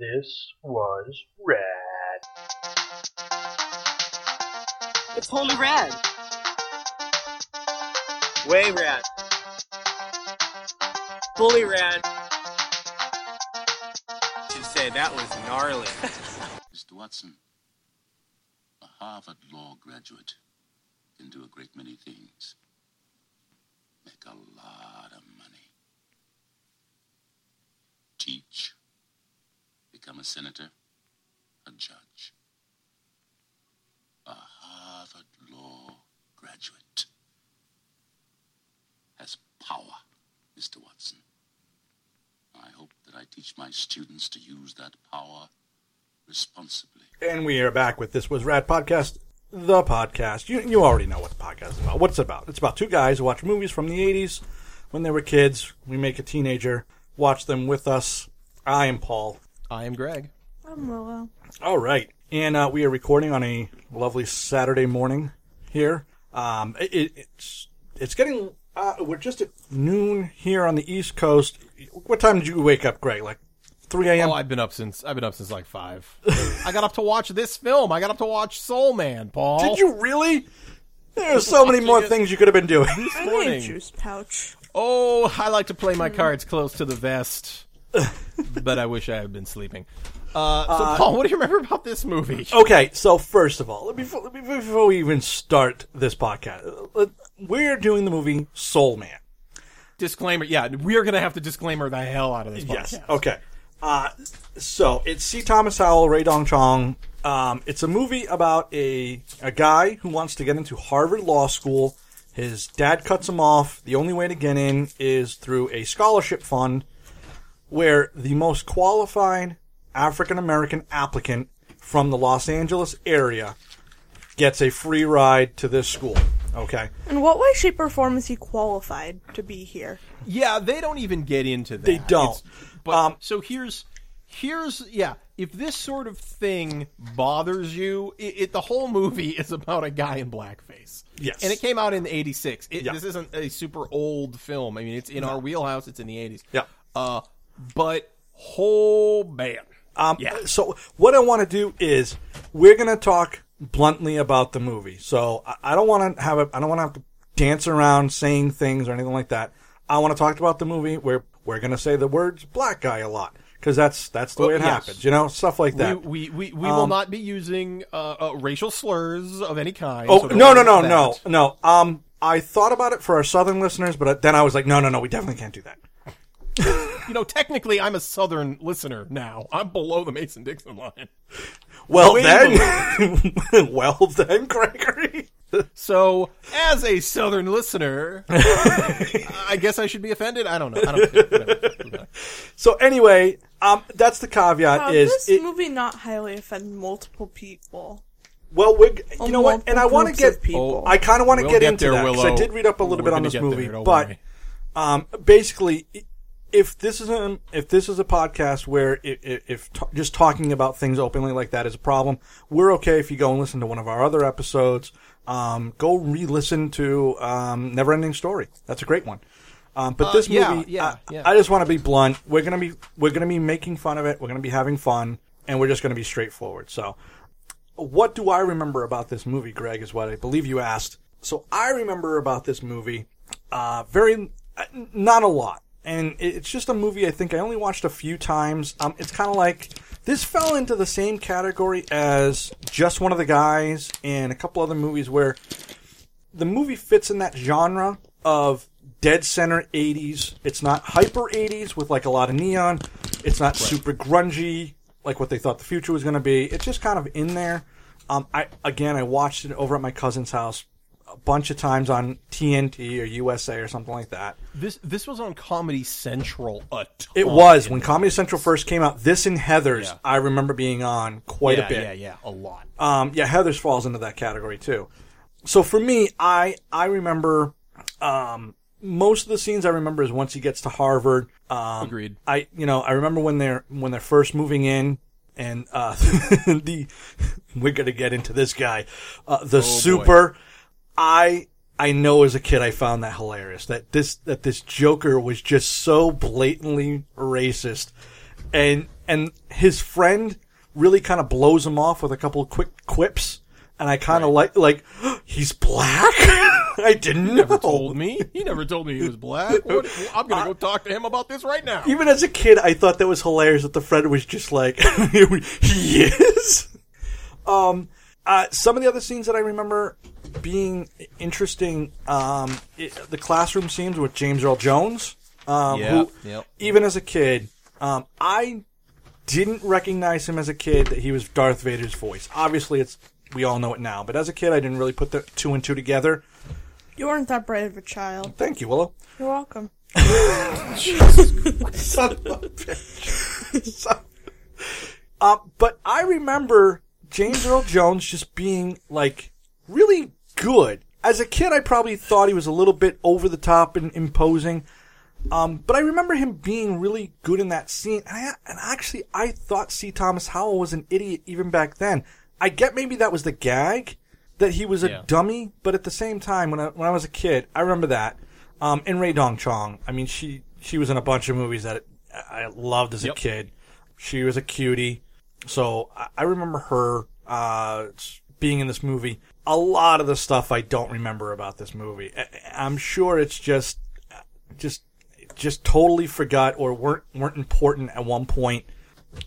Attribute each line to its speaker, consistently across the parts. Speaker 1: This was rad.
Speaker 2: It's totally rad. Way rad. Fully rad. Should say that was gnarly.
Speaker 3: Mr. Watson, a Harvard Law graduate can do a great many things. Make a lot of money. Teach. Become a senator, a judge. A Harvard Law graduate has power, Mr. Watson. I hope that I teach my students to use that power responsibly.
Speaker 4: And we are back with this was Rad podcast, the podcast. You you already know what the podcast is about. What's it about? It's about two guys who watch movies from the '80s when they were kids. We make a teenager watch them with us. I am Paul.
Speaker 5: I am Greg.
Speaker 6: I'm Willow.
Speaker 4: All right, and uh, we are recording on a lovely Saturday morning here. Um, it- it, it's it's getting uh, we're just at noon here on the East Coast. What time did you wake up, Greg? Like three a.m.
Speaker 5: Oh, I've been up since I've been up since like five. I got up to watch this film. I got up to watch Soul Man, Paul.
Speaker 4: did you really? There are so many more things you could have been doing.
Speaker 6: I need a
Speaker 5: Morning.
Speaker 6: juice pouch.
Speaker 5: Oh, I like to play my cards close to the vest, but I wish I had been sleeping. Uh, so, Paul, what do you remember about this movie?
Speaker 4: Okay, so first of all, before, before we even start this podcast, uh, we're doing the movie Soul Man.
Speaker 5: Disclaimer. Yeah, we're gonna have to disclaimer the hell out of this. podcast.
Speaker 4: Okay. Uh, so it's C. Thomas Howell, Ray Dong Chong. Um, it's a movie about a a guy who wants to get into Harvard Law School. His dad cuts him off. The only way to get in is through a scholarship fund, where the most qualified African American applicant from the Los Angeles area gets a free ride to this school. Okay.
Speaker 6: In what way, shape, or form is he qualified to be here?
Speaker 5: Yeah, they don't even get into that.
Speaker 4: They don't.
Speaker 5: It's- but
Speaker 4: Um,
Speaker 5: so here's here's yeah. If this sort of thing bothers you, it, it the whole movie is about a guy in blackface.
Speaker 4: Yes.
Speaker 5: and it came out in '86. It,
Speaker 4: Yeah.
Speaker 5: This isn't a super old film. I mean, it's in our wheelhouse. It's in the '80s.
Speaker 4: Yeah.
Speaker 5: Uh, but whole man.
Speaker 4: Um,
Speaker 5: Yeah.
Speaker 4: So what I want to do is we're gonna talk bluntly about the movie. So I, I don't want to have a, I don't want to have to dance around saying things or anything like that. I want to talk about the movie. We're we're gonna say the words "black guy" a lot because that's that's the way it
Speaker 5: Oh, yes.
Speaker 4: happens. You know, stuff like that. Um,
Speaker 5: We we, we, we will not be using uh, uh, racial slurs of any kind.
Speaker 4: oh
Speaker 5: so there
Speaker 4: no no
Speaker 5: is
Speaker 4: no
Speaker 5: that.
Speaker 4: no no. Um, I thought about it for our southern listeners, but then I was like, no no no, we definitely can't do that.
Speaker 5: You know, technically, I'm a Southern listener now. I'm below the Mason Dixon line.
Speaker 4: Well
Speaker 5: Way
Speaker 4: then, well then, Gregory.
Speaker 5: So, as a Southern listener, I guess I should be offended. I don't know. I don't care. Whatever. Whatever.
Speaker 4: So anyway, um, that's the caveat.
Speaker 6: How
Speaker 4: is
Speaker 6: this
Speaker 4: it-
Speaker 6: movie not highly offend multiple people?
Speaker 4: Well, we're, g- you
Speaker 6: Or
Speaker 4: know what, and I
Speaker 6: multiple
Speaker 4: want to get
Speaker 6: groups of people.
Speaker 4: I kind of want to
Speaker 5: Oh, We'll
Speaker 4: get,
Speaker 5: get
Speaker 4: into
Speaker 5: there,
Speaker 4: that 'cause I
Speaker 5: Willow.
Speaker 4: did read up a little
Speaker 5: We're
Speaker 4: bit on
Speaker 5: gonna
Speaker 4: this
Speaker 5: get
Speaker 4: movie,
Speaker 5: there, don't
Speaker 4: but
Speaker 5: worry.
Speaker 4: um, basically, i- if this is a if this is a podcast where i i if t- just talking about things openly like that is a problem, we're okay if you go and listen to one of our other episodes. Um, go re-listen to um, Neverending Story. That's a great one. Um, but this
Speaker 5: Uh, yeah,
Speaker 4: movie,
Speaker 5: yeah,
Speaker 4: I-
Speaker 5: yeah.
Speaker 4: I just want to be blunt. We're gonna be we're gonna be making fun of it. We're gonna be having fun, and we're just gonna be straightforward. So, what do I remember about this movie, Greg? Is what I believe you asked. So I remember about this movie, uh, very uh, not a lot, and it- it's just a movie I think I only watched a few times. Um, it's kind of like this fell into the same category as just one of the guys and a couple other movies where the movie fits in that genre of dead center 80s. It's not hyper 80s with like a lot of neon. It's not super grungy like what they thought the future was going to be. It's just kind of in there. Um, I again, I watched it over at my cousin's house a bunch of times on TNT or USA or something like that.
Speaker 5: This this was on Comedy Central a ton.
Speaker 4: It was when Comedy Central first came out. This and Heather's, I remember being on quite
Speaker 5: yeah,
Speaker 4: a bit.
Speaker 5: yeah, yeah, a lot.
Speaker 4: Um, yeah, Heather's falls into that category too. So for me, I I remember um, most of the scenes I remember is once he gets to Harvard. Um,
Speaker 5: Agreed.
Speaker 4: I you know I remember when they're when they're first moving in. And uh, the we're gonna get into this guy, uh,
Speaker 5: Oh,
Speaker 4: the super. I I know as a kid I found that hilarious that this that this Joker was just so blatantly racist, and and his friend really kind of blows him off with a couple of quick quips, and I kind of like like he's black. I didn't know.
Speaker 5: Told me he never told me he was black. What, I'm gonna go talk to him about this right now.
Speaker 4: Even as a kid, I thought that was hilarious that the friend was just like, he is. Um, uh, some of the other scenes that I remember being interesting, um, it, the classroom scenes with James Earl Jones, um,
Speaker 5: Yeah,
Speaker 4: who,
Speaker 5: yep.
Speaker 4: even as a kid, um, I didn't recognize him as a kid that he was Darth Vader's voice. Obviously, it's we all know it now, but as a kid, I didn't really put the two and two together.
Speaker 6: You weren't that bright of a child.
Speaker 4: Thank you, Willow.
Speaker 6: You're welcome.
Speaker 4: son of a bitch. Son- Uh, but I remember James Earl Jones just being like really good. As a kid, I probably thought he was a little bit over the top and imposing. Um, but I remember him being really good in that scene. And, I, and actually, I thought C. Thomas Howell was an idiot even back then. I get maybe that was the gag that he was a
Speaker 5: Yeah.
Speaker 4: dummy, but at the same time, when I, when I was a kid, I remember that. Um, and Ray Dong Chong. I mean, she, she was in a bunch of movies that I I loved as a
Speaker 5: Yep.
Speaker 4: kid. She was a cutie. So I, I remember her, uh, being in this movie. A lot of the stuff I don't remember about this movie. I, I'm sure it's just, just, just totally forgot or weren't, weren't important at one point.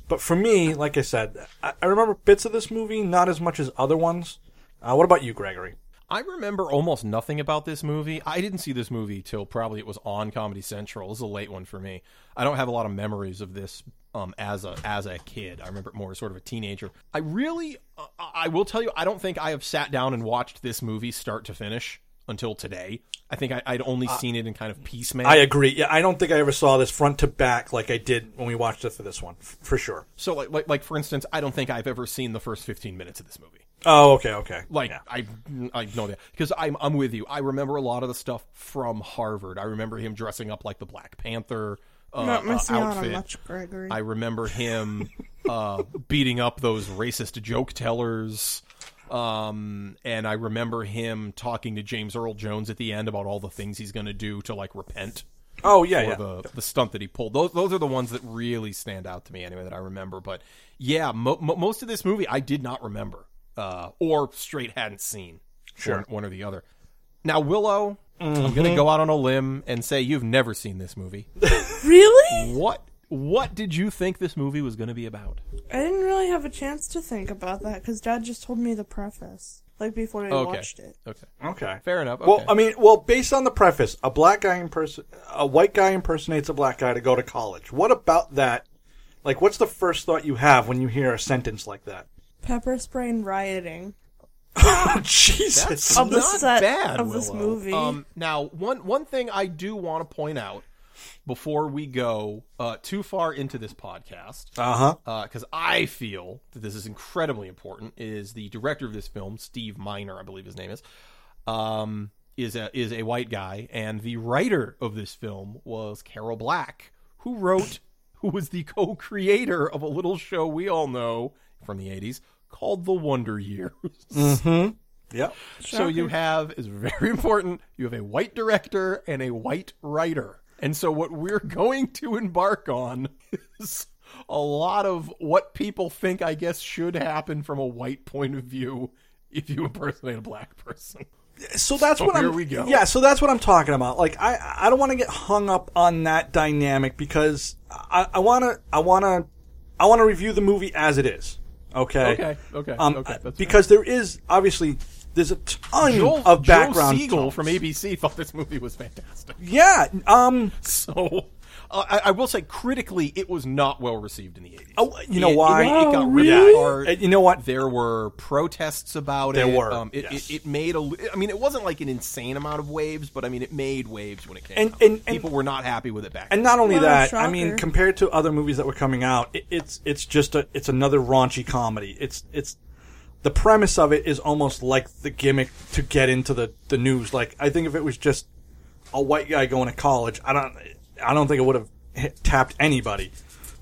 Speaker 4: But for me, like I said, I, I remember bits of this movie, not as much as other ones. Uh, what about you, Gregory?
Speaker 5: I remember almost nothing about this movie. I didn't see this movie till probably it was on Comedy Central. It was a late one for me. I don't have a lot of memories of this um, as a as a kid. I remember it more as sort of a teenager. I really, uh, I will tell you, I don't think I have sat down and watched this movie start to finish until today. I think I, I'd only seen it in kind of piecemeal.
Speaker 4: I agree. Yeah, I don't think I ever saw this front to back like I did when we watched it for this one, f- for sure.
Speaker 5: so, like, like, like for instance, I don't think I've ever seen the first fifteen minutes of this movie.
Speaker 4: Oh, okay, okay.
Speaker 5: Like
Speaker 4: Yeah.
Speaker 5: I, I know that because I'm I'm with you. I remember a lot of the stuff from Harvard. I remember him dressing up like the Black Panther uh,
Speaker 6: You're not
Speaker 5: uh,
Speaker 6: missing out on
Speaker 5: outfit.
Speaker 6: much, Gregory.
Speaker 5: I remember him uh, beating up those racist joke tellers. Um, and I remember him talking to James Earl Jones at the end about all the things he's going to do to like repent
Speaker 4: oh yeah,
Speaker 5: or
Speaker 4: yeah.
Speaker 5: the the stunt that he pulled. Those those are the ones that really stand out to me anyway that I remember. But yeah, mo- mo- most of this movie I did not remember, uh, or straight hadn't seen. Sure, one, one or the other. Now Willow, I'm
Speaker 6: Mm-hmm.
Speaker 5: gonna go out on a limb and say you've never seen this movie.
Speaker 6: really?
Speaker 5: what what did you think this movie was gonna be about?
Speaker 6: I didn't really have a chance to think about that because Dad just told me the preface, like before I
Speaker 5: Okay,
Speaker 6: watched it.
Speaker 5: okay,
Speaker 4: okay.
Speaker 5: fair enough.
Speaker 4: Well,
Speaker 5: okay.
Speaker 4: I mean, well, based on the preface, a black guy imperson, a white guy impersonates a black guy to go to college. What about that? Like, what's the first thought you have when you hear a sentence like that?
Speaker 6: Pepper spray and rioting.
Speaker 4: Oh, Jesus!
Speaker 6: Of the
Speaker 5: not
Speaker 6: set
Speaker 5: bad
Speaker 6: of this
Speaker 5: Willow.
Speaker 6: movie.
Speaker 5: Um, now, one one thing I do want to point out before we go uh, too far into this podcast,
Speaker 4: Uh huh.
Speaker 5: because I feel that this is incredibly important, is the director of this film, Steve Miner, I believe his name is, um, is a is a white guy, and the writer of this film was Carol Black, who wrote, who was the co-creator of a little show we all know from the '80s called The Wonder Years.
Speaker 4: Yeah.
Speaker 5: So you have is very important. You have a white director and a white writer. And so what we're going to embark on is a lot of what people think I guess should happen from a white point of view if you impersonate a black person.
Speaker 4: so that's what
Speaker 5: here
Speaker 4: I'm.
Speaker 5: we go.
Speaker 4: Yeah, so that's what I'm talking about. Like, I I don't want to get hung up on that dynamic because I I want to I want to I want to review the movie as it is. Okay.
Speaker 5: Okay, okay,
Speaker 4: Um,
Speaker 5: okay, that's
Speaker 4: because there is obviously there's a ton
Speaker 5: Joel,
Speaker 4: of background.
Speaker 5: Joel Siegel
Speaker 4: tones.
Speaker 5: from ABC thought this movie was fantastic.
Speaker 4: Yeah. Um.
Speaker 5: So uh, I, I will say critically it was not well received in the 80s.
Speaker 4: Oh, you know
Speaker 5: It-
Speaker 4: why?
Speaker 5: It, it got ripped
Speaker 4: Yeah.
Speaker 5: apart.
Speaker 4: Uh, You know what?
Speaker 5: There were protests about
Speaker 4: There
Speaker 5: it.
Speaker 4: were,
Speaker 5: Um, it,
Speaker 4: yes.
Speaker 5: it, it made a. li- I mean, it wasn't like an insane amount of waves, but I mean, it made waves when it came.
Speaker 4: And-
Speaker 5: out.
Speaker 4: and- and-
Speaker 5: people were not happy with it back.
Speaker 4: And not only
Speaker 6: Wow,
Speaker 4: that, I
Speaker 6: shocker.
Speaker 4: mean, compared to other movies that were coming out, it, it's it's just a it's another raunchy comedy. It's it's the premise of it is almost like the gimmick to get into the the news. Like I think if it was just a white guy going to college, I don't I don't think it would have hit, tapped anybody.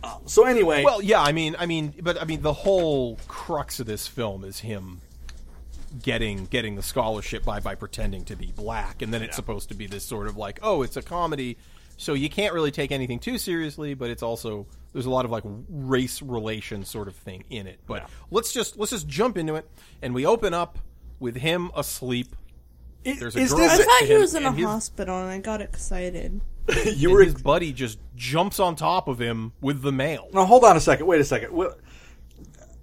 Speaker 4: Um, so anyway,
Speaker 5: well, yeah, I mean, I mean, but I mean, the whole crux of this film is him getting getting the scholarship by by pretending to be black, and then it's supposed to be this sort of like, oh, it's a comedy So you can't really take anything too seriously, but it's also there's a lot of like race relation sort of thing in it. But let's just let's just jump into it, and we open up with him asleep. There's a
Speaker 4: Is
Speaker 5: girl
Speaker 4: this-
Speaker 6: I
Speaker 5: next
Speaker 6: thought
Speaker 5: to
Speaker 6: he
Speaker 5: him,
Speaker 6: was in a
Speaker 5: and his,
Speaker 6: hospital and I got excited.
Speaker 4: You
Speaker 5: and
Speaker 4: were
Speaker 5: his buddy just jumps on top of him with the mail.
Speaker 4: now. Hold on a second. Wait a second. Well,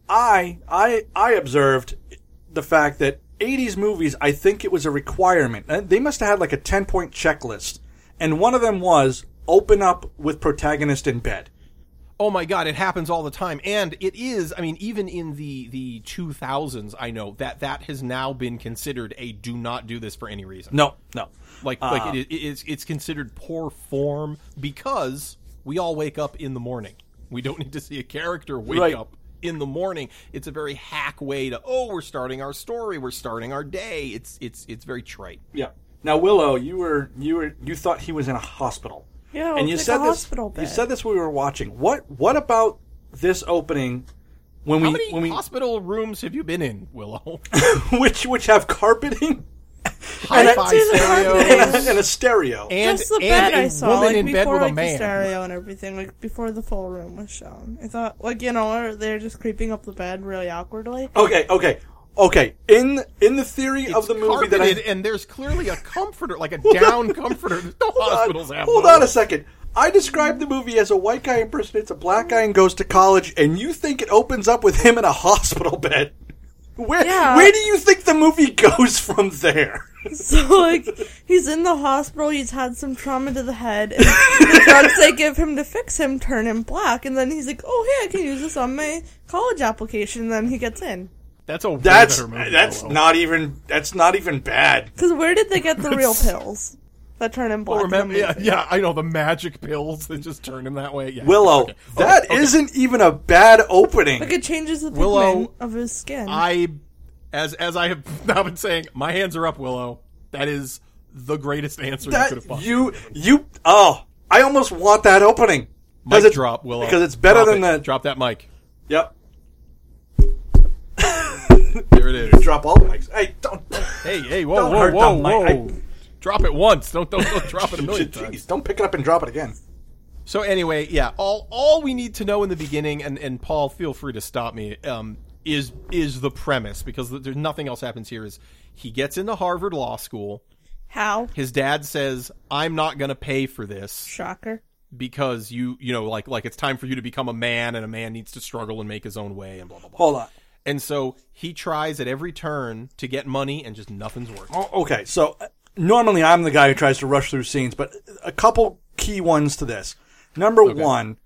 Speaker 4: I I I observed the fact that '80s movies. I think it was a requirement. Uh, They must have had like a ten point checklist, and one of them was open up with protagonist in bed.
Speaker 5: oh my god it happens all the time and it is i mean even in the the 2000s i know that that has now been considered a do not do this for any reason
Speaker 4: No, Uh-huh. no.
Speaker 5: like like it, it is it's considered poor form because we all wake up in the morning we don't need to see a character wake
Speaker 4: Right.
Speaker 5: up in the morning it's a very hack way to oh we're starting our story we're starting our day it's it's it's very trite
Speaker 4: Yeah. Now Willow, you were you were you thought he was in a hospital.
Speaker 6: Yeah,
Speaker 4: and
Speaker 6: it
Speaker 4: you
Speaker 6: was
Speaker 4: said
Speaker 6: Oh, like a
Speaker 4: this.
Speaker 6: hospital
Speaker 4: You
Speaker 6: bed.
Speaker 4: said this when we were watching. What what about this opening? When
Speaker 5: how
Speaker 4: we
Speaker 5: many
Speaker 4: when we
Speaker 5: hospital rooms have you been in willow
Speaker 4: which which have carpeting
Speaker 5: hi-fi
Speaker 6: Dude, the
Speaker 5: stereo
Speaker 4: and, a, and a stereo.
Speaker 5: and,
Speaker 6: Just the
Speaker 5: and
Speaker 6: bed
Speaker 5: a
Speaker 6: I saw,
Speaker 5: woman
Speaker 6: like
Speaker 5: in bed
Speaker 6: before
Speaker 5: with
Speaker 6: like
Speaker 5: a
Speaker 6: the
Speaker 5: man
Speaker 6: stereo and everything, like before the full room was shown. I thought, like you know, they're just creeping up the bed really awkwardly.
Speaker 4: okay, okay, okay. In in the theory of the movie that I
Speaker 5: carpeted, and there's clearly a comforter, like a down comforter. There's No
Speaker 4: Hold on,
Speaker 5: hospitals have.
Speaker 4: hold
Speaker 5: those.
Speaker 4: on a second. I described the movie as a white guy impersonates a black guy and goes to college, and you think it opens up with him in a hospital bed. Where
Speaker 6: Yeah.
Speaker 4: where do you think the movie goes from there?
Speaker 6: So like he's in the hospital, he's had some trauma to the head, and the drugs they give him to fix him turn him black, and then he's like, Oh hey, I can use this on my college application and then he gets in.
Speaker 5: That's a way
Speaker 4: That's
Speaker 5: better movie.
Speaker 4: that's
Speaker 5: Willow.
Speaker 4: not even that's not even bad.
Speaker 6: Because where did they get the real pills that turn him black?
Speaker 5: Oh,
Speaker 6: in the
Speaker 5: remember? Yeah,
Speaker 6: movie?
Speaker 5: yeah, I know the magic pills that just turned him that way. Yeah.
Speaker 4: Willow,
Speaker 5: Okay.
Speaker 4: that
Speaker 5: Okay.
Speaker 4: not even a bad opening.
Speaker 6: Like it changes the pigment
Speaker 5: Willow,
Speaker 6: of his skin.
Speaker 5: I, as as I have now been saying, my hands are up, Willow. That is the greatest answer you could have
Speaker 4: That
Speaker 5: possibly.
Speaker 4: you you oh, I almost want that opening.
Speaker 5: mic
Speaker 4: 'Cause it-
Speaker 5: drop, Willow,
Speaker 4: because it's better
Speaker 5: Drop
Speaker 4: than
Speaker 5: it.
Speaker 4: the
Speaker 5: Drop that mic.
Speaker 4: Yep.
Speaker 5: There it is.
Speaker 4: Drop all the mics. Hey, don't, don't
Speaker 5: Hey, hey, whoa,
Speaker 4: Don't
Speaker 5: whoa,
Speaker 4: hurt
Speaker 5: whoa,
Speaker 4: the mic. I-
Speaker 5: whoa! Drop it once. Don't don't, don't drop it a million times.
Speaker 4: Jeez, don't pick it up and drop it again.
Speaker 5: So anyway, yeah, all all we need to know in the beginning, and and Paul, feel free to stop me. Um, is is the premise because there's nothing else happens here. Is he gets into Harvard Law School?
Speaker 6: How?
Speaker 5: His dad says, "I'm not going to pay for this
Speaker 6: Shocker.
Speaker 5: because you you know like like it's time for you to become a man, and a man needs to struggle and make his own way, and blah blah blah."
Speaker 4: Hold on.
Speaker 5: And so he tries at every turn to get money, and just nothing's working.
Speaker 4: Oh, okay, so uh, normally I'm the guy who tries to rush through scenes, but a couple key ones to this. Number one,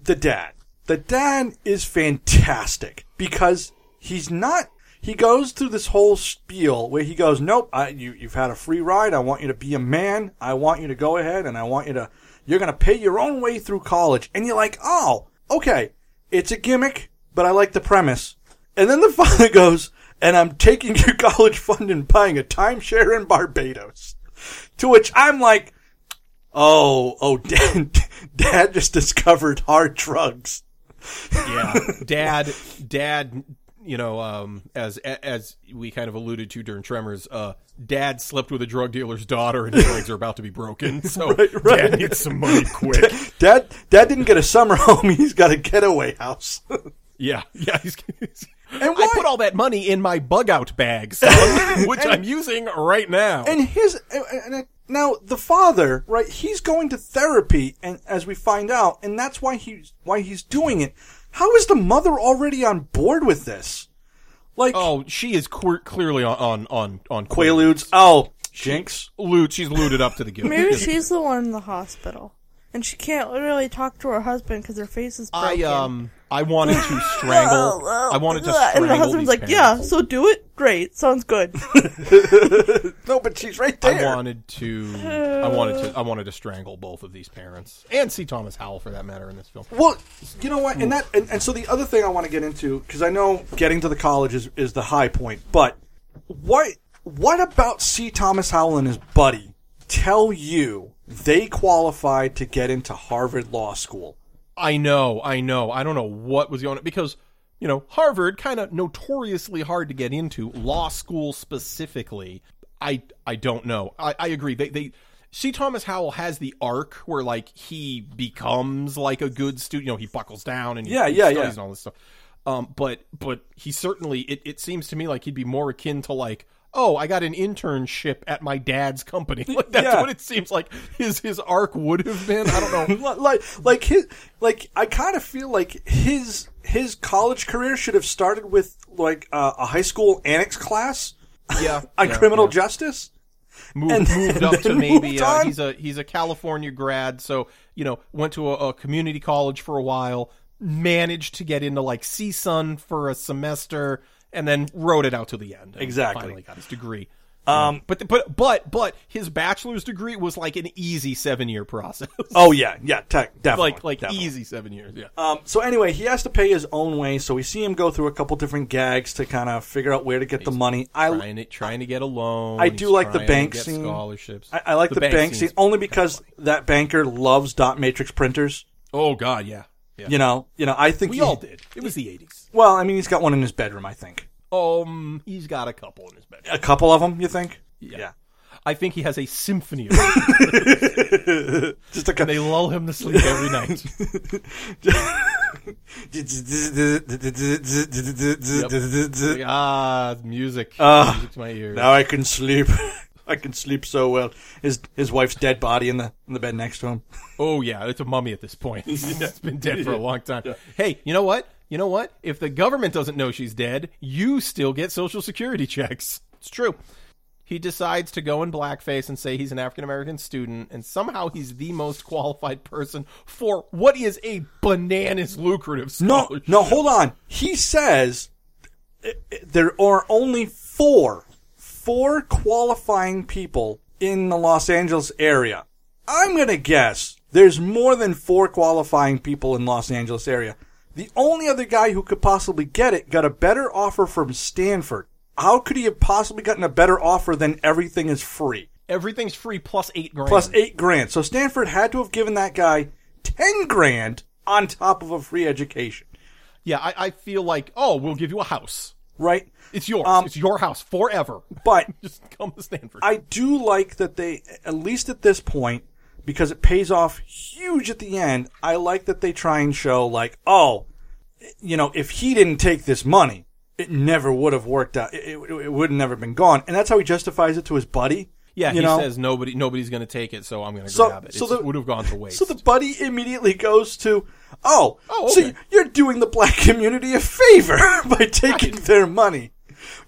Speaker 4: the dad. The dad is fantastic because he's not. He goes through this whole spiel where he goes, "Nope, I, you, you've had a free ride. I want you to be a man. I want you to go ahead, and I want you to. You're going to pay your own way through college." And you're like, "Oh, okay, it's a gimmick, but I like the premise." And then the father goes, and I'm taking your college fund and buying a timeshare in Barbados. To which I'm like, oh, oh, dad, dad just discovered hard drugs.
Speaker 5: yeah dad dad you know um as as we kind of alluded to during tremors uh dad slept with a drug dealer's daughter and his legs are about to be broken so dad needs some money quick
Speaker 4: Dad, dad didn't get a summer home. He's got a getaway house.
Speaker 5: yeah yeah he's, he's- i
Speaker 4: why-
Speaker 5: put all that money in my bug out bag son, which i'm using right now
Speaker 4: and his, and, and- now the father, right? He's going to therapy, and as we find out, and that's why he's why he's doing it. How is the mother already on board with this? Like
Speaker 5: oh she is queer clearly on on on on
Speaker 4: Quaaludes. Oh, Jinx.
Speaker 5: loot she's looted up to the gills
Speaker 6: Maybe she's the one in the hospital. And she can't really talk to her husband because her face is
Speaker 5: I
Speaker 6: broken.
Speaker 5: um I wanted to strangle. I wanted to strangle.
Speaker 6: Oh, And the husband's
Speaker 5: these
Speaker 6: like,
Speaker 5: parents.
Speaker 6: yeah, so do it. Great. Sounds good.
Speaker 4: No, but she's right
Speaker 5: I
Speaker 4: there.
Speaker 5: wanted to. I wanted to. I wanted to strangle both of these parents and see Thomas Howell for that matter in this film.
Speaker 4: Well, you know what, and that, and, and so the other thing I want to get into because I know getting to the college is, is the high point, but what what about C. Thomas Howell and his buddy tell you they qualified to get into Harvard Law School?
Speaker 5: I know. I know. I don't know what was going on because you know Harvard kind of notoriously hard to get into law school specifically. I I don't know. I, I agree. They they See, Thomas Howell has the arc where like he becomes like a good student. You know, he buckles down and he
Speaker 4: Yeah,
Speaker 5: he
Speaker 4: yeah,
Speaker 5: studies
Speaker 4: yeah.
Speaker 5: and all this stuff. Um, but but he certainly it, it seems to me like he'd be more akin to like oh I got an internship at my dad's company. Like that's
Speaker 4: Yeah.
Speaker 5: what it seems like his his arc would have been. I don't know.
Speaker 4: Li- like like his like I kind of feel like his his college career should have started with like uh, a high school annex class
Speaker 5: yeah,
Speaker 4: on
Speaker 5: yeah,
Speaker 4: criminal
Speaker 5: yeah.
Speaker 4: justice.
Speaker 5: Moved,
Speaker 4: and then-
Speaker 5: moved up to
Speaker 4: then
Speaker 5: maybe
Speaker 4: moved
Speaker 5: uh,
Speaker 4: on.
Speaker 5: he's a he's a California grad, so you know went to a, a community college for a while, managed to get into like CSUN for a semester, and then wrote it out to the end. and
Speaker 4: Exactly.
Speaker 5: finally got his degree. Um, but but but but his bachelor's degree was like an easy seven year process,
Speaker 4: Oh yeah, yeah, tech, definitely,
Speaker 5: like like E,
Speaker 4: definitely.
Speaker 5: easy seven years. Yeah,
Speaker 4: Um, so anyway, he has to pay his own way. So we see him go through a couple different gags to kind of figure out where to get the money. I
Speaker 5: trying to trying to get a loan.
Speaker 4: I do
Speaker 5: he's
Speaker 4: like the
Speaker 5: trying to
Speaker 4: bank
Speaker 5: get
Speaker 4: scene.
Speaker 5: scholarships.
Speaker 4: I, I like the, bank, scene
Speaker 5: scene's-
Speaker 4: only because that banker loves dot matrix printers.
Speaker 5: Oh God, yeah, yeah.
Speaker 4: You know, you know. I think
Speaker 5: we
Speaker 4: he-
Speaker 5: all did. It was the eighties.
Speaker 4: Well, I mean, he's got one in his bedroom. I think
Speaker 5: Um, he's got a couple in his bedroom.
Speaker 4: a couple of them. You think?
Speaker 5: Yeah.
Speaker 4: yeah.
Speaker 5: I think he has a symphony. of them.
Speaker 4: Just like a
Speaker 5: they lull him to sleep every night.
Speaker 4: now
Speaker 5: ah, music. music to my ears.
Speaker 4: I can sleep. I can sleep so well. His his wife's dead body in the in the bed next to him.
Speaker 5: Oh yeah, it's a mummy at this point. it's been dead for a long time. Hey, you know what? You know what? If the government doesn't know she's dead, you still get social security checks. It's true. He decides to go in blackface and say he's an African American student, and somehow he's the most qualified person for what is a bananas lucrative
Speaker 4: No,
Speaker 5: scholarship.
Speaker 4: no, hold on. He says i- i- there are only four four qualifying people in the Los Angeles area. I'm gonna guess there's more than four qualifying people in Los Angeles area. The only other guy who could possibly get it got a better offer from Stanford. How could he have possibly gotten a better offer than everything is free?
Speaker 5: Everything's free plus eight grand.
Speaker 4: plus eight grand. So Stanford had to have given that guy ten grand on top of a free education,
Speaker 5: Yeah, I, I feel like, oh, we'll give you a house.
Speaker 4: right?
Speaker 5: It's yours.
Speaker 4: Um,
Speaker 5: it's your house forever.
Speaker 4: But
Speaker 5: Just come to Stanford.
Speaker 4: I do like that they, at least at this point, because it pays off huge at the end. I like that they try and show like, oh, you know, if he didn't take this money, it never would have worked out. It, it, it would have never been gone, and that's how he justifies it to his buddy.
Speaker 5: yeah,
Speaker 4: you
Speaker 5: he
Speaker 4: know?
Speaker 5: says nobody nobody's going to take it, so I'm going to
Speaker 4: So-
Speaker 5: grab it.
Speaker 4: so
Speaker 5: It's-
Speaker 4: the-
Speaker 5: it would have gone to waste.
Speaker 4: So the buddy immediately goes to, oh,
Speaker 5: Oh,
Speaker 4: so
Speaker 5: okay.
Speaker 4: you- you're doing the black community a favor by taking their money.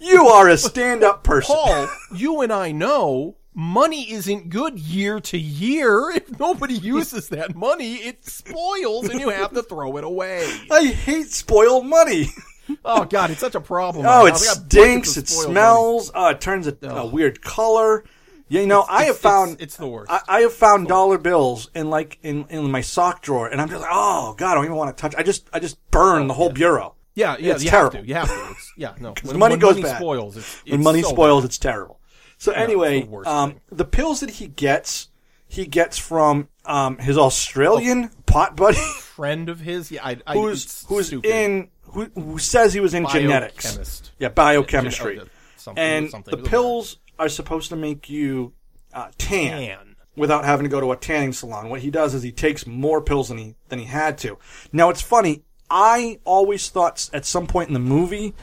Speaker 4: You are a stand-up person.
Speaker 5: Paul, you and I know money isn't good year to year. If nobody uses that money, it spoils and you have to throw it away.
Speaker 4: I hate spoiled money.
Speaker 5: Oh God, it's such a problem.
Speaker 4: Oh,
Speaker 5: right
Speaker 4: it
Speaker 5: now. We got buckets
Speaker 4: stinks.
Speaker 5: of
Speaker 4: It
Speaker 5: spoiled money.
Speaker 4: smells. Uh, it turns a, a weird color. Yeah, you know, I have
Speaker 5: it's-
Speaker 4: found
Speaker 5: it's the worst.
Speaker 4: I, I have found dollar bills in like in, in my sock drawer, and I'm just like, oh god, I don't even want to touch. I just I just burn the whole bureau.
Speaker 5: Oh, Yeah, yeah,
Speaker 4: It's
Speaker 5: you
Speaker 4: terrible.
Speaker 5: Have to, you have to. It's, yeah, no. When,
Speaker 4: money
Speaker 5: when
Speaker 4: goes
Speaker 5: money
Speaker 4: bad.
Speaker 5: spoils, it's,
Speaker 4: when
Speaker 5: it's
Speaker 4: money
Speaker 5: so
Speaker 4: spoils, it's terrible. So anyway,
Speaker 5: the worst
Speaker 4: um,
Speaker 5: thing.
Speaker 4: the pills that he gets, he gets from um, his Australian
Speaker 5: Oh.
Speaker 4: pot buddy,
Speaker 5: bad. friend of his. Yeah, I, I,
Speaker 4: who's
Speaker 5: it's
Speaker 4: who's
Speaker 5: stupid.
Speaker 4: in who, who says he was in genetics,
Speaker 5: Biochemist.
Speaker 4: yeah, biochemistry,
Speaker 5: Yeah, oh, the- something-
Speaker 4: and
Speaker 5: something.
Speaker 4: the
Speaker 5: It was a-
Speaker 4: pills are supposed to make you uh, tan,
Speaker 5: Tan.
Speaker 4: without having to go to a tanning salon. What he does is he takes more pills than he than he had to. Now it's funny. I always thought at some point in the movie,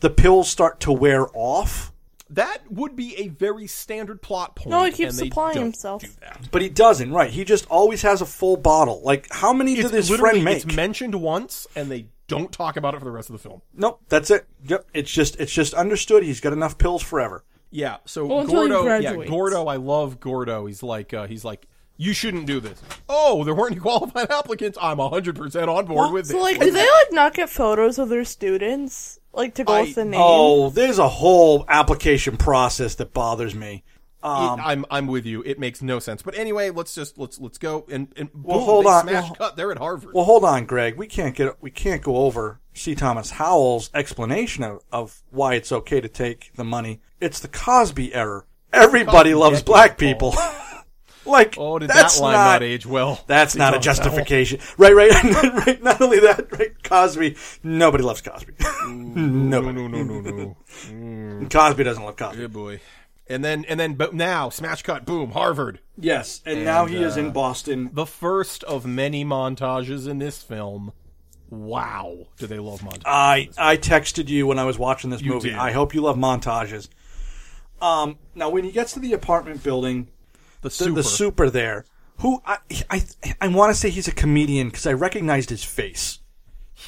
Speaker 4: the pills start to wear off.
Speaker 5: That would be a very standard plot point.
Speaker 6: No, he keeps
Speaker 5: and they
Speaker 6: supplying
Speaker 5: don't
Speaker 6: himself.
Speaker 5: do that.
Speaker 4: But he doesn't, right? He just always has a full bottle. Like, how many
Speaker 5: It's
Speaker 4: did his
Speaker 5: literally
Speaker 4: friend make?
Speaker 5: it's mentioned once, and they don't talk about it for the rest of the film.
Speaker 4: nope, that's it. Yep, it's just it's just understood. He's got enough pills forever.
Speaker 5: Yeah. So
Speaker 6: Well, until he
Speaker 5: Gordo, yeah,
Speaker 6: graduates.
Speaker 5: Gordo, I love Gordo. He's like, uh, he's like, you shouldn't do this. Oh, there weren't any qualified applicants. I'm 100 percent on board with
Speaker 6: So
Speaker 5: this.
Speaker 6: like, do they like not get photos of their students like to go
Speaker 5: I-
Speaker 6: with the name?
Speaker 4: Oh, there's a whole application process that bothers me.
Speaker 5: It- I'm I'm with you. It makes no sense. But anyway, let's just let's let's go and and boom,
Speaker 4: hold
Speaker 5: they
Speaker 4: on.
Speaker 5: smash
Speaker 4: Well-
Speaker 5: cut. They're at Harvard.
Speaker 4: Well, hold on, Greg. We can't get we can't go over C. Thomas Howell's explanation of, of why it's okay to take the money. It's the Cosby error. Everybody
Speaker 5: Cosby
Speaker 4: loves
Speaker 5: decade,
Speaker 4: black people. like,
Speaker 5: oh, did
Speaker 4: that's
Speaker 5: that line not, age well?
Speaker 4: That's
Speaker 5: See,
Speaker 4: not a
Speaker 5: Thomas Howell.
Speaker 4: justification. Right, right, right. Not only that, right, Cosby. Nobody loves Cosby.
Speaker 5: No, no, no, no, no.
Speaker 4: Cosby doesn't love Cosby.
Speaker 5: Good boy. and then and then but now smash cut boom Harvard.
Speaker 4: Yes, and, now he
Speaker 5: uh,
Speaker 4: is in Boston.
Speaker 5: The first of many montages in this film. Wow, do they love montages?
Speaker 4: I I texted you when I was watching this movie.
Speaker 5: did.
Speaker 4: I hope you love montages. Um, now when he gets to the apartment building,
Speaker 5: the
Speaker 4: the,
Speaker 5: super.
Speaker 4: the super there, who I I I want to say he's a comedian because I recognized his face.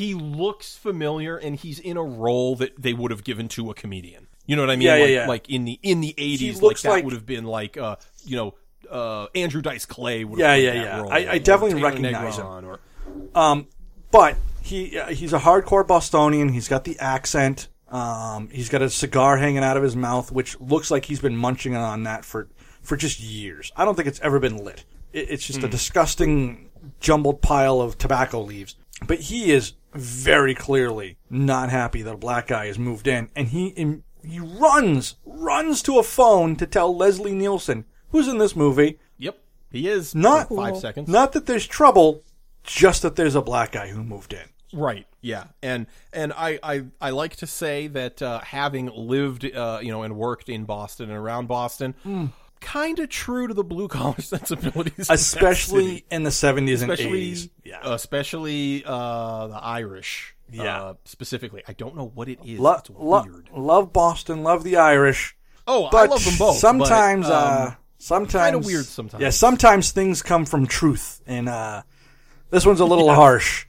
Speaker 5: he looks familiar and he's in a role that they would have given to a comedian. You know what I mean?
Speaker 4: Yeah, yeah,
Speaker 5: like,
Speaker 4: yeah.
Speaker 5: like in the in the eighties, like
Speaker 4: looks
Speaker 5: that
Speaker 4: like-
Speaker 5: would have been like uh, you know, uh, Andrew Dice Clay would
Speaker 4: Yeah,
Speaker 5: have
Speaker 4: yeah,
Speaker 5: played that
Speaker 4: yeah.
Speaker 5: role.
Speaker 4: I- I
Speaker 5: or
Speaker 4: definitely
Speaker 5: Taylor
Speaker 4: recognize him.
Speaker 5: Negron Or,
Speaker 4: but he uh, he's a hardcore Bostonian. He's got the accent. Um, he's got a cigar hanging out of his mouth, which looks like he's been munching on that for for just years. I don't think it's ever been lit. It, it's just a disgusting jumbled pile of tobacco leaves. But he is very clearly not happy that a black guy has moved in, and he im- he runs runs to a phone to tell Leslie Nielsen, who's in this movie,
Speaker 5: yep, he is
Speaker 4: Not-
Speaker 5: for five seconds.
Speaker 4: not that there's trouble, just that there's a black guy who moved in.
Speaker 5: Right. Yeah. And and I I, I like to say that uh, having lived uh, you know and worked in Boston and around Boston,
Speaker 4: Hmm.
Speaker 5: kind of true to the blue collar sensibilities, of that city.
Speaker 4: especially in the 70s and
Speaker 5: especially
Speaker 4: 80s. Yeah.
Speaker 5: Uh, especially uh, the Irish.
Speaker 4: Yeah.
Speaker 5: Uh, specifically, I don't know what it is.
Speaker 4: Lo-
Speaker 5: it's
Speaker 4: lo-
Speaker 5: weird.
Speaker 4: love Boston, love the Irish.
Speaker 5: oh, I
Speaker 4: But
Speaker 5: love them both. but,
Speaker 4: Sometimes,
Speaker 5: um,
Speaker 4: uh, sometimes
Speaker 5: kinda weird sometimes.
Speaker 4: Yeah, sometimes things come from truth, and uh, this one's a little harsh.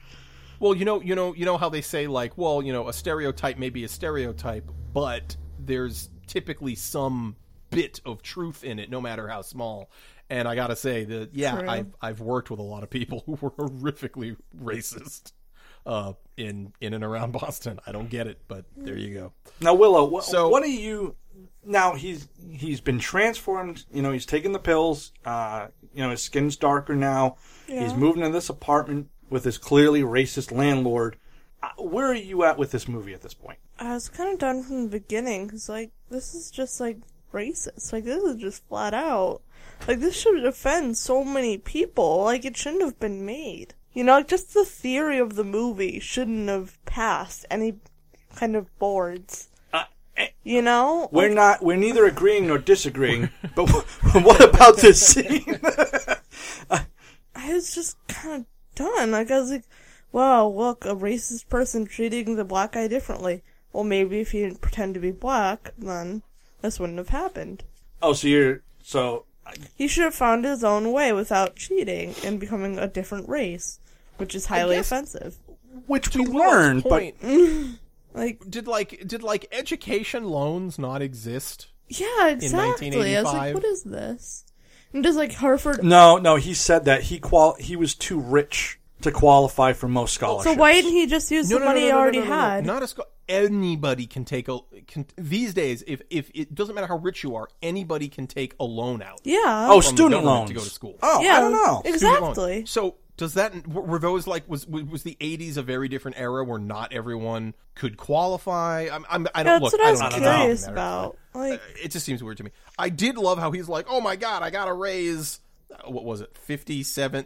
Speaker 5: well, you know, you know, you know how they say like, well, you know, a stereotype may be a stereotype, but there's typically some bit of truth in it, no matter how small. And I gotta say that, yeah,
Speaker 6: True.
Speaker 5: I've I've worked with a lot of people who were horrifically racist uh, in in and around Boston. I don't get it, but there you go.
Speaker 4: Now, Willow, what,
Speaker 5: So-
Speaker 4: what do you? Now he's he's been transformed. You know, he's taken the pills. Uh, you know, his skin's darker now. He's moving to this apartment with this clearly racist landlord. Uh, where are you at with this movie at this point?
Speaker 6: I was kind of done from the beginning because, like, this is just like racist. Like, this is just flat out. Like, this should offend so many people. Like, it shouldn't have been made. You know, like, just the theory of the movie shouldn't have passed any kind of boards. You know,
Speaker 4: We're not. We're neither agreeing nor disagreeing. but wh- what about this scene?
Speaker 6: I was just kind of done. Like, I was like, wow, look, a racist person treating the black guy differently. Well, maybe if he didn't pretend to be black, then this wouldn't have happened.
Speaker 4: oh, so you're so
Speaker 6: He should have found his own way without cheating and becoming a different race, which is highly
Speaker 5: guess-
Speaker 6: offensive.
Speaker 4: which we
Speaker 5: To Will's
Speaker 4: learned, but
Speaker 5: point,
Speaker 6: Like,
Speaker 5: did like did like education loans not exist?
Speaker 6: yeah, exactly. I was like,
Speaker 5: 1985.
Speaker 6: what is this? And just like Harford.
Speaker 4: no, no. He said that he qual he was too rich to qualify for most scholarships.
Speaker 6: Oh, So why didn't he just use the money he already had?
Speaker 5: Not a scho- anybody can take a can, these days. If if it doesn't matter how rich you are, anybody can take a loan out.
Speaker 6: Yeah.
Speaker 4: Oh,
Speaker 5: from the
Speaker 4: student
Speaker 5: government
Speaker 4: loans
Speaker 5: to go to school.
Speaker 4: Oh,
Speaker 6: yeah.
Speaker 4: I don't know.
Speaker 5: Student loan.
Speaker 6: Exactly.
Speaker 5: So does that were those like was was the eighties a very different era where not everyone could qualify? I'm, I'm I don't
Speaker 6: That's
Speaker 5: look.
Speaker 6: what I was
Speaker 5: don't, know.
Speaker 6: curious
Speaker 5: Matter of
Speaker 6: about. Like,
Speaker 5: it just seems weird to me. I did love how he's like, "Oh my god, I got to raise uh, what was it? 57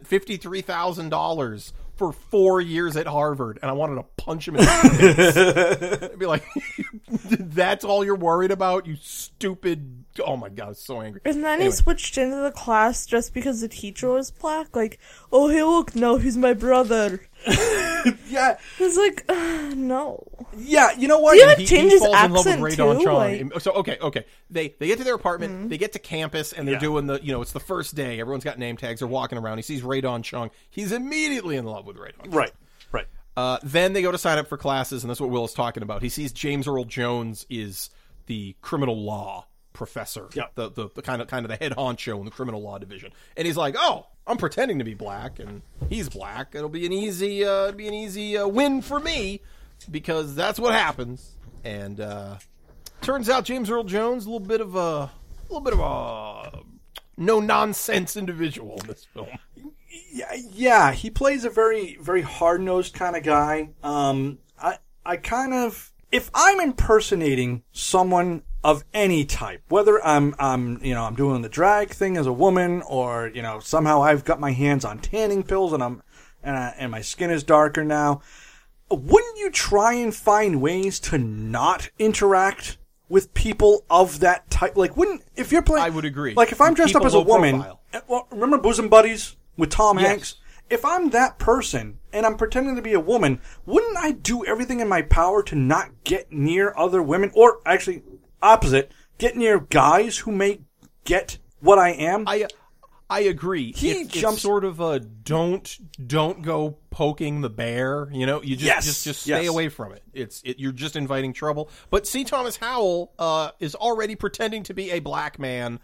Speaker 5: $53,000 for 4 years at Harvard." And I wanted to punch him in the face. I'd be like, "That's all you're worried about, you stupid." Oh my god, I was so angry.
Speaker 6: And then he
Speaker 5: Anyway.
Speaker 6: switched into the class just because the teacher was black. Like, oh, hey, look, no, he's my brother.
Speaker 4: Yeah,
Speaker 6: He's like, uh, no.
Speaker 4: yeah. You know what?
Speaker 6: Do you have-
Speaker 5: he, he
Speaker 6: change his
Speaker 5: falls in love
Speaker 6: accent,
Speaker 5: with Radon
Speaker 6: too, Mm-hmm.
Speaker 5: Chong. so okay, okay. They they get to their apartment, they get to campus, and they're
Speaker 4: Yeah.
Speaker 5: doing the you know it's the first day. Everyone's got name tags. They're walking around. He sees Radon Chung. He's immediately in love with Radon.
Speaker 4: right, right.
Speaker 5: Uh, then they go to sign up for classes, and that's what Will is talking about. He sees James Earl Jones is the criminal law professor,
Speaker 4: Yep.
Speaker 5: the, the the kind of kind of the head honcho in the criminal law division, and he's like, "Oh, I'm pretending to be black, and he's black. It'll be an easy, uh, it'll be an easy uh, win for me because that's what happens." And uh, turns out James Earl Jones a little bit of a, little bit of a no nonsense individual in this film.
Speaker 4: Yeah, yeah, he plays a very, very hard nosed kind of guy. Um, I, I kind of, if I'm impersonating someone of any type, whether I'm, I'm, you know, I'm doing the drag thing as a woman, or you know, somehow I've got my hands on tanning pills and I'm, and I, and my skin is darker now. Wouldn't you try and find ways to not interact with people of that type. Like, wouldn't if you're playing?
Speaker 5: I would agree.
Speaker 4: Like, if I'm dressed up
Speaker 5: People
Speaker 4: as a
Speaker 5: low
Speaker 4: woman,
Speaker 5: profile.
Speaker 4: uh, well, remember bosom buddies with Tom
Speaker 5: Yes.
Speaker 4: Hanks? If I'm that person and I'm pretending to be a woman, wouldn't I do everything in my power to not get near other women, or actually opposite, get near guys who may get what I am?
Speaker 5: I I agree.
Speaker 4: He
Speaker 5: it's, it's
Speaker 4: jumps-
Speaker 5: sort of a don't don't go poking the bear. You know, you just
Speaker 4: Yes,
Speaker 5: just, just stay
Speaker 4: yes.
Speaker 5: away from it. It's it, you're just inviting trouble. But C. Thomas Howell uh, is already pretending to be a black man.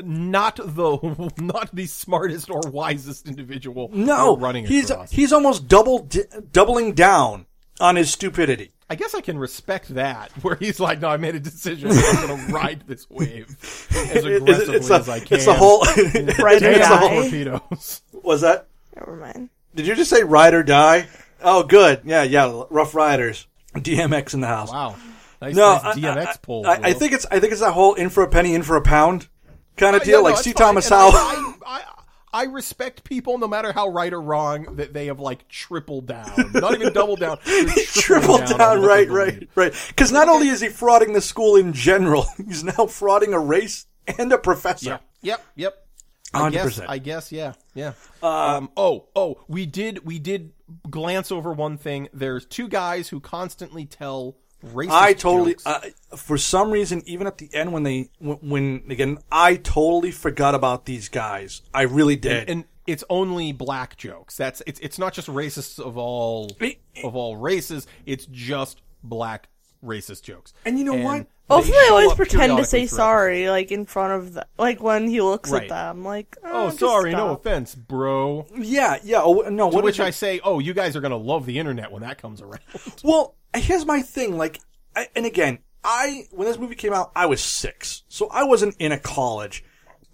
Speaker 5: Not the not the smartest or wisest individual.
Speaker 4: no,
Speaker 5: we're running
Speaker 4: he's
Speaker 5: across.
Speaker 4: he's almost double di- doubling down on his stupidity.
Speaker 5: I guess I can respect that. Where he's like, "No, I made a decision. I'm going to ride this wave as
Speaker 4: It-
Speaker 5: aggressively
Speaker 4: a,
Speaker 5: as I can."
Speaker 4: It's a whole.
Speaker 6: Ride or
Speaker 5: Damn
Speaker 4: it's a whole-
Speaker 6: die.
Speaker 5: torpedoes.
Speaker 4: was that?
Speaker 6: Never mind.
Speaker 4: Did you just say ride or die? Oh, good. Yeah, yeah. Rough Riders, DMX in the house.
Speaker 5: Wow, nice,
Speaker 4: No,
Speaker 5: nice
Speaker 4: I-
Speaker 5: DMX
Speaker 4: I,
Speaker 5: pull.
Speaker 4: I, I
Speaker 5: Will.
Speaker 4: think it's I think it's that whole in for a penny, in for a pound kind of
Speaker 5: Uh, Yeah,
Speaker 4: deal.
Speaker 5: no,
Speaker 4: like
Speaker 5: it's
Speaker 4: see
Speaker 5: fine.
Speaker 4: Thomas
Speaker 5: And
Speaker 4: Howell.
Speaker 5: I, I, I, I respect people, no matter how right or wrong, that they have like tripled down, not even double down, they're
Speaker 4: Triple
Speaker 5: on
Speaker 4: down,
Speaker 5: what they
Speaker 4: right,
Speaker 5: believe.
Speaker 4: right, right. Because not only is he frauding the school in general, he's now frauding a race and a
Speaker 5: Yeah.
Speaker 4: professor.
Speaker 5: Yep. Yep. I
Speaker 4: Hundred
Speaker 5: guess.
Speaker 4: percent. Uh,
Speaker 5: I guess. Yeah. Yeah. Um. Oh. Oh. We did. We did glance over one thing. There's two guys who constantly tell racist.
Speaker 4: I totally,
Speaker 5: jokes.
Speaker 4: uh, for some reason, even at the end when they when, when again, I totally forgot about these guys. I really did.
Speaker 5: and it's only black jokes. That's it's it's not just racists of all
Speaker 4: It-
Speaker 5: of all races. It's just black racist jokes.
Speaker 4: And you know what?
Speaker 5: they
Speaker 6: Ultimately, I
Speaker 5: show
Speaker 6: always
Speaker 5: up
Speaker 6: pretend to
Speaker 5: periodically
Speaker 6: say
Speaker 5: throughout the
Speaker 6: sorry, like in front of the, like when he looks
Speaker 5: Right.
Speaker 6: at them, like
Speaker 5: Oh,
Speaker 6: oh, just
Speaker 5: sorry, no
Speaker 6: stop."
Speaker 5: offense, bro.
Speaker 4: yeah, yeah. Oh, no,
Speaker 5: To
Speaker 4: what
Speaker 5: which
Speaker 4: did you-
Speaker 5: I say, oh, you guys are gonna love the internet when that comes around.
Speaker 4: Well, here's my thing. Like, I, and again, I when this movie came out, I was six, so I wasn't in a college.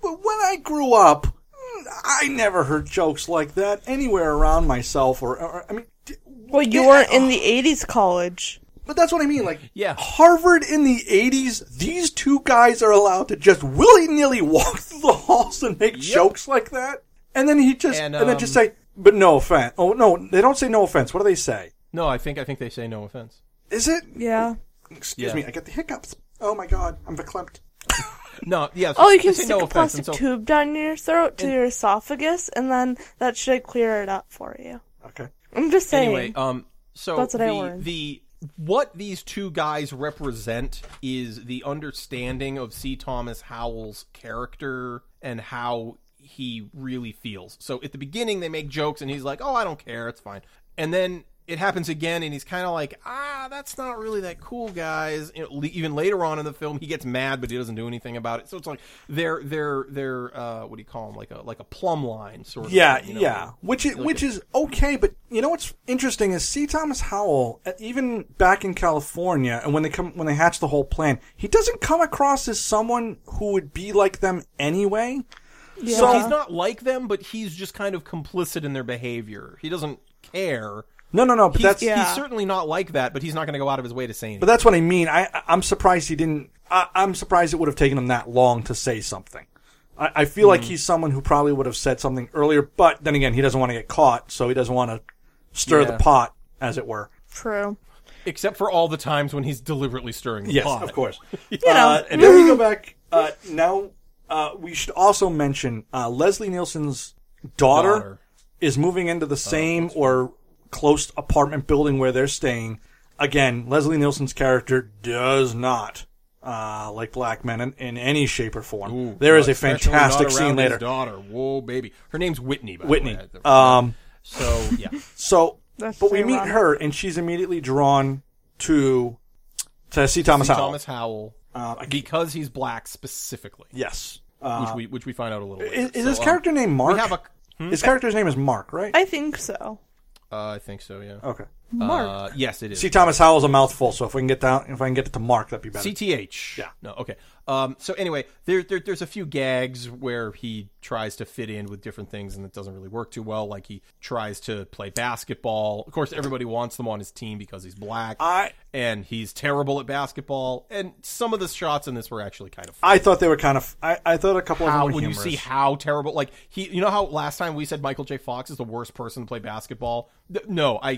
Speaker 4: But when I grew up, mm, I never heard jokes like that anywhere around myself. Or, or I mean, d-
Speaker 6: Well, you
Speaker 4: Yeah,
Speaker 6: weren't
Speaker 4: I-
Speaker 6: in the '80s college.
Speaker 4: but that's what I mean. Like,
Speaker 5: Yeah.
Speaker 4: Harvard in the '80s, these two guys are allowed to just willy nilly walk through the halls and make jokes like that, and then he just
Speaker 5: And,
Speaker 4: and, then just
Speaker 5: um,
Speaker 4: say, "But no offense." Oh no, they don't say no offense. What do they say?
Speaker 5: no, I think I think they say no offense.
Speaker 4: Is it?
Speaker 6: Yeah.
Speaker 4: Excuse
Speaker 5: Yeah.
Speaker 4: me, I get the hiccups. Oh my god, I'm verklempt.
Speaker 5: No, yeah. so
Speaker 6: Oh, you
Speaker 5: they
Speaker 6: can
Speaker 5: say
Speaker 6: stick
Speaker 5: no
Speaker 6: a
Speaker 5: offense,
Speaker 6: plastic
Speaker 5: and so-
Speaker 6: tube down your throat to your esophagus, and then that should clear it up for you.
Speaker 4: Okay.
Speaker 6: I'm just saying.
Speaker 5: Anyway, um, so
Speaker 6: That's what
Speaker 5: the,
Speaker 6: I learned.
Speaker 5: the what these two guys represent is the understanding of C. Thomas Howell's character and how he really feels. So at the beginning, they make jokes, and he's like, "Oh, I don't care, it's fine," and then. It happens again, and he's kind of like, "Ah, that's not really that cool, guys." You know, le- even later on in the film, he gets mad, but he doesn't do anything about it. So it's like they're they're they're uh, what do you call them? Like a like a plumb line sort of.
Speaker 4: Yeah,
Speaker 5: thing, you know?
Speaker 4: yeah. Which is, which is okay, but you know what's interesting is C. Thomas Howell, uh, even back in California, and when they come when they hatch the whole plan, he doesn't come across as someone who would be like them anyway.
Speaker 6: yeah.
Speaker 5: So
Speaker 4: Uh-huh.
Speaker 5: he's not like them, but he's just kind of complicit in their behavior. He doesn't care.
Speaker 4: No, no, no. But
Speaker 5: He's,
Speaker 4: that's
Speaker 6: yeah.
Speaker 5: he's certainly not like that, but he's not going to go out of his way to say anything.
Speaker 4: but that's what I mean. I I- I'm surprised he didn't. I, I'm surprised it would have taken him that long to say something. I, I feel
Speaker 5: Mm.
Speaker 4: like he's someone who probably would have said something earlier, but then again, he doesn't want to get caught, so he doesn't want to stir the
Speaker 5: Yeah.
Speaker 4: pot, as it were.
Speaker 6: true.
Speaker 5: Except for all the times when he's deliberately stirring the
Speaker 4: Yes,
Speaker 5: pot.
Speaker 4: of course.
Speaker 6: know.
Speaker 4: uh, and now we go back. Uh, now uh, we should also mention uh, Leslie Nielsen's daughter,
Speaker 5: Daughter. Oh,
Speaker 4: is moving into the same or close apartment building where they're staying. Again, Leslie Nielsen's character does not uh, like black men in, in any shape or form. there is a
Speaker 5: Especially not
Speaker 4: fantastic
Speaker 5: around
Speaker 4: scene
Speaker 5: his
Speaker 4: later.
Speaker 5: Daughter, whoa, baby. Her name's Whitney. By the
Speaker 4: Whitney.
Speaker 5: way.
Speaker 4: Um,
Speaker 5: so yeah,
Speaker 4: so,
Speaker 6: That's
Speaker 4: but we
Speaker 6: ironic.
Speaker 4: meet her, and she's immediately drawn to to see Thomas
Speaker 5: C.
Speaker 4: Howell. Uh,
Speaker 5: Thomas Howell, because he's black specifically,
Speaker 4: Yes.
Speaker 5: which we which we find out a little. Later.
Speaker 4: Uh, Is, is
Speaker 5: Oh, So,
Speaker 4: his
Speaker 5: um,
Speaker 4: character named Mark?
Speaker 5: we have a. Hmm?
Speaker 4: His character's name is Mark, right?
Speaker 6: I think so.
Speaker 5: Uh, I think so. Yeah.
Speaker 4: Okay.
Speaker 6: Mark.
Speaker 5: Uh, yes, it is.
Speaker 4: See, Thomas Howell's a mouthful, so if we can get down, if I can get it to Mark, that'd be better.
Speaker 5: CTH.
Speaker 4: Yeah.
Speaker 5: No, okay. Um, so anyway, there, there there's a few gags where he tries to fit in with different things and it doesn't really work too well. Like he tries to play basketball. Of course, everybody wants them on his team because he's black.
Speaker 4: I-
Speaker 5: and he's terrible at basketball. And some of the shots in this were actually kind of. Funny.
Speaker 4: I thought they were kind of. I, I thought a couple
Speaker 5: How,
Speaker 4: of them were
Speaker 5: when you
Speaker 4: humorous.
Speaker 5: see how terrible, like he, you know how last time we said Michael J. Fox is the worst person to play basketball. Th- No, I, I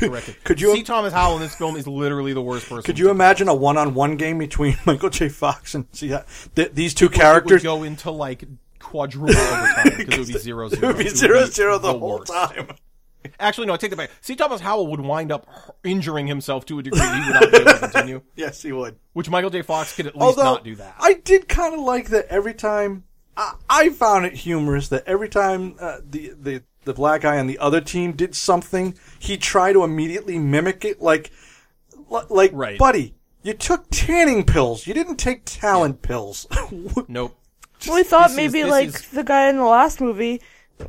Speaker 5: corrected.
Speaker 4: could you-
Speaker 5: see Thomas Howell in this film is literally the worst person?
Speaker 4: Could you imagine a one-on-one game between Michael J. Fox and see that th- these two characters?
Speaker 5: would go into like quadruple overtime because it would be zero zero.
Speaker 4: It would be zero zero the,
Speaker 5: the
Speaker 4: whole
Speaker 5: worst.
Speaker 4: time.
Speaker 5: Actually, no, I take that back. See, Thomas Howell would wind up injuring himself to a degree he would not be able to continue,
Speaker 4: Yes, he would.
Speaker 5: which Michael J. Fox could at least
Speaker 4: Although
Speaker 5: not do that.
Speaker 4: I did kind of like that every time. I, I found it humorous that every time uh, the the the black guy on the other team did something, he tried to immediately mimic it. Like, li- like,
Speaker 5: Right.
Speaker 4: buddy, you took tanning pills. You didn't take talent pills.
Speaker 5: nope.
Speaker 6: We thought
Speaker 5: This is-
Speaker 6: maybe
Speaker 5: this
Speaker 6: like
Speaker 5: is-
Speaker 6: the guy in the last movie,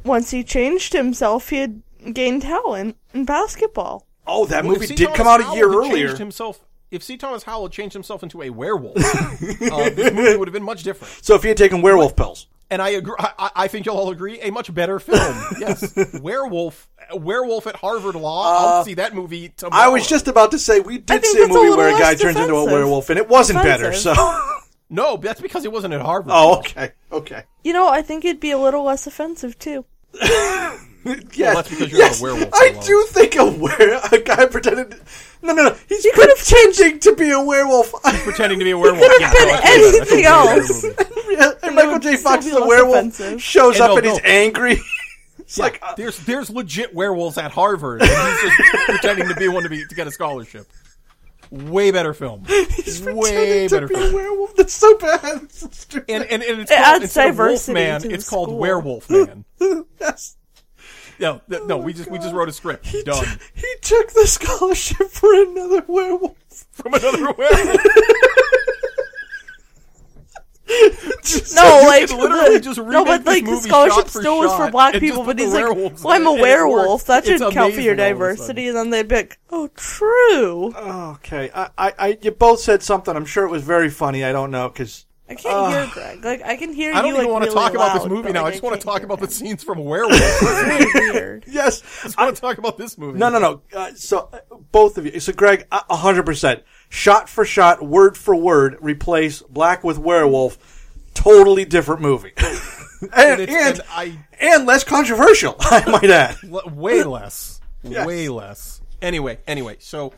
Speaker 6: once he changed himself, he had gained talent in basketball.
Speaker 4: oh, that
Speaker 5: Well, if
Speaker 4: movie
Speaker 5: C.
Speaker 4: did
Speaker 5: Thomas
Speaker 4: come out a
Speaker 5: Howell
Speaker 4: year
Speaker 5: had changed
Speaker 4: earlier.
Speaker 5: Himself, if C. Thomas Howell had changed himself into a werewolf, uh, this movie would have been much different.
Speaker 4: So if he had taken werewolf pills,
Speaker 5: And I agree. I, I- I think you'll all agree, a much better film. Yes, werewolf, werewolf at Harvard Law. I'll see that movie tomorrow.
Speaker 4: Uh, I was just about to say we did
Speaker 6: think
Speaker 4: see a
Speaker 6: that's a
Speaker 4: movie
Speaker 6: little
Speaker 4: where a guy
Speaker 6: less
Speaker 4: turns into a
Speaker 6: defensive.
Speaker 4: werewolf, and it wasn't better. So,
Speaker 6: Offensive.
Speaker 5: no. That's because it wasn't at Harvard.
Speaker 4: oh, okay, okay,
Speaker 6: You know, I think it'd be a little less offensive too.
Speaker 4: yes,
Speaker 5: that's because you're
Speaker 4: yes,
Speaker 5: a werewolf,
Speaker 4: I
Speaker 5: Malone.
Speaker 4: do think a were a guy pretended. No, no, no. He's
Speaker 6: You could have
Speaker 4: pretending to be a werewolf.
Speaker 5: pretending to be a werewolf.
Speaker 6: could've
Speaker 5: Yeah,
Speaker 6: been
Speaker 5: no, I feel that. That's a
Speaker 6: anything
Speaker 5: way better
Speaker 6: else.
Speaker 5: movie.
Speaker 4: and Michael J.
Speaker 6: would
Speaker 4: Fox is
Speaker 6: still be
Speaker 4: a
Speaker 6: less
Speaker 4: werewolf.
Speaker 6: offensive.
Speaker 4: Shows
Speaker 5: And
Speaker 4: up
Speaker 5: no,
Speaker 4: and he's
Speaker 5: no.
Speaker 4: angry. it's like uh,
Speaker 5: There's there's legit werewolves at Harvard, and he's just pretending to be one to be to get a scholarship. Way better film.
Speaker 4: he's
Speaker 5: Way
Speaker 4: pretending to
Speaker 5: better
Speaker 4: be a
Speaker 5: film.
Speaker 4: werewolf. That's so bad. It's stupid.
Speaker 5: And and, and it's
Speaker 6: It
Speaker 5: called,
Speaker 6: adds
Speaker 5: instead of
Speaker 6: diversity
Speaker 5: Wolfman,
Speaker 6: to the
Speaker 5: it's called
Speaker 6: school.
Speaker 5: Werewolf Man.
Speaker 4: yes.
Speaker 5: No,
Speaker 6: Oh
Speaker 5: th- no, we just we just wrote a script.
Speaker 4: He,
Speaker 5: Done
Speaker 4: t- he took the scholarship for another werewolf.
Speaker 5: from another werewolf.
Speaker 6: No,
Speaker 5: you
Speaker 6: like
Speaker 5: could literally
Speaker 6: the-
Speaker 5: just
Speaker 6: no,
Speaker 5: remake
Speaker 6: but
Speaker 5: this
Speaker 6: like the
Speaker 5: movie
Speaker 6: scholarship
Speaker 5: shot for
Speaker 6: still was for
Speaker 5: shot
Speaker 6: black
Speaker 5: and just
Speaker 6: people,
Speaker 5: put
Speaker 6: but he's
Speaker 5: the
Speaker 6: like,
Speaker 5: werewolves
Speaker 6: "Well,
Speaker 5: in
Speaker 6: I'm
Speaker 5: it,
Speaker 6: a
Speaker 5: and it
Speaker 6: werewolf.
Speaker 5: works.
Speaker 6: That
Speaker 5: It's
Speaker 6: should count for your
Speaker 5: amazing all of a sudden.
Speaker 6: diversity." And then they'd be like, "Oh, true."
Speaker 4: Okay, I, I, I, you both said something. I'm sure it was very funny. I don't know because
Speaker 6: I can't hear Greg. Like I can hear
Speaker 5: I don't
Speaker 6: you.
Speaker 5: even
Speaker 6: like,
Speaker 5: want to
Speaker 6: really
Speaker 5: talk about this
Speaker 6: loud,
Speaker 5: movie
Speaker 6: but,
Speaker 5: now.
Speaker 6: like,
Speaker 5: I just want to
Speaker 6: can't
Speaker 5: talk
Speaker 6: hear
Speaker 5: about
Speaker 6: you.
Speaker 5: the scenes from Werewolf.
Speaker 6: It's really weird.
Speaker 4: yes,
Speaker 5: I want to talk about this movie.
Speaker 4: no, no, no. Uh, so uh, both of you. So Greg, a hundred percent, shot for shot, word for word, replace black with werewolf. Totally different movie, and and,
Speaker 5: it's-
Speaker 4: and,
Speaker 5: and I-
Speaker 4: less controversial. I might add.
Speaker 5: Le- way less. Way less. Anyway, anyway, so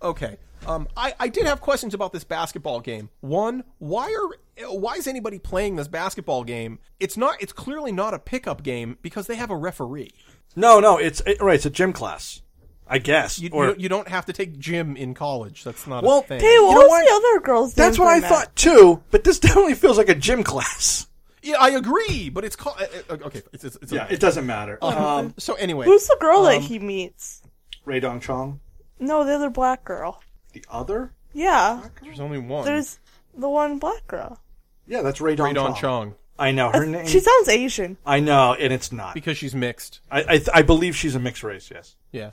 Speaker 5: okay. Um, I, I did have questions about this basketball game. One, why are why is anybody playing this basketball game? It's not. It's clearly not a pickup game because they have a referee.
Speaker 4: No, no. It's it, right. It's a gym class, I guess.
Speaker 5: You, you
Speaker 4: or
Speaker 5: don't- you don't have to take gym in college. That's not
Speaker 4: Well,
Speaker 5: a thing.
Speaker 6: Hey, what
Speaker 4: know
Speaker 6: was
Speaker 4: what?
Speaker 6: the other girl's name?
Speaker 4: that's what
Speaker 6: from
Speaker 4: I
Speaker 6: that?
Speaker 4: thought too. But this definitely feels like a gym class.
Speaker 5: yeah, I agree, but it's called okay. It's, it's, it's okay.
Speaker 4: doesn't matter. Um,
Speaker 5: so anyway,
Speaker 6: Who's the girl
Speaker 5: Um,
Speaker 6: that he meets?
Speaker 4: Ray Dong Chong,
Speaker 6: No, the other black girl.
Speaker 4: the other.
Speaker 6: Yeah,
Speaker 5: there's only one.
Speaker 6: there's the one black girl.
Speaker 4: Yeah, that's Ray Dong
Speaker 5: Radon
Speaker 4: Chong.
Speaker 5: Chong
Speaker 4: I know
Speaker 6: Uh,
Speaker 4: her name.
Speaker 6: She sounds Asian.
Speaker 4: I know, and it's not.
Speaker 5: because she's mixed.
Speaker 4: I, I I believe she's a mixed race. Yes.
Speaker 5: Yeah,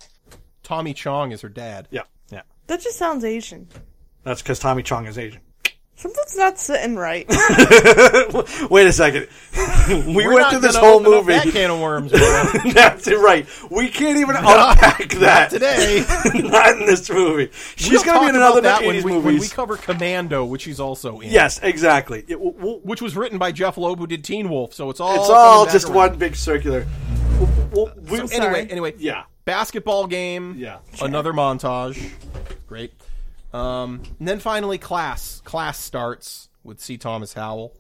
Speaker 5: Tommy Chong is her dad.
Speaker 4: Yeah. Yeah.
Speaker 6: That just sounds Asian.
Speaker 4: That's because Tommy Chong is Asian.
Speaker 6: Something's not sitting right.
Speaker 4: Wait a second. we
Speaker 5: We're
Speaker 4: went
Speaker 5: not
Speaker 4: through this
Speaker 5: gonna
Speaker 4: whole
Speaker 5: open up That
Speaker 4: movie.
Speaker 5: can of worms. Brad.
Speaker 4: That's it, right. We can't even unpack that
Speaker 5: today.
Speaker 4: Not in this movie. She's
Speaker 5: We'll
Speaker 4: going to be in
Speaker 5: talk about
Speaker 4: another
Speaker 5: that
Speaker 4: 80s
Speaker 5: when we,
Speaker 4: movies.
Speaker 5: when we cover Commando, which he's also in.
Speaker 4: yes, exactly. It- w- w-
Speaker 5: Which was written by Jeff Loeb, who did Teen Wolf, so it's all
Speaker 4: it's all
Speaker 5: coming back
Speaker 4: just
Speaker 5: around. Uh,
Speaker 4: one big circular. W- w- we-
Speaker 5: So
Speaker 6: sorry.
Speaker 5: anyway, anyway,
Speaker 4: Yeah.
Speaker 5: basketball game,
Speaker 4: Yeah.
Speaker 5: another montage, great. Um, and then finally, class. Class starts with C. Thomas Howell,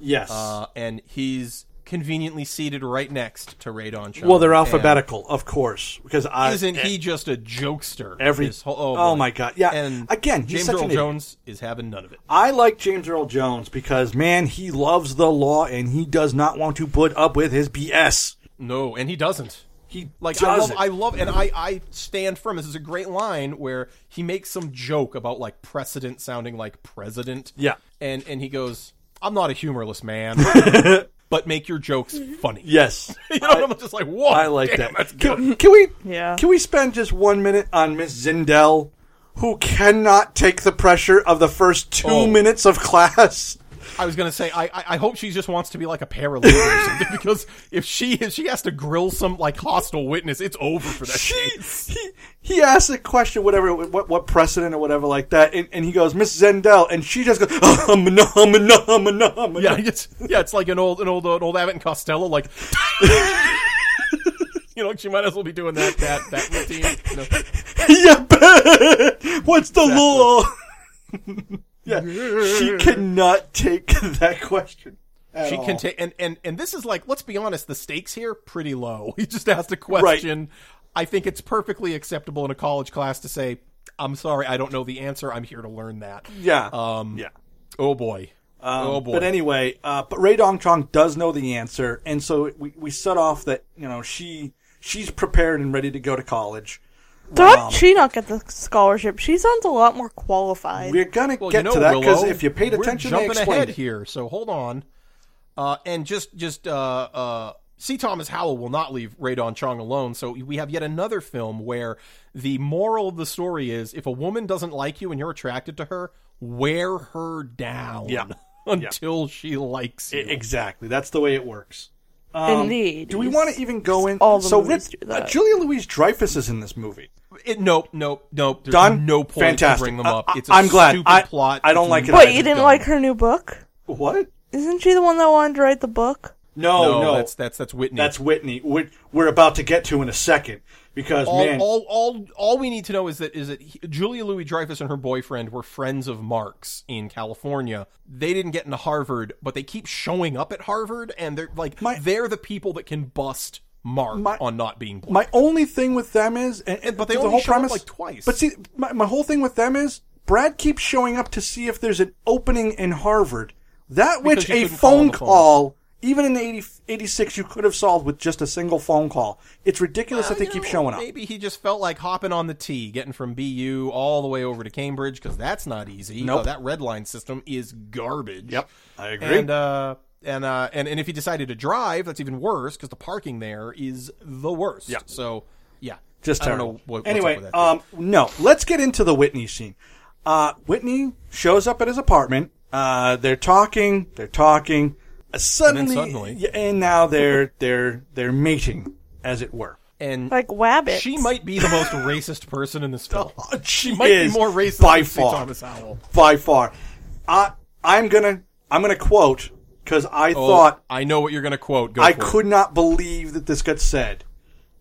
Speaker 4: yes.
Speaker 5: uh, and he's conveniently seated right next to Radon. Chong.
Speaker 4: well, they're
Speaker 5: And
Speaker 4: alphabetical, of course, because I
Speaker 5: Isn't he just a jokester?
Speaker 4: Every-
Speaker 5: This whole- oh,
Speaker 4: oh
Speaker 5: boy.
Speaker 4: my God, yeah.
Speaker 5: And
Speaker 4: Again, he's
Speaker 5: James
Speaker 4: such
Speaker 5: Earl
Speaker 4: an idiot.
Speaker 5: Jones is having none of it.
Speaker 4: I like James Earl Jones because man, he loves the law and he does not want to put up with his BS.
Speaker 5: No, and he doesn't.
Speaker 4: He
Speaker 5: Like I love,
Speaker 4: doesn't.
Speaker 5: I love, and I I stand firm. This is a great line where he makes some joke about like precedent sounding like president.
Speaker 4: Yeah.
Speaker 5: and and he goes, "I'm not a humorless man, but make your jokes funny."
Speaker 4: yes,
Speaker 5: you know, and I'm just like, "Whoa,
Speaker 4: I like
Speaker 5: damn, that's
Speaker 4: that.
Speaker 5: good."
Speaker 4: Can, can we?
Speaker 6: Yeah.
Speaker 4: Can we spend just one minute on Miss Zindel, who cannot take the pressure of the first two
Speaker 5: Oh.
Speaker 4: minutes of class?
Speaker 5: I was gonna say I, I I hope she just wants to be like a paralegal or something because if she if she has to grill some like hostile witness, it's over for that. case.
Speaker 4: he, he asks a question, whatever, what, what precedent or whatever like that, and, and he goes, Miss Zendel, and she just goes, um, no, um, no, um, no, um, no.
Speaker 5: Yeah, it's yeah, it's like an old an old an old Abbott and Costello like. You know, she might as well be doing that that that routine. you know.
Speaker 4: Yeah, but- what's the law? yeah, she cannot take that question. at
Speaker 5: She
Speaker 4: all.
Speaker 5: can take and, and and this is like let's be honest, the stakes here pretty low. He just asked a question. I think it's perfectly acceptable in a college class to say, "I'm sorry, I don't know the answer. I'm here to learn that."
Speaker 4: Yeah.
Speaker 5: Um,
Speaker 4: yeah.
Speaker 5: Oh boy. oh boy.
Speaker 4: Um, But anyway, uh, but Ray Dong Chong does know the answer, and so we, we set off that you know she she's prepared and ready to go to college.
Speaker 6: How
Speaker 5: Um,
Speaker 6: did she not get the scholarship? She sounds a lot more qualified.
Speaker 4: We're gonna
Speaker 5: well,
Speaker 4: get
Speaker 5: you know,
Speaker 4: to that because
Speaker 5: Willow,
Speaker 4: if you paid
Speaker 5: we're
Speaker 4: attention, they
Speaker 5: jumping ahead
Speaker 4: explained. it.
Speaker 5: here. So hold on. Uh, and just just uh, uh, C. Thomas Howell will not leave Radon Chong alone. So we have yet another film where the moral of the story is: if a woman doesn't like you and you're attracted to her, wear her down
Speaker 4: Yeah.
Speaker 5: until she likes you.
Speaker 4: I- E, Exactly, that's the way it works. Um,
Speaker 6: Indeed.
Speaker 4: Do we want to even go in?
Speaker 6: All the
Speaker 4: so
Speaker 6: movies
Speaker 4: Rick-
Speaker 6: do that.
Speaker 4: Uh, Julia Louise Dreyfus is in this movie.
Speaker 5: It- nope, nope, nope. There's
Speaker 4: Done?
Speaker 5: no point
Speaker 4: Fantastic.
Speaker 5: to bring them
Speaker 4: I-
Speaker 5: up.
Speaker 4: I-
Speaker 5: It's a
Speaker 4: I'm glad.
Speaker 5: stupid
Speaker 4: I-
Speaker 5: plot.
Speaker 4: I don't like it.
Speaker 6: Wait,
Speaker 4: It's
Speaker 6: you didn't
Speaker 5: dumb.
Speaker 6: like her new book?
Speaker 4: What?
Speaker 6: Isn't she the one that wanted to write the book?
Speaker 4: No,
Speaker 5: No,
Speaker 4: Oh, no,
Speaker 5: that's that's that's Whitney.
Speaker 4: that's Whitney. Whit- We're about to get to in a second because
Speaker 5: all,
Speaker 4: man,
Speaker 5: all, all, all we need to know is that is that he- Julia Louis Dreyfus and her boyfriend were friends of Marx in California. They didn't get into Harvard, but they keep showing up at Harvard, and they're like
Speaker 4: My-
Speaker 5: they're the people that can bust Mark
Speaker 4: My-
Speaker 5: on not being black.
Speaker 4: My only thing with them is, and, and-
Speaker 5: But they
Speaker 4: the
Speaker 5: only
Speaker 4: whole
Speaker 5: show up,
Speaker 4: premise
Speaker 5: like, twice.
Speaker 4: But see, my, my whole thing with them is Brad keeps showing up to see if there's an opening in Harvard. That
Speaker 5: Because
Speaker 4: which
Speaker 5: you
Speaker 4: a
Speaker 5: couldn't call on
Speaker 4: phone
Speaker 5: the phone.
Speaker 4: call, even in 80, 86, you could have solved with just a single phone call. It's ridiculous that they
Speaker 5: You
Speaker 4: keep
Speaker 5: know,
Speaker 4: showing up.
Speaker 5: Maybe he just felt like hopping on the T, getting from BU all the way over to Cambridge because that's not easy.
Speaker 4: Nope.
Speaker 5: Uh, that red line system is garbage.
Speaker 4: Yep, I agree.
Speaker 5: And uh, and uh, and and if he decided to drive, that's even worse because the parking there is the worst.
Speaker 4: Yeah.
Speaker 5: So yeah,
Speaker 4: Just
Speaker 5: I don't
Speaker 4: terrible.
Speaker 5: know what, what's
Speaker 4: anyway,
Speaker 5: up with that.
Speaker 4: um, no. Let's get into the Whitney scene. Uh, Whitney shows up at his apartment. Uh, they're talking. They're talking. Uh, suddenly,
Speaker 5: suddenly-
Speaker 4: yeah, and now they're they're they're mating, as it were.
Speaker 5: and
Speaker 6: Like Wabbit.
Speaker 5: she might be the most racist person in this film.
Speaker 4: Uh, She
Speaker 5: might be
Speaker 4: is
Speaker 5: more racist
Speaker 4: by
Speaker 5: than C.
Speaker 4: far.
Speaker 5: Thomas Howell.
Speaker 4: By far. I I'm gonna I'm gonna quote because I
Speaker 5: Oh,
Speaker 4: thought
Speaker 5: I know what you're going to quote. Go
Speaker 4: I
Speaker 5: for it.
Speaker 4: could not believe that this got said.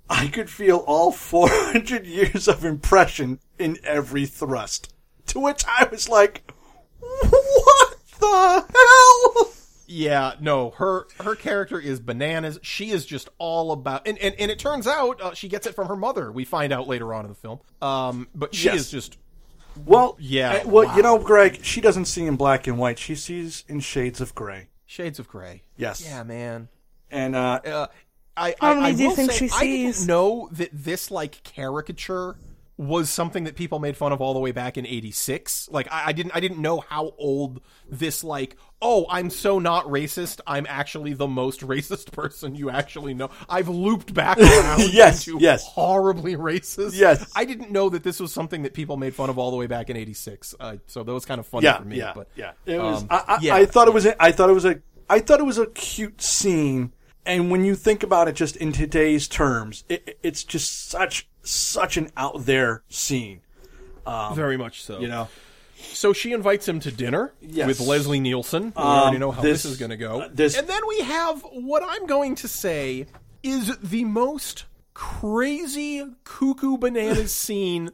Speaker 4: I could feel all 400 years of impression in every thrust. To which I was like, what the hell?
Speaker 5: Yeah, no, her her character is bananas. She is just all about, and and, and it turns out uh, she gets it from her mother. We find out later on in the film. Um, but she
Speaker 4: Yes.
Speaker 5: is just
Speaker 4: Well,
Speaker 5: Yeah,
Speaker 4: eh, Well, you
Speaker 5: wow.
Speaker 4: know, Greg, she doesn't see in black and white. She sees in shades of gray.
Speaker 5: shades of gray.
Speaker 4: Yes.
Speaker 5: Yeah, man.
Speaker 4: And uh,
Speaker 5: Uh, I,
Speaker 6: How
Speaker 5: I,
Speaker 6: many
Speaker 5: I
Speaker 6: do you
Speaker 5: will
Speaker 6: think
Speaker 5: say,
Speaker 6: she
Speaker 5: I
Speaker 6: sees?
Speaker 5: didn't know that this like caricature was something that people made fun of all the way back in '86. Like, I, I didn't, I didn't know how old this like. Oh, I'm so not racist. I'm actually the most racist person you actually know. I've looped back around
Speaker 4: Yes,
Speaker 5: into
Speaker 4: yes.
Speaker 5: horribly racist.
Speaker 4: Yes.
Speaker 5: I didn't know that this was something that people made fun of all the way back in '86. Uh, so that was kind of funny
Speaker 4: yeah,
Speaker 5: for me.
Speaker 4: yeah,
Speaker 5: but
Speaker 4: yeah. It was.
Speaker 5: um,
Speaker 4: I, I,
Speaker 5: yeah.
Speaker 4: I thought it was. A, I thought it was a. I thought it was a cute scene. And when you think about it, just in today's terms, it, it's just such such an out there scene.
Speaker 5: very much so.
Speaker 4: You know,
Speaker 5: So she invites him to dinner
Speaker 4: Yes. Um,
Speaker 5: with Leslie Nielsen. We already know how this,
Speaker 4: this-
Speaker 5: is going to go.
Speaker 4: uh, this-
Speaker 5: and then we have what I'm going to say is the most crazy cuckoo bananas scene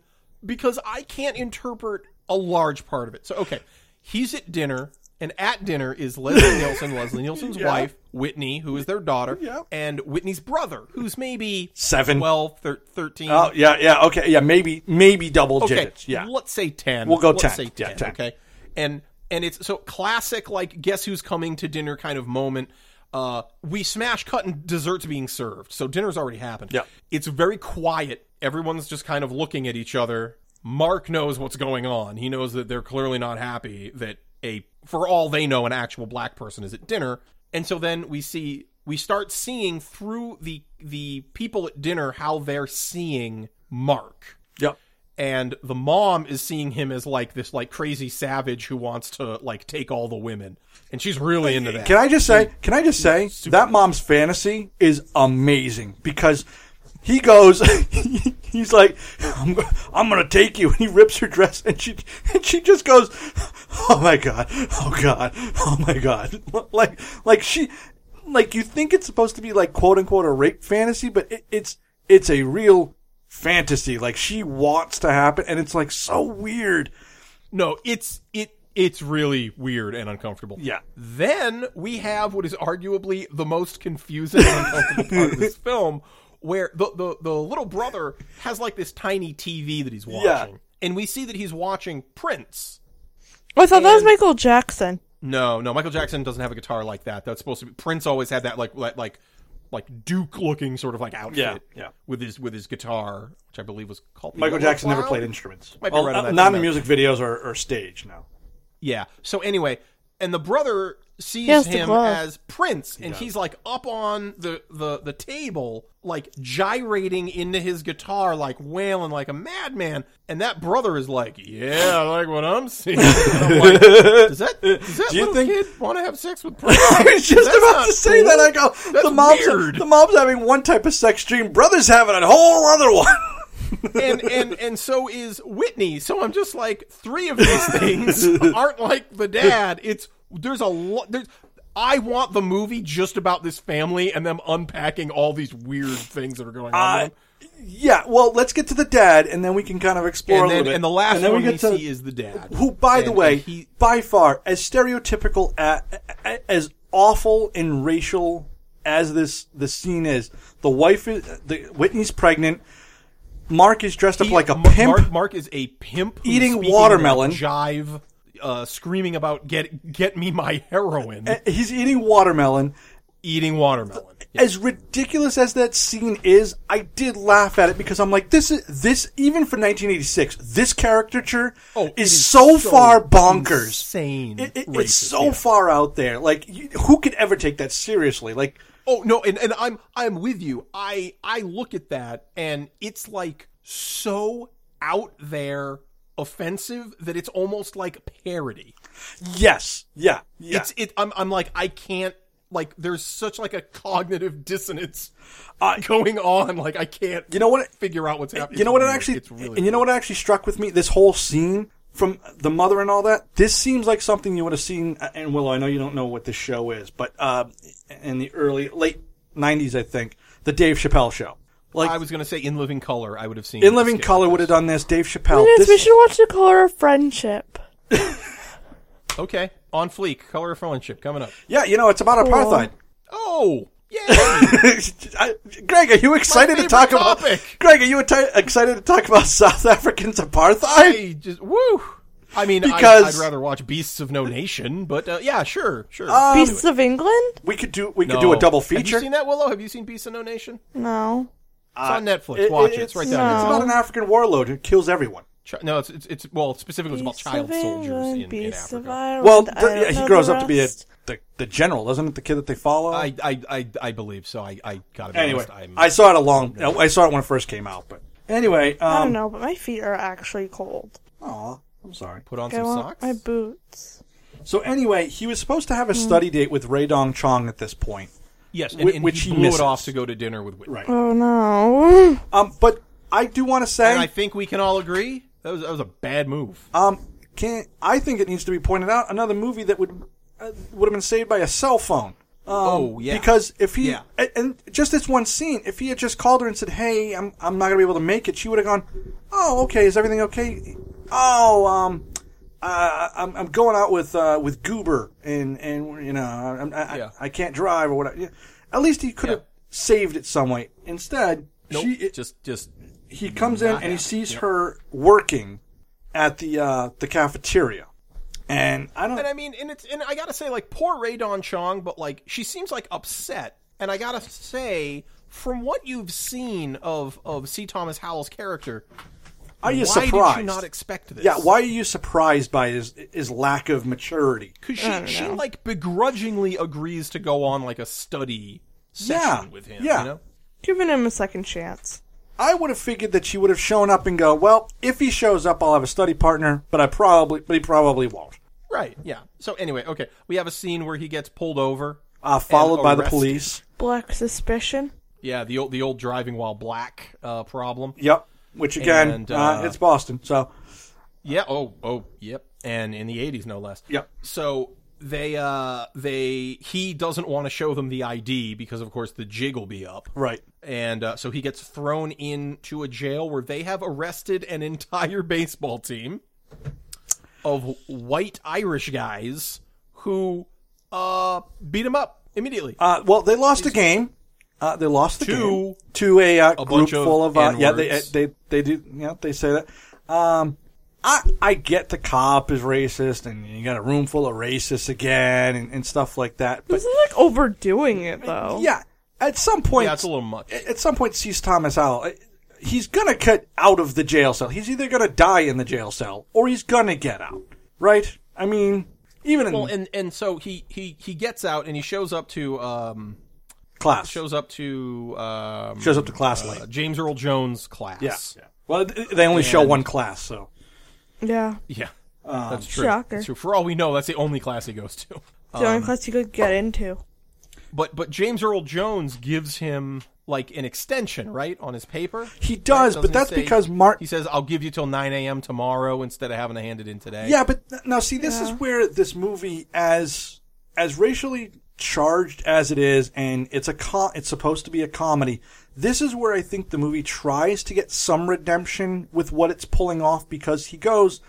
Speaker 5: because I can't interpret a large part of it. So, okay, he's at dinner, and at dinner is Leslie Nielsen, Leslie Nielsen's wife, Whitney, who is their daughter,
Speaker 4: Yeah.
Speaker 5: and Whitney's brother, who's maybe
Speaker 4: Seven.
Speaker 5: 12, thir- 13.
Speaker 4: Oh yeah, yeah. Okay, yeah. Maybe maybe double
Speaker 5: Okay,
Speaker 4: digits. Yeah.
Speaker 5: let's say ten.
Speaker 4: We'll go
Speaker 5: let's
Speaker 4: 10.
Speaker 5: Say
Speaker 4: Yeah,
Speaker 5: 10,
Speaker 4: 10.
Speaker 5: Okay, and and it's so classic, like guess who's coming to dinner kind of moment. Uh, we smash cut and desserts being served, so dinner's already happened.
Speaker 4: Yeah.
Speaker 5: it's very quiet. Everyone's just kind of looking at each other. Mark knows what's going on. He knows that they're clearly not happy that a, for all they know, an actual black person is at dinner. And so then we see we start seeing through the the people at dinner how they're seeing Mark
Speaker 4: Yep.
Speaker 5: and the mom is seeing him as like this like crazy savage who wants to like take all the women, and she's really into that.
Speaker 4: Can I just say? Can I just say that mom's fantasy is amazing because he goes, he's like, I'm, go- I'm gonna take you, and he rips her dress, and she and she just goes, oh my god, oh god, oh my god, like like she, like you think it's supposed to be like quote unquote a rape fantasy, but it, it's it's a real fantasy. Like she wants to happen, and it's like so weird.
Speaker 5: No, it's it it's really weird and uncomfortable.
Speaker 4: Yeah.
Speaker 5: Then we have what is arguably the most confusing and uncomfortable part of this film, where the, the the little brother has like this tiny TV that he's watching,
Speaker 4: Yeah.
Speaker 5: and we see that he's watching Prince.
Speaker 6: Oh, I thought that was Michael Jackson.
Speaker 5: No, no, Michael Jackson doesn't have a guitar like that. That's supposed to be Prince. Always had that like like like like Duke looking sort of like outfit.
Speaker 4: Yeah, yeah.
Speaker 5: With his with his guitar, which I believe was called the
Speaker 4: Michael
Speaker 5: Yellow
Speaker 4: Jackson never
Speaker 5: Cloud?
Speaker 4: played instruments.
Speaker 5: Might be
Speaker 4: Well,
Speaker 5: right on
Speaker 4: uh,
Speaker 5: that
Speaker 4: not in
Speaker 5: comment.
Speaker 4: music videos or, or stage. No.
Speaker 5: Yeah. So anyway, and the brother sees
Speaker 6: has the
Speaker 5: him
Speaker 6: glove.
Speaker 5: as Prince, and he's like up on the, the the table, like gyrating into his guitar, like wailing like a madman. And that brother is like, "Yeah, I like what I'm seeing." And I'm like, does that does that
Speaker 4: Do you
Speaker 5: little
Speaker 4: think-
Speaker 5: kid want to have sex with Prince?
Speaker 4: I was just
Speaker 5: That's
Speaker 4: about
Speaker 5: not
Speaker 4: to say
Speaker 5: cool.
Speaker 4: that. I go, the mom's
Speaker 5: weird.
Speaker 4: the mom's having one type of sex dream, brothers having a whole other one.
Speaker 5: and and and so is Whitney. So I'm just like three of these things aren't like the dad. It's there's a lot. There's I want the movie just about this family and them unpacking all these weird things that are going on.
Speaker 4: Uh,
Speaker 5: with them.
Speaker 4: yeah. Well, let's get to the dad, and then we can kind of explore
Speaker 5: And
Speaker 4: a little
Speaker 5: then
Speaker 4: bit.
Speaker 5: and the last
Speaker 4: then
Speaker 5: one we,
Speaker 4: get to-
Speaker 5: see is the dad,
Speaker 4: who, by the
Speaker 5: And-
Speaker 4: way,
Speaker 5: and he
Speaker 4: by far as stereotypical a- a- a- as awful and racial as this the scene is. The wife is the Whitney's pregnant. Mark is dressed up
Speaker 5: he-
Speaker 4: like a
Speaker 5: Ma-
Speaker 4: pimp.
Speaker 5: Mark, Mark is a pimp who's
Speaker 4: Eating
Speaker 5: speaking
Speaker 4: watermelon.
Speaker 5: like jive, uh, screaming about get get me my heroin,
Speaker 4: He's eating watermelon.
Speaker 5: eating watermelon.
Speaker 4: as ridiculous as that scene is, I did laugh at it because I'm like, this is this even for 1986. This caricature
Speaker 5: Oh, it
Speaker 4: is, so, far bonkers.
Speaker 5: insane.
Speaker 4: It- it-
Speaker 5: racist,
Speaker 4: it's so
Speaker 5: yeah.
Speaker 4: far out there. Like, you, who could ever take that seriously? Like,
Speaker 5: Oh no, and, and I'm I'm with you. I I look at that and it's like so out there offensive that it's almost like parody.
Speaker 4: yes, yeah, yeah.
Speaker 5: It's it I'm I'm like I can't like there's such like a cognitive dissonance going on. Like I can't
Speaker 4: you know what?
Speaker 5: figure out what's happening.
Speaker 4: you know what? It
Speaker 5: It's
Speaker 4: actually,
Speaker 5: weird. it's really
Speaker 4: and you know
Speaker 5: weird.
Speaker 4: what actually struck with me this whole scene from the mother and all that. This seems like something you would have seen. And Willow, I know you don't know what this show is, but uh, in the early late '90s, I think the Dave Chappelle show. Like
Speaker 5: I was gonna say in living color I would have seen
Speaker 4: In Living
Speaker 5: skit.
Speaker 4: Color would have done this. Dave
Speaker 5: Oh,
Speaker 4: Chappelle.
Speaker 6: Yes, we
Speaker 4: This,
Speaker 6: should watch The Color of Friendship.
Speaker 5: Okay. On fleek, color of friendship coming up.
Speaker 4: yeah, you know, it's about apartheid.
Speaker 5: Oh yeah.
Speaker 4: I- Greg, are you excited to
Speaker 5: favorite
Speaker 4: talk about?
Speaker 5: topic.
Speaker 4: Greg, are you ati- excited to talk about South Africans apartheid?
Speaker 5: I just woo. I mean, I,
Speaker 4: Because-
Speaker 5: would rather watch Beasts of No Nation, but uh, yeah, sure, sure.
Speaker 6: Beasts of England?
Speaker 4: We could do we could
Speaker 5: No.
Speaker 4: do a double
Speaker 5: Have you
Speaker 4: feature. Uh,
Speaker 5: seen that Willow? Have you seen Beasts of No Nation? It's
Speaker 6: No.
Speaker 5: on Netflix.
Speaker 4: it-
Speaker 5: Watch it.
Speaker 4: it-
Speaker 5: It's right
Speaker 4: it's-
Speaker 5: down
Speaker 6: no.
Speaker 5: there.
Speaker 4: It's about an African warlord who kills everyone.
Speaker 5: Chi- No, it's, it's it's well, specifically it's about child soldiers in, in
Speaker 6: Beasts of
Speaker 5: Africa.
Speaker 6: Ireland.
Speaker 4: Well,
Speaker 6: I
Speaker 4: th-
Speaker 6: don't
Speaker 4: yeah, he
Speaker 6: know
Speaker 4: grows
Speaker 6: the
Speaker 4: up to be a,
Speaker 6: rest.
Speaker 4: the the general, doesn't it? The kid that they follow.
Speaker 5: I, I I I believe so. I I gotta be
Speaker 4: anyway,
Speaker 5: honest. I'm,
Speaker 4: I saw it a long. I saw it when it first came out, but anyway, um,
Speaker 6: I don't know, but my feet are actually cold.
Speaker 4: Aw, I'm sorry.
Speaker 5: put on
Speaker 6: I
Speaker 5: some
Speaker 6: want
Speaker 5: socks.
Speaker 6: my boots.
Speaker 4: So anyway, he was supposed to have
Speaker 6: Hmm.
Speaker 4: a study date with Ray Dong Chong at this point.
Speaker 5: yes, and,
Speaker 4: Whi-
Speaker 5: and
Speaker 4: which
Speaker 5: he
Speaker 4: he
Speaker 5: blew
Speaker 4: misses.
Speaker 5: it off to go to dinner with Whitney.
Speaker 4: Right.
Speaker 6: Oh no.
Speaker 4: Um, but I do want to say,
Speaker 5: And I think we can all agree that was that was a bad move.
Speaker 4: um, can I think it needs to be pointed out another movie that would uh, would have been saved by a cell phone.
Speaker 5: oh yeah,
Speaker 4: Because if he
Speaker 5: Yeah.
Speaker 4: and, and just this one scene, if he had just called her and said, "Hey, I'm I'm not gonna be able to make it," she would have gone, "Oh, okay, is everything okay? Oh, um, uh, I'm I'm going out with uh with Goober and and you know I'm, I
Speaker 5: Yeah.
Speaker 4: I, I can't drive or whatever." Yeah. At least he could have
Speaker 5: Yeah.
Speaker 4: saved it some way. Instead,
Speaker 5: nope,
Speaker 4: she
Speaker 5: just just
Speaker 4: he comes in and he
Speaker 5: happening.
Speaker 4: sees her working at the uh, the cafeteria, and I don't.
Speaker 5: And I mean, and it's and I gotta say, like poor Ray Don Chong, but like she seems like upset. And I gotta say, from what you've seen of of C. Thomas Howell's character,
Speaker 4: are you
Speaker 5: why
Speaker 4: surprised?
Speaker 5: did you not expect this?
Speaker 4: yeah, why are you surprised by his his lack of maturity?
Speaker 5: Because she she like begrudgingly agrees to go on like a study session
Speaker 4: Yeah,
Speaker 5: with him.
Speaker 4: yeah.
Speaker 5: You know?
Speaker 6: Giving him a second chance.
Speaker 4: I would have figured that she would have shown up and go, well, if he shows up, I'll have a study partner, but I probably, but he probably won't.
Speaker 5: Right. Yeah. So anyway, okay, we have a scene where he gets pulled over.
Speaker 4: Uh, followed by the
Speaker 5: arrested.
Speaker 4: police.
Speaker 6: Black suspicion.
Speaker 5: Yeah, the old the old driving while black uh, problem.
Speaker 4: Yep. Which again,
Speaker 5: And,
Speaker 4: uh,
Speaker 5: uh,
Speaker 4: it's Boston, so
Speaker 5: Yeah. Oh. Oh. Yep. And in the eighties, no less.
Speaker 4: Yep.
Speaker 5: So they uh they he doesn't want to show them the ID because of course the jig will be up.
Speaker 4: right.
Speaker 5: And uh, so he gets thrown into a jail where they have arrested an entire baseball team of white Irish guys who uh beat him up immediately.
Speaker 4: Uh, well, they lost a game. Uh, they lost the
Speaker 5: To-
Speaker 4: game to a, uh, group
Speaker 5: bunch of
Speaker 4: full of uh, yeah. They uh,
Speaker 5: N-words.
Speaker 4: they they do yeah. They say that. Um, I I get the cop is racist, and you got a room full of racists again, and, and stuff like that. But
Speaker 6: This is like overdoing it though.
Speaker 4: yeah, at some point,
Speaker 5: yeah, it's a little much.
Speaker 4: at some point, sees Thomas Howell. I- He's gonna cut out of the jail cell. He's either gonna die in the jail cell or he's gonna get out. Right? I mean, even in
Speaker 5: Well, and and so he he he gets out and he shows up to um
Speaker 4: class shows,
Speaker 5: shows up to um
Speaker 4: up to class late.
Speaker 5: uh, James Earl Jones class.
Speaker 4: Yeah. Well, th- they only show one class, so
Speaker 6: Yeah.
Speaker 5: Yeah.
Speaker 4: Um,
Speaker 5: that's true.
Speaker 6: Shocker.
Speaker 5: That's true. For all we know, that's the only class he goes to.
Speaker 6: It's the only class you could get into.
Speaker 5: But but James Earl Jones gives him like an extension, right, on his paper.
Speaker 4: he does.
Speaker 5: Doesn't
Speaker 4: but
Speaker 5: he
Speaker 4: that's
Speaker 5: say-
Speaker 4: because Mark.
Speaker 5: He says, "I'll give you till nine a.m. tomorrow instead of having to hand it in today."
Speaker 4: Yeah, but th- now see, this is where this movie, as as racially charged as it is, and it's a co- it's supposed to be a comedy. This is where I think the movie tries to get some redemption with what it's pulling off because he goes,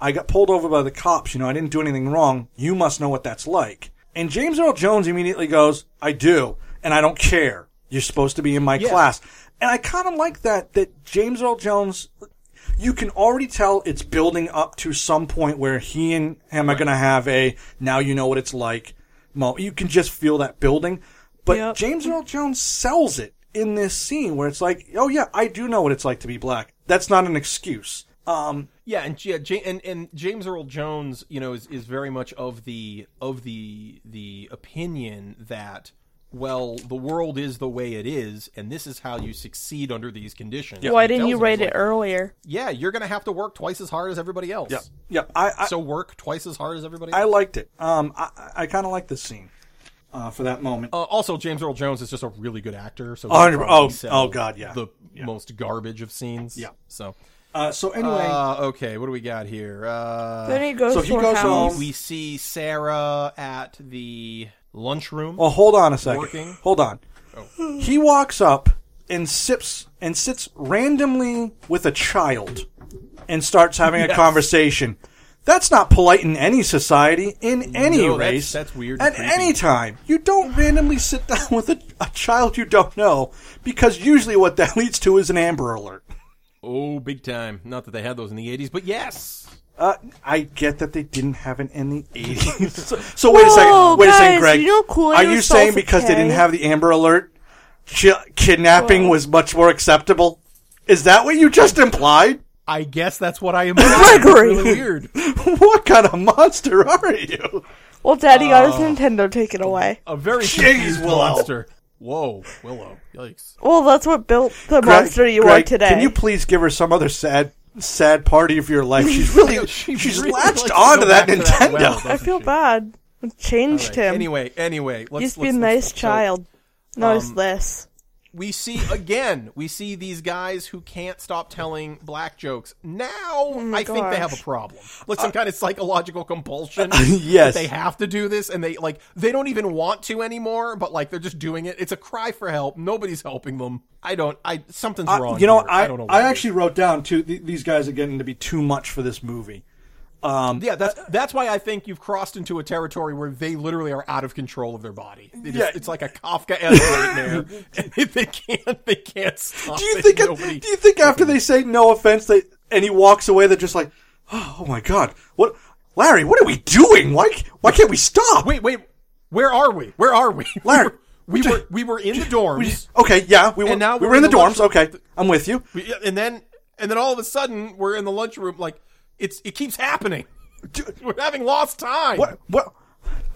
Speaker 4: "I got pulled over by the cops. You know, I didn't do anything wrong. You must know what that's like." And James Earl Jones immediately goes, "I do, and I don't care. You're supposed to be in my class." And I kind of like that that James Earl Jones you can already tell it's building up to some point where he and him are going to have a now you know what it's like. Mo, you can just feel that building. But
Speaker 6: Yep.
Speaker 4: James Earl Jones sells it in this scene where it's like, oh yeah, I do know what it's like to be black. That's not an excuse. Um,
Speaker 5: Yeah, and yeah, Ja- and, and James Earl Jones, you know, is, is very much of the of the the opinion that well, the world is the way it is, and this is how you succeed under these conditions.
Speaker 6: Why
Speaker 5: He
Speaker 6: didn't
Speaker 5: tells
Speaker 6: you
Speaker 5: him,
Speaker 6: write
Speaker 5: he's like,
Speaker 6: it
Speaker 5: uh,
Speaker 6: earlier?
Speaker 5: Yeah, you're going to have to work twice as hard as everybody else.
Speaker 4: yeah, I, I,
Speaker 5: So work twice as hard as everybody.
Speaker 4: I
Speaker 5: else.
Speaker 4: liked it. Um, I, I kind of like this scene uh, for that moment.
Speaker 5: Uh, also, James Earl Jones is just a really good actor. So
Speaker 4: Oh,
Speaker 5: he'll
Speaker 4: hundred-
Speaker 5: probably
Speaker 4: oh,
Speaker 5: sell
Speaker 4: oh, God, yeah.
Speaker 5: the most garbage of scenes.
Speaker 4: Yeah.
Speaker 5: So,
Speaker 4: Uh, so anyway,
Speaker 5: uh, okay, what do we got here? Uh,
Speaker 6: then he goes
Speaker 4: so
Speaker 6: to
Speaker 4: he
Speaker 6: her
Speaker 4: goes
Speaker 6: house.
Speaker 4: home.
Speaker 5: we see Sarah at the lunchroom.
Speaker 4: Well, Oh, hold on a second.
Speaker 5: Working? Oh.
Speaker 4: Hold on. He walks up and sips and sits randomly with a child and starts having a conversation. That's not polite in any society, in any
Speaker 5: No, that's-
Speaker 4: race.
Speaker 5: that's weird and
Speaker 4: At
Speaker 5: creepy.
Speaker 4: any time, you don't randomly sit down with a, a child you don't know because usually what that leads to is an Amber Alert.
Speaker 5: Oh, big time. Not that they had those in the 80s, but yes.
Speaker 4: Uh, I get that they didn't have it in the eighties. so, so wait a second.
Speaker 6: Whoa,
Speaker 4: Wait a
Speaker 6: guys,
Speaker 4: second, Greg.
Speaker 6: you know Kool-Aid
Speaker 4: Are you
Speaker 6: was
Speaker 4: saying
Speaker 6: salsa
Speaker 4: because they didn't
Speaker 6: K?
Speaker 4: have the Amber Alert, chi- kidnapping was much more acceptable? Is that what you just implied?
Speaker 5: I guess that's what I am. It's
Speaker 6: Gregory!
Speaker 5: really weird.
Speaker 4: what kind of monster are you?
Speaker 6: Well, Daddy got
Speaker 5: uh,
Speaker 6: his Nintendo taken away.
Speaker 5: A very
Speaker 4: Jeez,
Speaker 5: confused
Speaker 4: Willow.
Speaker 5: monster. Whoa, Willow. Yikes.
Speaker 6: Well, that's what built the
Speaker 4: Greg-
Speaker 6: monster you
Speaker 4: Greg,
Speaker 6: are today.
Speaker 4: Can you please give her some other sad, sad party of your life? She's really,
Speaker 5: She
Speaker 4: she's
Speaker 5: really likes
Speaker 4: latched
Speaker 5: to
Speaker 4: onto
Speaker 5: go
Speaker 4: that
Speaker 5: back to that
Speaker 4: Nintendo.
Speaker 5: well,
Speaker 6: I
Speaker 5: doesn't
Speaker 6: feel
Speaker 5: she?
Speaker 6: bad. I changed
Speaker 5: Right,
Speaker 6: him.
Speaker 5: Anyway, anyway, let's
Speaker 6: used to be a
Speaker 5: let's-
Speaker 6: nice
Speaker 5: let's- um, so
Speaker 6: child. Now he's this.
Speaker 5: we see again, we see these guys who can't stop telling black jokes. Now
Speaker 4: Oh
Speaker 5: I think they have a
Speaker 6: gosh.
Speaker 5: problem, like some kind of psychological compulsion.
Speaker 4: Uh, yes.
Speaker 5: that they have to do this, and they like they don't even want to anymore, but like they're just doing it. It's a cry for help. Nobody's helping them. I don't. I something's
Speaker 4: I-
Speaker 5: wrong.
Speaker 4: You know,
Speaker 5: here.
Speaker 4: I,
Speaker 5: I don't know.
Speaker 4: I
Speaker 5: what it is.
Speaker 4: actually wrote down too. Th- these guys are getting to be too much for this movie.
Speaker 5: Yeah, that's that's why I think you've crossed into a territory where they literally are out of control of their body. They just,
Speaker 4: Yeah.
Speaker 5: it's like a Kafka nightmare, and they, they can't they can't stop.
Speaker 4: do you
Speaker 5: it.
Speaker 4: think?
Speaker 5: Nobody-
Speaker 4: do you think after they say no offense, they and he walks away, they're just like, oh, oh my god, what, Larry? What are we doing? Why? Why can't we stop?
Speaker 5: Wait, wait, where are we? Where are we? We
Speaker 4: Larry,
Speaker 5: were- we
Speaker 4: we
Speaker 5: were
Speaker 4: just-
Speaker 5: we were in the dorms,
Speaker 4: We just- oh. okay, yeah, we were.
Speaker 5: now
Speaker 4: we
Speaker 5: we're
Speaker 4: were in the
Speaker 5: in the
Speaker 4: dorms.
Speaker 5: lunchroom.
Speaker 4: Okay, I'm with you.
Speaker 5: We- yeah, and then and then all of a sudden we're in the lunchroom. Like it's it keeps happening.
Speaker 4: Do-
Speaker 5: We're having lost time.
Speaker 4: What? What?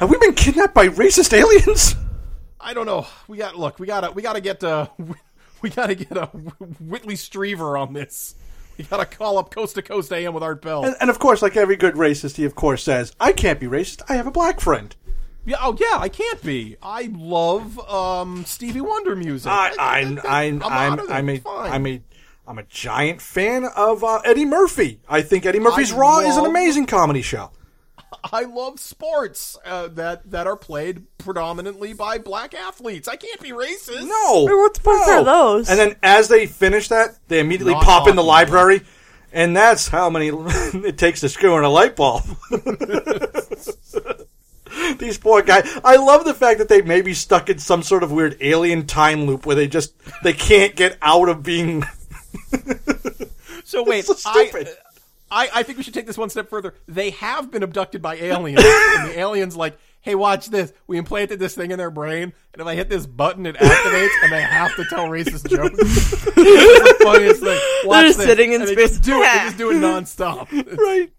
Speaker 4: Have we been kidnapped by racist aliens?
Speaker 5: I don't know. We got look. We gotta we gotta get uh, we, We got to get a Whitley Striever on this. We got to call up Coast to Coast AM with Art Bell.
Speaker 4: And, and of course, like every good racist, he of course says, "I can't be racist. I have a black friend."
Speaker 5: yeah, oh yeah, I can't be. I love um, Stevie Wonder music.
Speaker 4: I, I'm, I'm, I'm, I'm, a, I'm a, I'm a giant fan of uh, Eddie Murphy. I think Eddie Murphy's
Speaker 5: I
Speaker 4: Raw is an
Speaker 5: love-
Speaker 4: amazing comedy show.
Speaker 5: I love sports uh, that that are played predominantly by black athlets. I can't be racist.
Speaker 4: No,
Speaker 6: Hey, what sports
Speaker 4: no.
Speaker 6: are those?
Speaker 4: And then as they finish that, they immediately
Speaker 5: Not
Speaker 4: pop in the
Speaker 5: talking
Speaker 4: library, and that's how many it takes to screw in a light bulb. These poor guys. I love the fact that they may be stuck in some sort of weird alien time loop where they just they can't get out of being.
Speaker 5: So wait,
Speaker 4: so
Speaker 5: I,
Speaker 4: stupid.
Speaker 5: I I think we should take this one step further. They have been abducted by aliens, and the aliens like, hey, watch this. We implanted this thing in their brain, and if I hit this button, it activates, and they have to tell racist jokes. it's the funniest thing. Watch
Speaker 6: just
Speaker 5: this.
Speaker 6: sitting in
Speaker 5: And they
Speaker 6: space.
Speaker 5: Just do it. They just do it nonstop.
Speaker 4: right.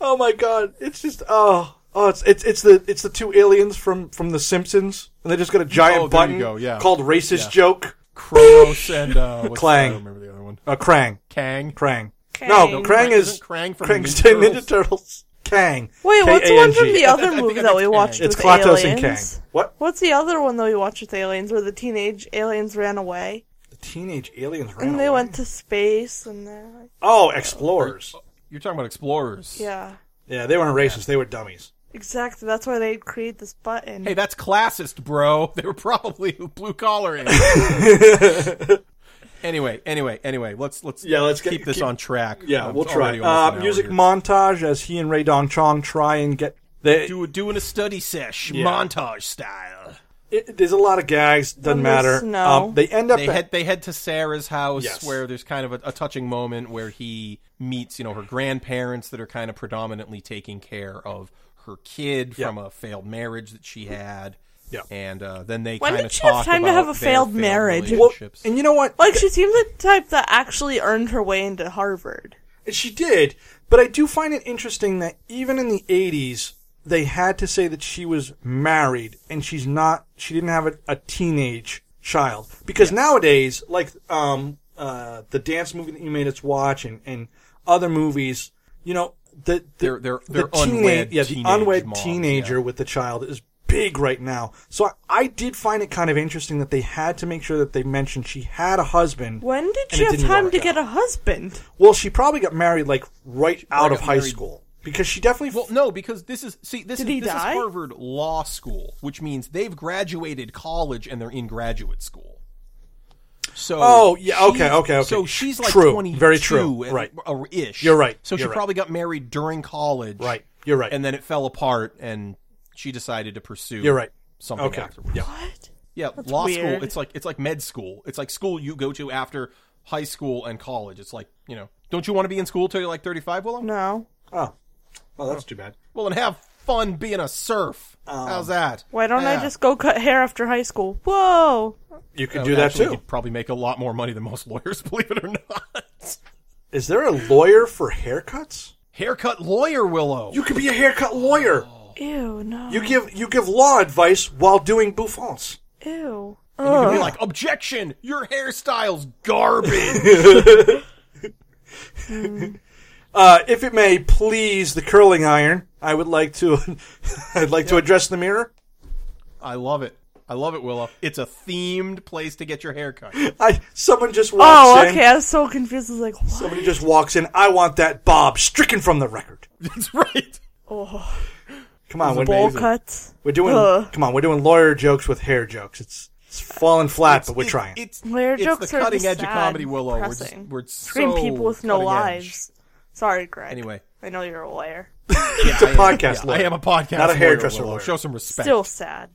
Speaker 4: Oh my god! It's just oh oh it's it's it's the it's the two aliens from from The Simpsons, and they just got a giant
Speaker 5: Oh, there you
Speaker 4: button
Speaker 5: go, yeah.
Speaker 4: called "racist
Speaker 5: Yeah.
Speaker 4: joke."
Speaker 5: Kronos and uh, what's
Speaker 4: Clang.
Speaker 5: I don't remember the other one.
Speaker 4: Uh, Krang.
Speaker 5: Kang.
Speaker 4: Krang. No, no,
Speaker 6: Krang.
Speaker 4: Krang is
Speaker 5: Isn't Krang from
Speaker 4: Krang's
Speaker 5: Ninja
Speaker 4: Ninja, Ninja
Speaker 5: Turtles?
Speaker 4: Turtles. Kang.
Speaker 6: Wait, what's the one from
Speaker 4: K-A-N-G.
Speaker 6: the other
Speaker 5: I think
Speaker 6: movie
Speaker 5: I
Speaker 6: that
Speaker 5: think
Speaker 6: we
Speaker 5: it's
Speaker 6: watched
Speaker 5: Kang.
Speaker 4: It's
Speaker 6: with
Speaker 4: Klatos and
Speaker 6: aliens?
Speaker 4: Kang. What?
Speaker 6: What's the other one that we watched with aliens where the teenage aliens ran away?
Speaker 4: The teenage aliens ran
Speaker 6: And they
Speaker 4: away.
Speaker 6: went to space and they're like,
Speaker 4: Oh, explorers.
Speaker 5: You're talking about explorers.
Speaker 6: yeah,
Speaker 4: Yeah, they weren't racist. They were dummies.
Speaker 6: exactly. That's why they'd create this button.
Speaker 5: Hey, that's classist, bro. They were probably blue collar. in. anyway, anyway, anyway. Let's let's
Speaker 4: Yeah, let's get-
Speaker 5: keep this
Speaker 4: keep-
Speaker 5: on track.
Speaker 4: Yeah,
Speaker 5: Uh,
Speaker 4: we'll
Speaker 5: it's
Speaker 4: try.
Speaker 5: already almost
Speaker 4: Uh,
Speaker 5: an
Speaker 4: music
Speaker 5: hour here.
Speaker 4: montage as he and Ray Dong Chong try and get. They,
Speaker 5: Do doing a study sesh
Speaker 4: Yeah.
Speaker 5: montage style.
Speaker 4: it, there's a lot of gags. Doesn't
Speaker 6: When there's
Speaker 4: matter.
Speaker 6: snow.
Speaker 4: Um, they end up.
Speaker 5: They
Speaker 4: at-
Speaker 5: head they head to Sarah's house
Speaker 4: Yes.
Speaker 5: where there's kind of a, a touching moment where he meets you know her grandparents that are kind of predominantly taking care of her kid
Speaker 4: Yeah.
Speaker 5: from a failed marriage that she had.
Speaker 4: Yeah.
Speaker 5: and uh, then they
Speaker 6: When
Speaker 5: kind
Speaker 6: did
Speaker 5: of
Speaker 6: she have
Speaker 5: talk
Speaker 6: time to
Speaker 5: about
Speaker 6: have a
Speaker 5: their
Speaker 6: failed
Speaker 5: failed
Speaker 6: marriage?
Speaker 4: well,
Speaker 5: relationships.
Speaker 4: and you know what?
Speaker 6: Like she seemed the type that actually earned her way into Harvard.
Speaker 4: She did, but I do find it interesting that even in the 80s, they had to say that she was married and she's not, she didn't have a, a teenage child. Because nowadays, like, um, uh, the dance movie that you made us watch and, and other movies, you know, the, the
Speaker 5: They're- they're-
Speaker 4: the
Speaker 5: they're
Speaker 4: teena-
Speaker 5: unwed
Speaker 4: yeah, the
Speaker 5: teenage
Speaker 4: unwed
Speaker 5: moms,
Speaker 4: teenager
Speaker 5: yeah.
Speaker 4: with the child is big right now. So I, I did find it kind of interesting that they had to make sure that they mentioned she had a husband.
Speaker 6: When did
Speaker 4: and
Speaker 6: she
Speaker 4: it
Speaker 6: have
Speaker 4: didn't
Speaker 6: time
Speaker 4: work
Speaker 6: to get
Speaker 4: out.
Speaker 6: a husband?
Speaker 4: Well, she probably got married like right out
Speaker 5: probably
Speaker 4: of
Speaker 5: got
Speaker 4: high
Speaker 5: married-
Speaker 4: school because she definitely.
Speaker 5: Well, no, because this is see this
Speaker 6: Did
Speaker 5: is
Speaker 6: he
Speaker 5: this
Speaker 6: die?
Speaker 5: is Harvard Law School, which means they've graduated college and they're in graduate school. So
Speaker 4: Oh, yeah, okay,
Speaker 5: she's-
Speaker 4: okay, okay.
Speaker 5: So she's like
Speaker 4: True,
Speaker 5: twenty,
Speaker 4: very true, right.
Speaker 5: ish.
Speaker 4: You're right,
Speaker 5: So she
Speaker 4: you're right.
Speaker 5: probably got married during college,
Speaker 4: Right, you're right.
Speaker 5: and then it fell apart, and she decided to pursue.
Speaker 4: You're right.
Speaker 5: Something
Speaker 4: okay,
Speaker 5: afterwards.
Speaker 4: yeah,
Speaker 6: What?
Speaker 5: Yeah, law
Speaker 6: weird.
Speaker 5: school. It's like it's like med school. It's like school you go to after high school and college. It's like you know, don't you want to be in school till you're like thirty five, Willow?
Speaker 6: No.
Speaker 4: oh, oh, that's too bad.
Speaker 5: Well, and have fun being a surf.
Speaker 4: Um,
Speaker 5: How's that?
Speaker 6: Why don't I
Speaker 5: Yeah.
Speaker 6: just go cut hair after high school? Whoa!
Speaker 4: You could
Speaker 5: That
Speaker 4: do
Speaker 5: would
Speaker 4: that
Speaker 5: actually-
Speaker 4: too.
Speaker 5: You'd probably make a lot more money than most lawyers, believe it or not.
Speaker 4: Is there a lawyer for haircuts?
Speaker 5: Haircut lawyer, Willow.
Speaker 4: You could be a haircut lawyer.
Speaker 6: Ew, no.
Speaker 4: You give you give law advice while doing bouffants.
Speaker 6: Ew. Oh,
Speaker 5: You
Speaker 6: Ugh.
Speaker 5: could be like, objection! Your hairstyle's garbage.
Speaker 4: Uh, if it may please the curling iron, I would like to. I'd like to address the mirror.
Speaker 5: I love it. I love it, Willow. It's a themed place to get your haircut.
Speaker 4: I someone just walks
Speaker 6: oh,
Speaker 4: in.
Speaker 6: okay. I was so confused. I was like, what?
Speaker 4: Somebody just walks in. I want that bob stricken from the record.
Speaker 5: That's right.
Speaker 6: oh,
Speaker 4: Come on, Whitney.
Speaker 6: bowl cuts.
Speaker 4: We're doing
Speaker 6: Ugh.
Speaker 4: come on, we're doing lawyer jokes with hair jokes. It's it's falling flat, but we're
Speaker 5: It-
Speaker 4: trying.
Speaker 5: It's,
Speaker 6: Lawyer
Speaker 5: it's
Speaker 6: jokes
Speaker 5: the
Speaker 6: are
Speaker 5: cutting
Speaker 6: just
Speaker 5: edge
Speaker 6: sad
Speaker 5: of comedy,
Speaker 6: and
Speaker 5: Willow. We're, just,
Speaker 6: depressing.
Speaker 5: we're
Speaker 6: Scream
Speaker 5: so
Speaker 6: people with no
Speaker 5: cutting edge.
Speaker 6: lives. Sorry, Greg.
Speaker 5: Anyway.
Speaker 6: I know you're a lawyer.
Speaker 5: it's a
Speaker 4: podcast
Speaker 5: I
Speaker 4: lawyer.
Speaker 5: am a podcast
Speaker 4: Not a
Speaker 5: lawyer,
Speaker 4: hairdresser
Speaker 5: Willow.
Speaker 4: lawyer.
Speaker 5: Show some respect.
Speaker 6: Still sad.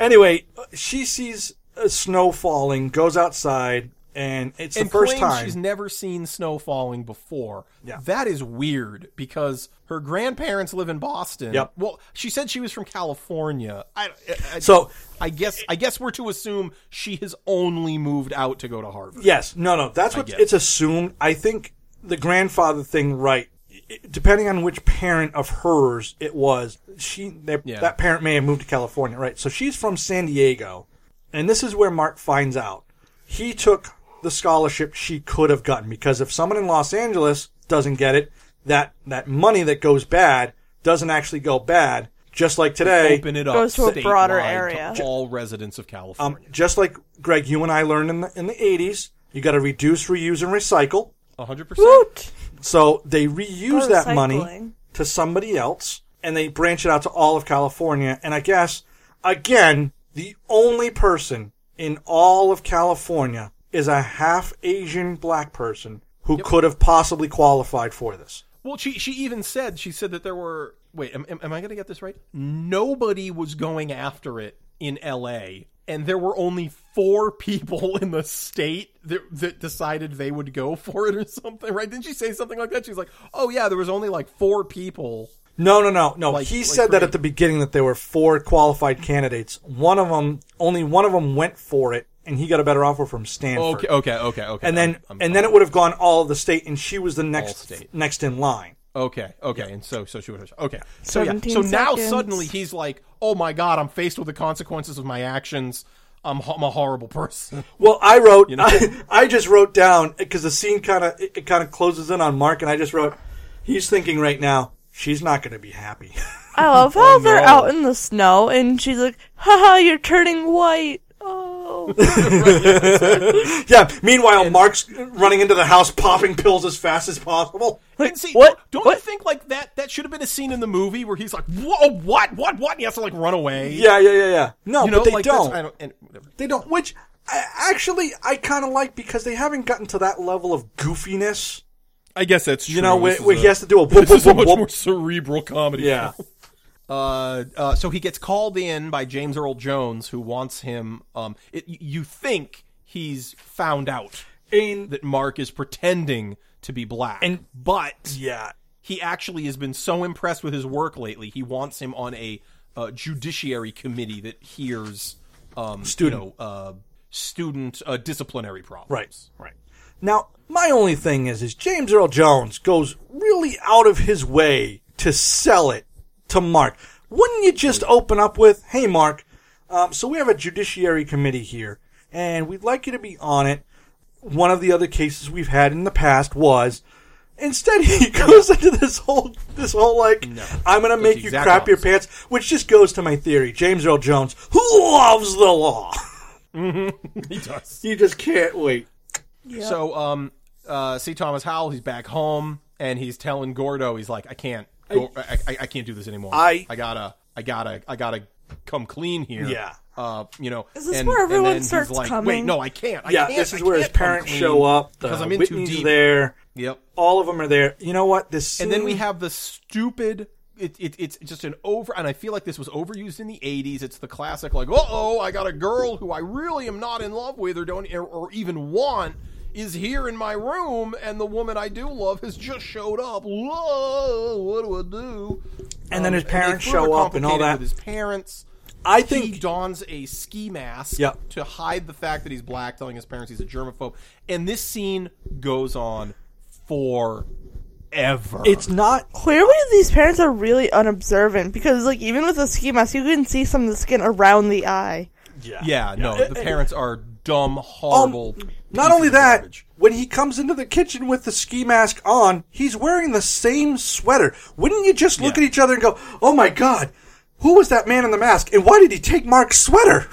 Speaker 4: anyway, she sees uh, snow falling, goes outside, and it's
Speaker 5: and
Speaker 4: the first
Speaker 5: claims
Speaker 4: time.
Speaker 5: she's never seen snow falling before.
Speaker 4: Yeah.
Speaker 5: That is weird because her grandparents live in Boston.
Speaker 4: Yep.
Speaker 5: Well, she said she was from California. I, I,
Speaker 4: so
Speaker 5: I guess I guess we're to assume she has only moved out to go to Harvard.
Speaker 4: yes, no, no, that's what
Speaker 5: get it.
Speaker 4: it's assumed. I think the grandfather thing, right? it- Depending on which parent of hers it was, she that-
Speaker 5: Yeah.
Speaker 4: that parent may have moved to California, right? So she's from San Diego, and this is where Mark finds out he took the scholarship she could have gotten because if someone in Los Angeles doesn't get it, that that money that goes bad doesn't actually go bad. Just like today,
Speaker 5: Open it up.
Speaker 6: Goes to a broader
Speaker 5: statewide
Speaker 6: area.
Speaker 5: To all residents of
Speaker 4: um,
Speaker 5: California.
Speaker 4: just like Greg, you and I learned in the in the eighties, you got to reduce, reuse, and recycle.
Speaker 5: A hundred percent.
Speaker 6: Woot!
Speaker 4: So they reuse
Speaker 6: Or
Speaker 4: that
Speaker 6: recycling.
Speaker 4: money to somebody else, and they branch it out to all of California. And I guess again, the only person in all of California is a half Asian black person who could have possibly qualified for this.
Speaker 5: Well, she she even said she said that there were. Wait, am, am, am I going to get this right? Nobody was going after it in L.A. And there were only four people in the state that, that decided they would go for it or something, right? Didn't she say something like that? She's like, "Oh yeah, there was only like four people."
Speaker 4: No, no, no, no.
Speaker 5: Like-
Speaker 4: he
Speaker 5: like
Speaker 4: said that
Speaker 5: for-
Speaker 4: at the beginning that there were four qualified candidates. One of them, only one of them went for it, and he got a better offer from Stanford.
Speaker 5: Okay, okay, okay, okay.
Speaker 4: And then,
Speaker 5: I'm- I'm-
Speaker 4: and then it would have gone all of the state, and she was the next
Speaker 5: state.
Speaker 4: next in line.
Speaker 5: Okay, okay, and so so she was okay. So yeah,
Speaker 6: 17
Speaker 5: so now
Speaker 6: seconds.
Speaker 5: suddenly he's like, "Oh my god, I'm faced with the consequences of my actions. I'm, ho- I'm a horrible person."
Speaker 4: Well, I wrote,
Speaker 5: know?
Speaker 4: I, I just wrote down because the scene kind of it, it kind of closes in on Mark, and I just wrote, he's thinking right now, she's not going to be happy.
Speaker 6: I love how they're
Speaker 5: Oh, no.
Speaker 6: out in the snow and she's like, haha, you're turning white. Oh.
Speaker 4: yeah. Meanwhile, Mark's running into the house, popping pills as fast as possible.
Speaker 5: and see,
Speaker 6: what?
Speaker 5: Don't
Speaker 6: What?
Speaker 5: you think like that? That should have been a scene in the movie where he's like, "Whoa, what, what, what?" And he has to like run away.
Speaker 4: Yeah, yeah, yeah, yeah. No,
Speaker 5: you know,
Speaker 4: but they
Speaker 5: like, that's-
Speaker 4: don't.
Speaker 5: I don't and whatever.
Speaker 4: They don't. Which I, actually I kind of like because they haven't gotten to that level of goofiness.
Speaker 5: I guess that's true.
Speaker 4: You know, where,
Speaker 5: This is
Speaker 4: where
Speaker 5: a-
Speaker 4: he has to do a whoop,
Speaker 5: This
Speaker 4: whoop,
Speaker 5: is a
Speaker 4: whoop,
Speaker 5: much
Speaker 4: whoop.
Speaker 5: more cerebral comedy.
Speaker 4: Yeah.
Speaker 5: Uh, uh, so he gets called in by James Earl Jones, who wants him. Um, it, you think he's found out
Speaker 4: And
Speaker 5: that Mark is pretending to be black,
Speaker 4: And-
Speaker 5: but
Speaker 4: yeah,
Speaker 5: he actually has been so impressed with his work lately, he wants him on a uh, judiciary committee that hears um,
Speaker 4: Student.
Speaker 5: you know, uh, student uh, disciplinary problems.
Speaker 4: right, right. Now my only thing is, is James Earl Jones goes really out of his way to sell it to Mark. Wouldn't you just open up with, "Hey, Mark, um, so we have a judiciary committee here, and we'd like you to be on it." One of the other cases we've had in the past was Instead, he goes into this whole, this whole like, I'm gonna make
Speaker 5: the
Speaker 4: you
Speaker 5: exact
Speaker 4: crap your
Speaker 5: opposite.
Speaker 4: pants, which just goes to my theory. James Earl Jones, who loves the law,
Speaker 5: He does.
Speaker 4: he just can't wait.
Speaker 5: So, um, uh, see Thomas Howell. He's back home, and he's telling Gordo, he's like, I can't, go, I, I, I can't do this anymore.
Speaker 4: I-
Speaker 5: I gotta, I gotta, I gotta come clean here.
Speaker 4: Yeah.
Speaker 5: Uh, you know,
Speaker 6: Is this
Speaker 5: and,
Speaker 6: where
Speaker 5: and
Speaker 6: everyone
Speaker 5: then he's
Speaker 6: starts
Speaker 5: like, Wait,
Speaker 6: coming?
Speaker 5: no, I can't. I
Speaker 4: Yeah,
Speaker 5: can't,
Speaker 4: this is
Speaker 5: I
Speaker 4: where his
Speaker 5: can't come
Speaker 4: parents
Speaker 5: clean
Speaker 4: show up. The
Speaker 5: because I'm in
Speaker 4: Whitney's
Speaker 5: too deep.
Speaker 4: there.
Speaker 5: Yep.
Speaker 4: All of them are there. You know what? This
Speaker 5: And then
Speaker 4: scene-
Speaker 5: we have the stupid. It, it, it's just an over, and I feel like this was overused in the '80s. It's the classic, like, "Uh oh, I got a girl who I really am not in love with, or don't, or, or even want, is here in my room, and the woman I do love has just showed up. Whoa, what do I do?" Um,
Speaker 4: and then his
Speaker 5: they
Speaker 4: parents
Speaker 5: further
Speaker 4: show up and all
Speaker 5: complicate
Speaker 4: that.
Speaker 5: it With his parents,
Speaker 4: I
Speaker 5: he
Speaker 4: think
Speaker 5: dons a ski mask
Speaker 4: Yep.
Speaker 5: to hide the fact that he's black, telling his parents he's a germaphobe, and this scene goes on forever.
Speaker 4: it's not.
Speaker 6: Clearly, these parents are really unobservant because, like, even with a ski mask, you can see some of the skin around the eye.
Speaker 4: Yeah.
Speaker 5: Yeah, no,
Speaker 4: Yeah. Um,
Speaker 5: the parents are dumb, horrible.
Speaker 4: Not only that,
Speaker 5: garbage.
Speaker 4: when he comes into the kitchen with the ski mask on, he's wearing the same sweater. Wouldn't you just look
Speaker 5: Yeah.
Speaker 4: at each other and go, "Oh my god, who was that man in the mask, and why did he take Mark's sweater?"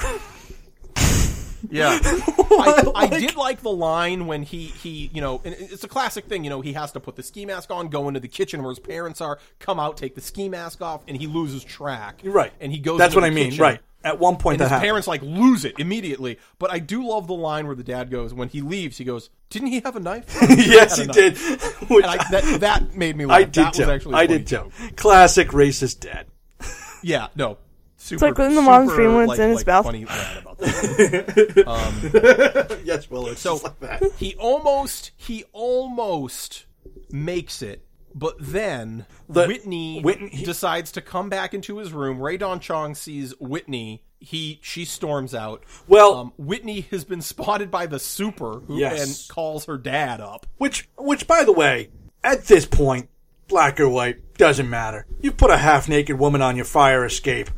Speaker 5: yeah, I, I did like the line when he he you know, and it's a classic thing. You know, he has to put the ski mask on, go into the kitchen where his parents are, come out, take the ski mask off, and he loses track. and he goes.
Speaker 4: That's
Speaker 5: into
Speaker 4: what I
Speaker 5: the
Speaker 4: mean.
Speaker 5: kitchen,
Speaker 4: Right. At one point,
Speaker 5: And
Speaker 4: that
Speaker 5: his
Speaker 4: happened.
Speaker 5: parents like lose it immediately, but I do love the line where the dad goes when he leaves. He goes, "Didn't he have a knife?"
Speaker 4: yes, he
Speaker 5: had a
Speaker 4: did.
Speaker 5: knife.
Speaker 4: Which
Speaker 5: And I,
Speaker 4: I,
Speaker 5: that, that made me. Laugh.
Speaker 4: I did
Speaker 5: That was
Speaker 4: too.
Speaker 5: actually a
Speaker 4: I
Speaker 5: funny
Speaker 4: did
Speaker 5: joke.
Speaker 4: too. Classic racist dad.
Speaker 5: Yeah, no. Super,
Speaker 6: like when the mom's
Speaker 5: super,
Speaker 6: dream when it's
Speaker 5: like-
Speaker 6: in his
Speaker 5: like
Speaker 6: mouth.
Speaker 5: Funny line about that.
Speaker 4: Yes, well, it's
Speaker 5: So
Speaker 4: just like that.
Speaker 5: he almost he almost makes it, but then
Speaker 4: The-
Speaker 5: Whitney,
Speaker 4: Whitney- he-
Speaker 5: decides to come back into his room. Ray Don Chong sees Whitney. He she storms out. Um,
Speaker 4: Well-
Speaker 5: Whitney has been spotted by the super who
Speaker 4: Yes.
Speaker 5: and calls her dad up.
Speaker 4: Which, which, by the way, at this point, black or white doesn't matter. You put a half-naked woman on your fire escape.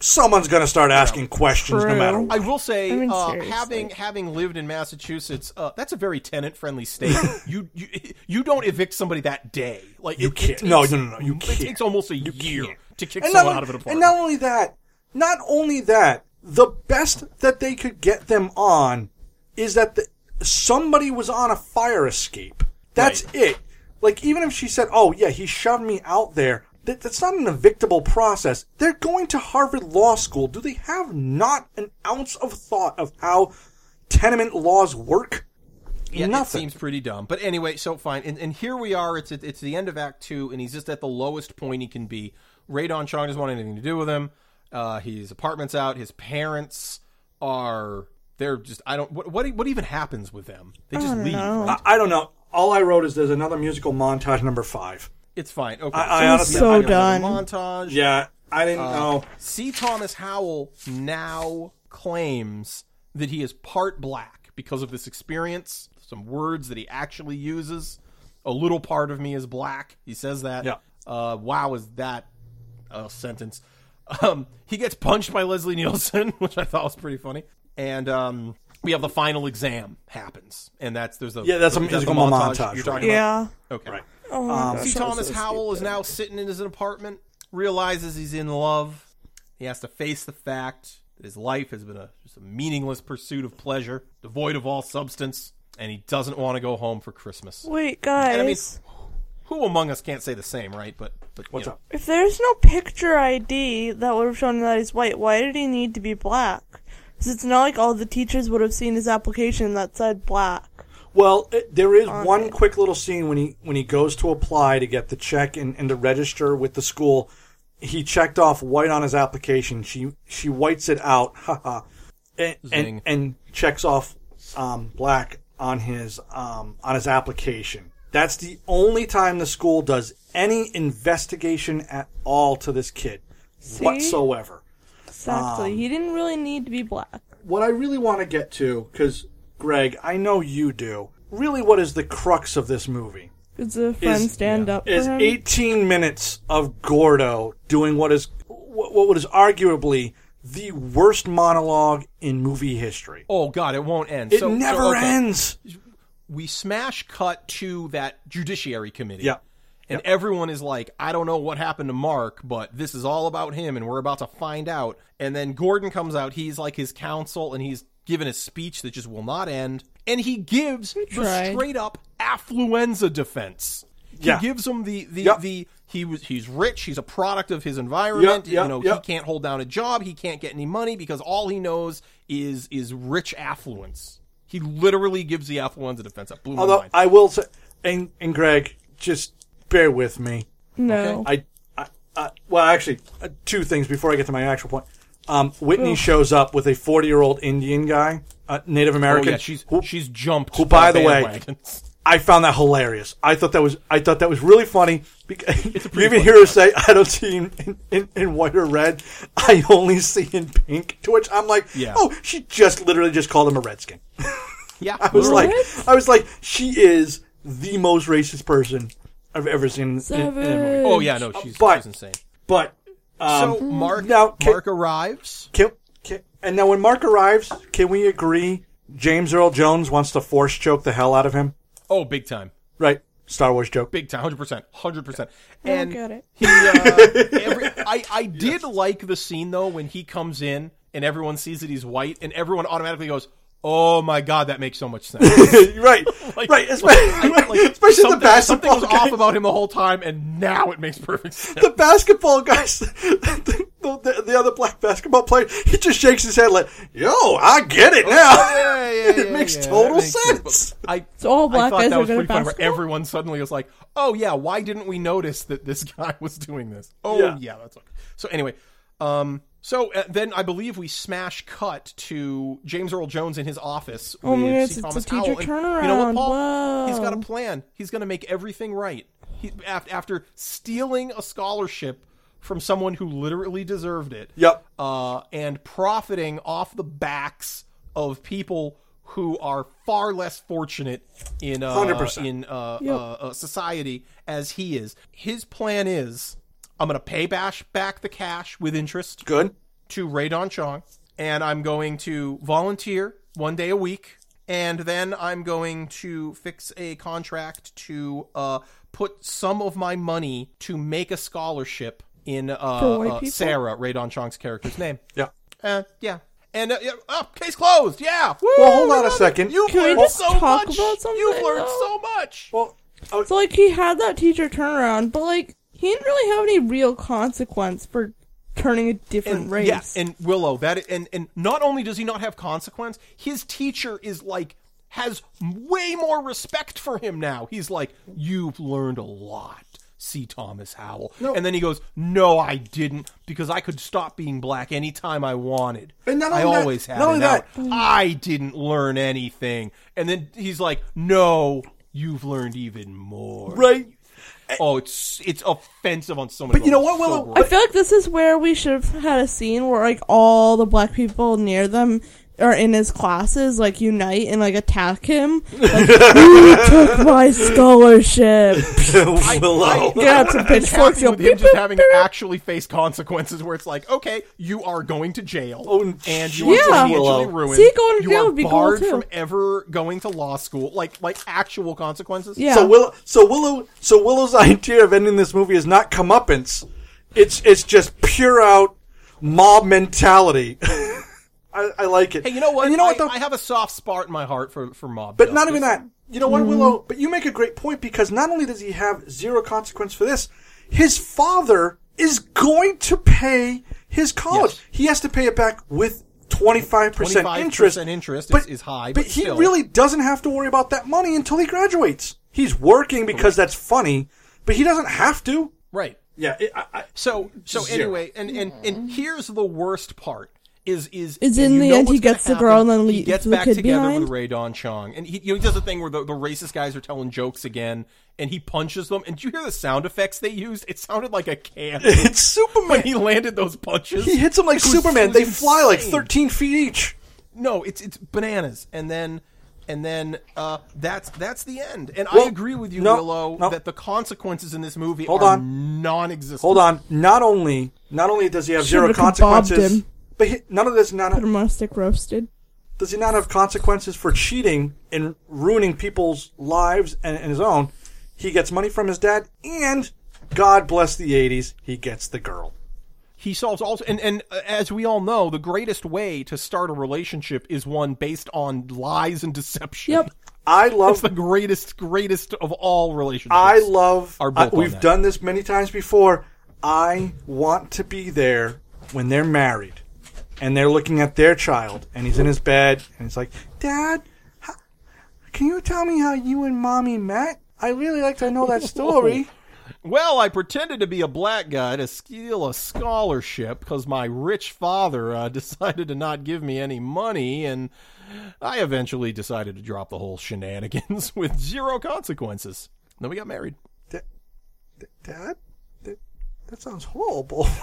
Speaker 4: someone's going to start asking questions no
Speaker 6: True.
Speaker 4: matter what.
Speaker 5: I will say,
Speaker 6: I mean,
Speaker 5: uh,
Speaker 6: seriously.
Speaker 5: having having lived in Massachusetts, uh, that's a very tenant friendly state. you, you you don't evict somebody that day. Like
Speaker 4: You
Speaker 5: it,
Speaker 4: can't.
Speaker 5: It takes,
Speaker 4: No, no, no, no, you
Speaker 5: It
Speaker 4: can't.
Speaker 5: takes almost a year to kick someone out of an
Speaker 4: and
Speaker 5: apartment.
Speaker 4: not only that, not only that, the best that they could get them on is that the, somebody was on a fire escape. That's it. Like even if she said, "Oh yeah, he shoved me out there," that, that's not an evictable process. They're going to Harvard Law School. Do they have not an ounce of thought of how tenement laws work?
Speaker 5: Yeah,
Speaker 4: Nothing.
Speaker 5: It seems pretty dumb. But anyway, so fine. And, and here we are. It's it's the end of Act Two, and he's just at the lowest point he can be. Radon Chong doesn't want anything to do with him. Uh, his apartment's out. His parents are. They're just. I don't. What what, what even happens with them? They just leave.
Speaker 4: I, I don't know. All I wrote is there's another musical montage number five.
Speaker 5: It's fine. Okay.
Speaker 4: I
Speaker 6: I'm
Speaker 4: honestly-
Speaker 5: I
Speaker 6: so
Speaker 5: don't have
Speaker 6: done.
Speaker 5: the Montage.
Speaker 4: Yeah, I didn't know.
Speaker 5: C. Thomas Howell now claims that he is part black because of this experience, some words that he actually uses. A little part of me is black. He says that.
Speaker 4: Yeah.
Speaker 5: Uh, wow, is that a sentence? Um, he gets punched by Leslie Nielsen, which I thought was pretty funny. And um, we have the final exam happens, and that's there's a
Speaker 4: Yeah, that's a
Speaker 5: is that
Speaker 4: musical
Speaker 5: the
Speaker 4: montage,
Speaker 5: you're talking about.
Speaker 6: Yeah.
Speaker 5: Okay.
Speaker 4: Right.
Speaker 6: Oh my gosh,
Speaker 5: Um, See,
Speaker 6: that was
Speaker 5: Thomas
Speaker 6: so
Speaker 5: Howell is now sitting in his apartment, realizes he's in love. He has to face the fact that his life has been a, just a meaningless pursuit of pleasure, devoid of all substance, and he doesn't want to go home for Christmas.
Speaker 6: stupid. Wait, guys.
Speaker 5: I mean, Who among us can't say the same, right? But, but
Speaker 4: What's
Speaker 5: you know.
Speaker 4: up?
Speaker 6: if there's no picture ID that would have shown that he's white, why did he need to be black? Because it's not like all the teachers would have seen his application that said black.
Speaker 4: Well, it, there is one quick little scene when he when he goes to apply to get the check and, and to register with the school. He checked off white on his application. She she whites it out, haha, and
Speaker 5: Zing.
Speaker 4: and, and checks off um, black on his um, on his application. That's the only time the school does any investigation at all to this kid whatsoever.
Speaker 6: Exactly.
Speaker 5: Um,
Speaker 6: he didn't really need to be black.
Speaker 4: what I really want to get to, because Greg, I know you do. Really, what is the crux of this movie?
Speaker 6: It's a friend stand up.
Speaker 4: is
Speaker 6: for him.
Speaker 4: 18 minutes of Gordo doing what is what, what is arguably the worst monologue in movie history.
Speaker 5: Oh, God, it won't end.
Speaker 4: It
Speaker 5: so, so,
Speaker 4: never
Speaker 5: okay.
Speaker 4: ends.
Speaker 5: We smash cut to that judiciary committee.
Speaker 4: Yeah.
Speaker 5: And everyone is like, I don't know what happened to Mark, but this is all about him, and we're about to find out. And then Gordon comes out. He's like his counsel, and he's given a speech that just will not end. And he gives the
Speaker 6: tried.
Speaker 5: straight up affluenza defense. He
Speaker 4: Yeah.
Speaker 5: gives him the the,
Speaker 4: Yep.
Speaker 5: the he was he's rich. He's a product of his environment.
Speaker 4: Yep, yep,
Speaker 5: you know
Speaker 4: yep.
Speaker 5: he can't hold down a job. He can't get any money because all he knows is is rich affluence. He literally gives the affluenza defense. That blew my
Speaker 4: Although
Speaker 5: mind.
Speaker 4: I will say, and, and Greg, just bear with me.
Speaker 6: no.
Speaker 4: I, I, I well, actually, uh, two things before I get to my actual point. Um, Whitney shows up with a 40 year old Indian guy, uh, Native
Speaker 5: oh
Speaker 4: American.
Speaker 5: yeah, she's
Speaker 4: who-
Speaker 5: she's jumped.
Speaker 4: who, by the way,
Speaker 5: bandwagons.
Speaker 4: I found that hilarious. I thought that was I thought that was really funny. Because you even hear her say, "I don't see in, in, in, in white or red. I only see in pink." To which I'm like,
Speaker 5: Yeah.
Speaker 4: "Oh, she just literally just called him a redskin."
Speaker 5: Yeah,
Speaker 4: I was
Speaker 5: literally.
Speaker 4: like, I was like, she is the most racist person I've ever seen. in- in a movie."
Speaker 6: Savage.
Speaker 5: oh yeah, no, she's,
Speaker 4: but-
Speaker 5: she's insane.
Speaker 4: But um,
Speaker 5: so Mark,
Speaker 4: now, ca-
Speaker 5: Mark arrives.
Speaker 4: can, can, and now when Mark arrives, can we agree James Earl Jones wants to force choke the hell out of him?
Speaker 5: Oh, big time,
Speaker 4: Right, Star Wars joke.
Speaker 5: big time, hundred percent, hundred percent.
Speaker 6: don't
Speaker 5: And
Speaker 6: get it.
Speaker 5: he, uh, every, I, I did like the scene though when he comes in and everyone sees that he's white and everyone automatically goes, "Oh my god, that makes so much sense."
Speaker 4: right, right. Especially,
Speaker 5: I-
Speaker 4: especially
Speaker 5: like,
Speaker 4: the
Speaker 5: something, something
Speaker 4: basketball
Speaker 5: was
Speaker 4: guy.
Speaker 5: off about him the whole time, and now it makes perfect sense.
Speaker 4: the basketball guys, the, the, the other black basketball player, he just shakes his head like, "Yo, I get it now."
Speaker 5: Oh, yeah, yeah,
Speaker 4: it makes total
Speaker 5: That makes
Speaker 4: sense.
Speaker 5: I
Speaker 6: So all black
Speaker 5: I thought
Speaker 6: guys
Speaker 5: that
Speaker 6: are
Speaker 5: was
Speaker 6: good at
Speaker 5: pretty funny. Where
Speaker 6: basketball?
Speaker 5: everyone suddenly was like, "Oh yeah, why didn't we notice that this guy was doing this?" Oh yeah,
Speaker 4: Yeah.
Speaker 5: that's okay. So anyway, um, so uh, then I believe we smash cut to James Earl Jones in his office.
Speaker 6: Oh my
Speaker 5: with
Speaker 6: God,
Speaker 5: C.
Speaker 6: it's a
Speaker 5: Thomas
Speaker 6: teacher
Speaker 5: Howell. And You know what,
Speaker 6: turnaround.
Speaker 5: Paul?
Speaker 6: Wow.
Speaker 5: He's got a plan. He's going to make everything right. He, af- after stealing a scholarship from someone who literally deserved it
Speaker 4: Yep.
Speaker 5: uh, and profiting off the backs of people who are far less fortunate in uh,
Speaker 4: 100%.
Speaker 5: in uh, uh, uh, society as he is. His plan is, I'm going to pay Bash back the cash with interest
Speaker 4: Good.
Speaker 5: to Radon Chong, and I'm going to volunteer one day a week, and then I'm going to fix a contract to uh, put some of my money to make a scholarship in uh,
Speaker 6: For white
Speaker 5: uh,
Speaker 6: people?
Speaker 5: Sarah Radon Chong's character's name.
Speaker 4: Yeah.
Speaker 5: Uh, yeah. And uh, yeah, oh, case closed. Yeah. Woo,
Speaker 4: Well, hold
Speaker 5: I
Speaker 4: on a
Speaker 5: love it.
Speaker 4: second.
Speaker 5: You've
Speaker 6: Can we
Speaker 5: learned
Speaker 6: just
Speaker 5: so
Speaker 6: talk
Speaker 5: much.
Speaker 6: about something,
Speaker 5: You've learned
Speaker 6: though?
Speaker 5: so much.
Speaker 4: Well, oh,
Speaker 6: So like he had that teacher turnaround, but like he didn't really have any real consequence for turning a different
Speaker 5: and,
Speaker 6: race.
Speaker 5: Yeah, and Willow, that and and not only does he not have consequence, his teacher is like has way more respect for him now. He's like, "You've learned a lot." See Thomas Howell. And then he goes, No, I didn't, because I could stop being black anytime I wanted.
Speaker 4: And not
Speaker 5: I
Speaker 4: only that-
Speaker 5: always had
Speaker 4: not only
Speaker 5: an
Speaker 4: that- mm.
Speaker 5: out. I didn't learn anything. And then he's like, No, you've learned even more.
Speaker 4: right.
Speaker 5: Oh, it's it's offensive on so many
Speaker 4: But you know
Speaker 5: levels.
Speaker 4: what,
Speaker 5: So
Speaker 4: Willow?
Speaker 5: gross.
Speaker 6: I feel like this is where we should have had a scene where like all the black people near them are in his classes, like unite and like attack him. Like, you took my scholarship.
Speaker 4: Willow.
Speaker 6: Get out some pitchforks.
Speaker 5: happy
Speaker 6: you'll
Speaker 5: with him
Speaker 6: beep,
Speaker 5: just
Speaker 6: beep,
Speaker 5: having to actually face consequences where it's like, okay, you are going to jail,
Speaker 4: Oh,
Speaker 5: and you are
Speaker 6: yeah.
Speaker 5: financially
Speaker 4: Willow.
Speaker 5: ruined.
Speaker 6: See, going to
Speaker 5: you
Speaker 6: jail
Speaker 5: are
Speaker 6: would be cool,
Speaker 5: barred
Speaker 6: too.
Speaker 5: from ever going to law school, like like actual consequences.
Speaker 6: Yeah.
Speaker 4: So Willow, so Willow, so Willow's idea of ending this movie is not comeuppance. It's it's just pure out mob mentality. I, I like it.
Speaker 5: Hey, you know what?
Speaker 4: And you know what?
Speaker 5: I,
Speaker 4: Though,
Speaker 5: I have a soft spot in my heart for for mob,
Speaker 4: but not
Speaker 5: justice.
Speaker 4: even that. You know what,
Speaker 5: Mm-hmm.
Speaker 4: Willow? But you make a great point because not only does he have zero consequence for this, his father is going to pay his college.
Speaker 5: Yes.
Speaker 4: He has to pay it back with. 25%
Speaker 5: 25%
Speaker 4: interest.
Speaker 5: interest is- is high, but
Speaker 4: he
Speaker 5: still.
Speaker 4: really doesn't have to worry about that money until he graduates. He's working because that's funny, but he doesn't have to.
Speaker 5: Right.
Speaker 4: Yeah, it, I, I,
Speaker 5: So so
Speaker 4: Zero.
Speaker 5: anyway, and and and here's the worst part is is
Speaker 6: Is
Speaker 5: and
Speaker 6: in
Speaker 5: you
Speaker 6: the
Speaker 5: know
Speaker 6: end he
Speaker 5: what's gonna
Speaker 6: gets the girl and then
Speaker 5: happen. he
Speaker 6: leaves
Speaker 5: gets
Speaker 6: the
Speaker 5: back
Speaker 6: kid
Speaker 5: together
Speaker 6: behind?
Speaker 5: with Ray Don Chong, and he you know he does the thing where the, the racist guys are telling jokes again, and he punches them. And did you hear the sound effects they used? It sounded like a can
Speaker 4: it's Superman.
Speaker 5: when he landed those punches.
Speaker 4: He hits them like
Speaker 5: It was-
Speaker 4: Superman.
Speaker 5: it
Speaker 4: They
Speaker 5: was
Speaker 4: fly like
Speaker 5: insane.
Speaker 4: 13 feet each.
Speaker 5: No, it's it's bananas, and then. And then uh, that's that's the end. And
Speaker 4: Well,
Speaker 5: I agree with you,
Speaker 4: no,
Speaker 5: Willow,
Speaker 4: no.
Speaker 5: that the consequences in this movie
Speaker 4: Hold
Speaker 5: are
Speaker 4: on.
Speaker 5: non-existent.
Speaker 4: Hold on. Not only not only does he have zero
Speaker 6: Should've kebobbed
Speaker 4: consequences,
Speaker 6: him.
Speaker 4: but he, none of this
Speaker 6: beep.
Speaker 4: not
Speaker 6: I'm gonna stick roasted.
Speaker 4: does he not have consequences for cheating and ruining people's lives and, and his own. He gets money from his dad, and God bless the 80s, he gets the girl.
Speaker 5: he solves all and and uh, as we all know the greatest way to start a relationship is one based on lies and deception
Speaker 6: Yep.
Speaker 4: I love
Speaker 5: that's the greatest greatest of all relationships
Speaker 4: I love.
Speaker 5: are built
Speaker 4: I-
Speaker 5: on
Speaker 4: we've
Speaker 5: that.
Speaker 4: done this many times before. I want to be there when they're married, and they're looking at their child, and he's in his bed, and he's like, "Dad, how, can you tell me how you and mommy met? I really like to know that story."
Speaker 5: well i pretended to be a black guy to steal a scholarship because my rich father uh, decided to not give me any money and i eventually decided to drop the whole shenanigans with zero consequences then we got married
Speaker 4: Dad, that, that sounds horrible.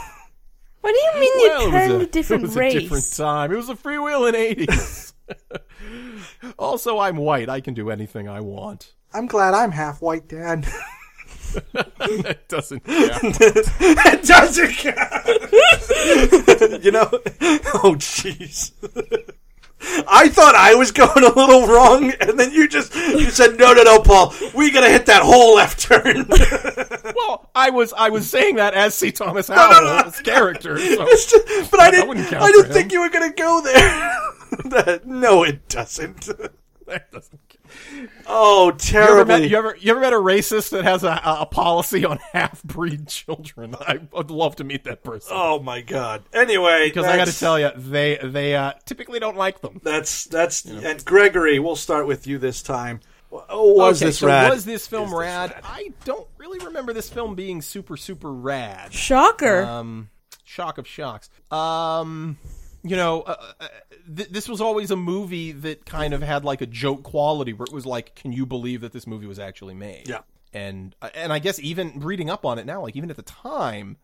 Speaker 7: What do you mean
Speaker 5: Well,
Speaker 7: you
Speaker 5: it
Speaker 7: turned
Speaker 5: was
Speaker 7: a, different
Speaker 5: it was
Speaker 7: race?
Speaker 5: A different time. It was a freewheeling eighties. also, I'm white. I can do anything I want.
Speaker 4: I'm glad I'm half white, Dad.
Speaker 5: That doesn't. count.
Speaker 4: it doesn't count. you know? Oh, jeez. I thought I was going a little wrong, and then you just you said, "No, no, no, Paul, we gotta hit that whole left turn."
Speaker 5: well, I was I was saying that as C. Thomas Howell's character. So.
Speaker 4: It's just- but I didn't.
Speaker 5: wouldn't count
Speaker 4: I
Speaker 5: for
Speaker 4: didn't
Speaker 5: him.
Speaker 4: think you were gonna go there. That- no, it doesn't.
Speaker 5: that doesn't count.
Speaker 4: Oh,
Speaker 5: You ever,
Speaker 4: terribly.
Speaker 5: met, you ever you ever met a racist that has a, a policy on half breed children? I would love to meet that person
Speaker 4: oh my god. Anyway,
Speaker 5: because I got to
Speaker 4: that's-
Speaker 5: tell you, they they uh, typically don't like them.
Speaker 4: that's that's and Gregory. We'll start with you this time. Oh, was
Speaker 5: okay,
Speaker 4: this
Speaker 5: so
Speaker 4: rad?
Speaker 5: was this film rad? I don't really remember this film being super super rad.
Speaker 6: Shocker.
Speaker 5: Um, shock of shocks. Um, you know, uh, uh, th- this was always a movie that kind of had like a joke quality, where it was like, can you believe that this movie was actually made?
Speaker 4: Yeah.
Speaker 5: and uh, and I guess even reading up on it now, like even at the time,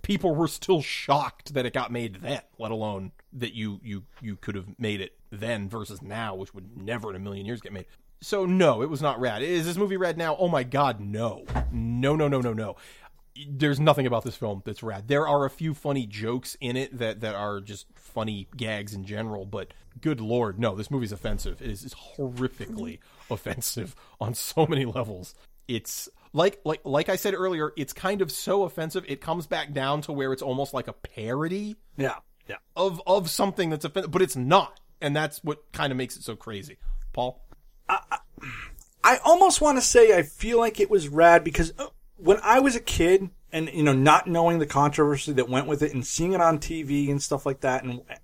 Speaker 5: people were still shocked that it got made then, let alone that you you you could have made it then versus now, which would never in a million years get made. So no, it was not rad. Is this movie rad now? Oh my god, no, no, no, no, no, no. there's nothing about this film that's rad. There are a few funny jokes in it that that are just funny gags in general, but good lord, no, this movie's offensive. It is it's horrifically offensive on so many levels. It's like like like I said earlier, it's kind of so offensive it comes back down to where it's almost like a parody
Speaker 4: Yeah. Yeah.
Speaker 5: of of something that's offensive, but it's not, and that's what kind of makes it so crazy. Paul,
Speaker 4: I almost want to say I feel like it was rad because uh, when I was a kid and you know not knowing the controversy that went with it and seeing it on TV and stuff like that and uh, I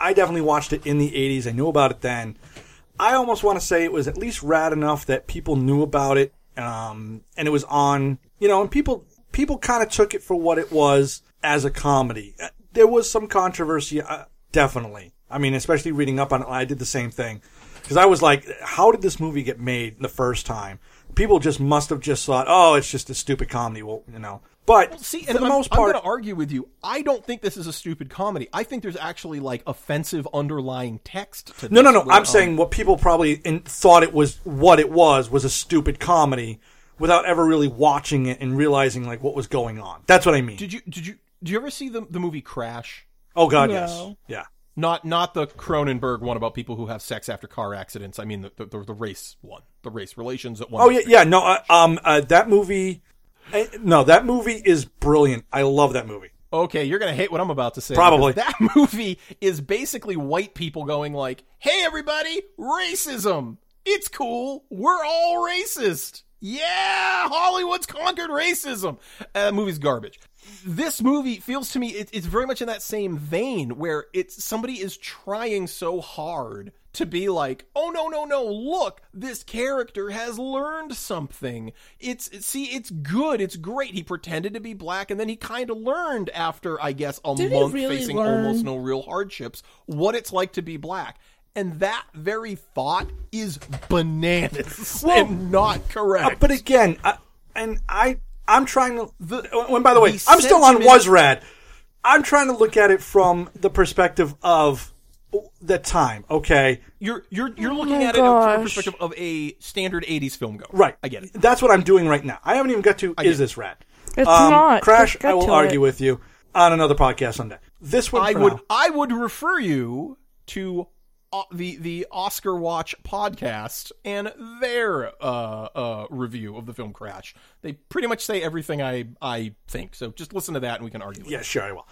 Speaker 4: I definitely watched it in the 80s I knew about it then I almost want to say it was at least rad enough that people knew about it um, and it was on you know and people people kind of took it for what it was as a comedy Uh, there was some controversy uh, definitely I mean especially reading up on it I did the same thing because I was like, how did this movie get made the first time? People just must have just thought, oh, it's just a stupid comedy, well, you know. But
Speaker 5: see,
Speaker 4: for
Speaker 5: and
Speaker 4: the
Speaker 5: I'm,
Speaker 4: most
Speaker 5: I'm
Speaker 4: part,
Speaker 5: going to argue with you. I don't think this is a stupid comedy. I think there's actually like offensive underlying text. to
Speaker 4: no, no,
Speaker 5: this
Speaker 4: no.
Speaker 5: where,
Speaker 4: I'm
Speaker 5: um,
Speaker 4: saying what people probably in, thought it was what it was was a stupid comedy without ever really watching it and realizing like what was going on. That's what I mean.
Speaker 5: Did you did you did you ever see the the movie Crash?
Speaker 4: oh God,
Speaker 6: No.
Speaker 4: yes, yeah.
Speaker 5: Not not the Cronenberg one about people who have sex after car accidents. I mean the the, the, the race one, the race relations one.
Speaker 4: Oh yeah, yeah. No, uh, um, uh, that movie. eh, No, that movie is brilliant. I love that movie.
Speaker 5: Okay, you're gonna hate what I'm about to say.
Speaker 4: Probably.
Speaker 5: because that movie is basically white people going like, "Hey, everybody, racism. It's cool. We're all racist. Yeah, Hollywood's conquered racism." Uh, that movie's garbage. This movie feels to me it, it's very much in that same vein where it's somebody is trying so hard to be like, "Oh no, no, no! Look, this character has learned something. It's see, it's good. It's great. He pretended to be black, and then he kind of learned after, I guess, a
Speaker 6: Did he
Speaker 5: month
Speaker 6: really
Speaker 5: facing
Speaker 6: learn?
Speaker 5: almost no real hardships, what it's like to be black." And that very thought is bananas and not correct.
Speaker 4: Uh, But again, I, and I, I'm trying to. The, uh, oh, and by the way,
Speaker 5: the
Speaker 4: I'm still on
Speaker 5: sentiment-
Speaker 4: WasRad. I'm trying to look at it from the perspective of the time. Okay,
Speaker 5: you're you're you're
Speaker 6: oh my
Speaker 5: looking at it from
Speaker 6: gosh.
Speaker 5: the perspective of a standard '80s film goer.
Speaker 4: right.
Speaker 5: I get it.
Speaker 4: That's what I'm doing right now. I haven't even got to. Is
Speaker 5: it.
Speaker 4: this rad?
Speaker 6: It's not.
Speaker 4: Um, Crash.
Speaker 6: Just get
Speaker 4: I will
Speaker 6: to
Speaker 4: argue
Speaker 6: it.
Speaker 4: with you on another podcast someday. This one,
Speaker 5: I
Speaker 4: for
Speaker 5: would
Speaker 4: now.
Speaker 5: I would refer you to uh, the the Oscar Watch podcast and their uh, uh, review of the film Crash. They pretty much say everything I I think. So just listen to that and we can argue.
Speaker 4: Yeah, sure, I will.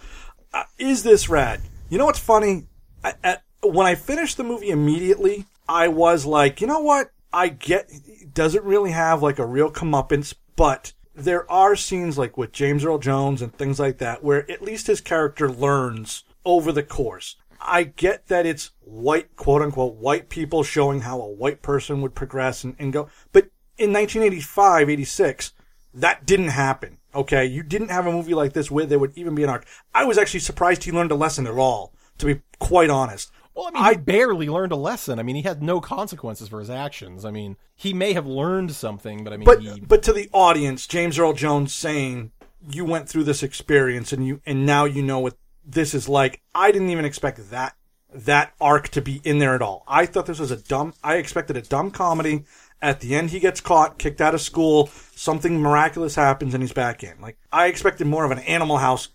Speaker 4: Uh, is this rad? You know what's funny? I, at, when I finished the movie immediately, I was like, you know what? I get it doesn't really have like a real comeuppance, but there are scenes like with James Earl Jones and things like that where at least his character learns over the course. I get that it's white, quote unquote, white people showing how a white person would progress and, and go, but in 1985, 86, that didn't happen. Okay, you didn't have a movie like this where there would even be an arc. I was actually surprised he learned a lesson at all, to be quite honest.
Speaker 5: Well, I mean, I barely learned a lesson. I mean, he had no consequences for his actions. I mean, he may have learned something, but I mean,
Speaker 4: But
Speaker 5: he,
Speaker 4: but to the audience, James Earl Jones saying you went through this experience and you and now you know what this is like. I didn't even expect that that arc to be in there at all. I thought this was a dumb. I expected a dumb comedy. At the end, he gets caught, kicked out of school. Something miraculous happens, and he's back in. Like I expected more of an Animal House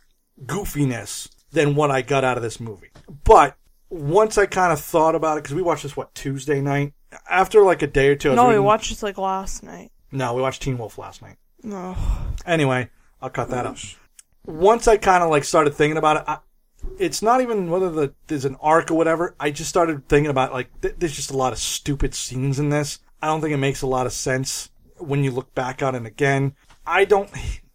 Speaker 4: goofiness than what I got out of this movie. But once I kind of thought about it, because we watched this what Tuesday night. After like a day or two, I was
Speaker 6: No, we
Speaker 4: reading-
Speaker 6: watched this like last night.
Speaker 4: No, we watched Teen Wolf last night.
Speaker 6: No.
Speaker 4: Anyway, I'll cut that out. Once I kind of like started thinking about it, I, it's not even whether the, there's an arc or whatever. I just started thinking about like th- there's just a lot of stupid scenes in this. I don't think it makes a lot of sense when you look back on it again. I don't,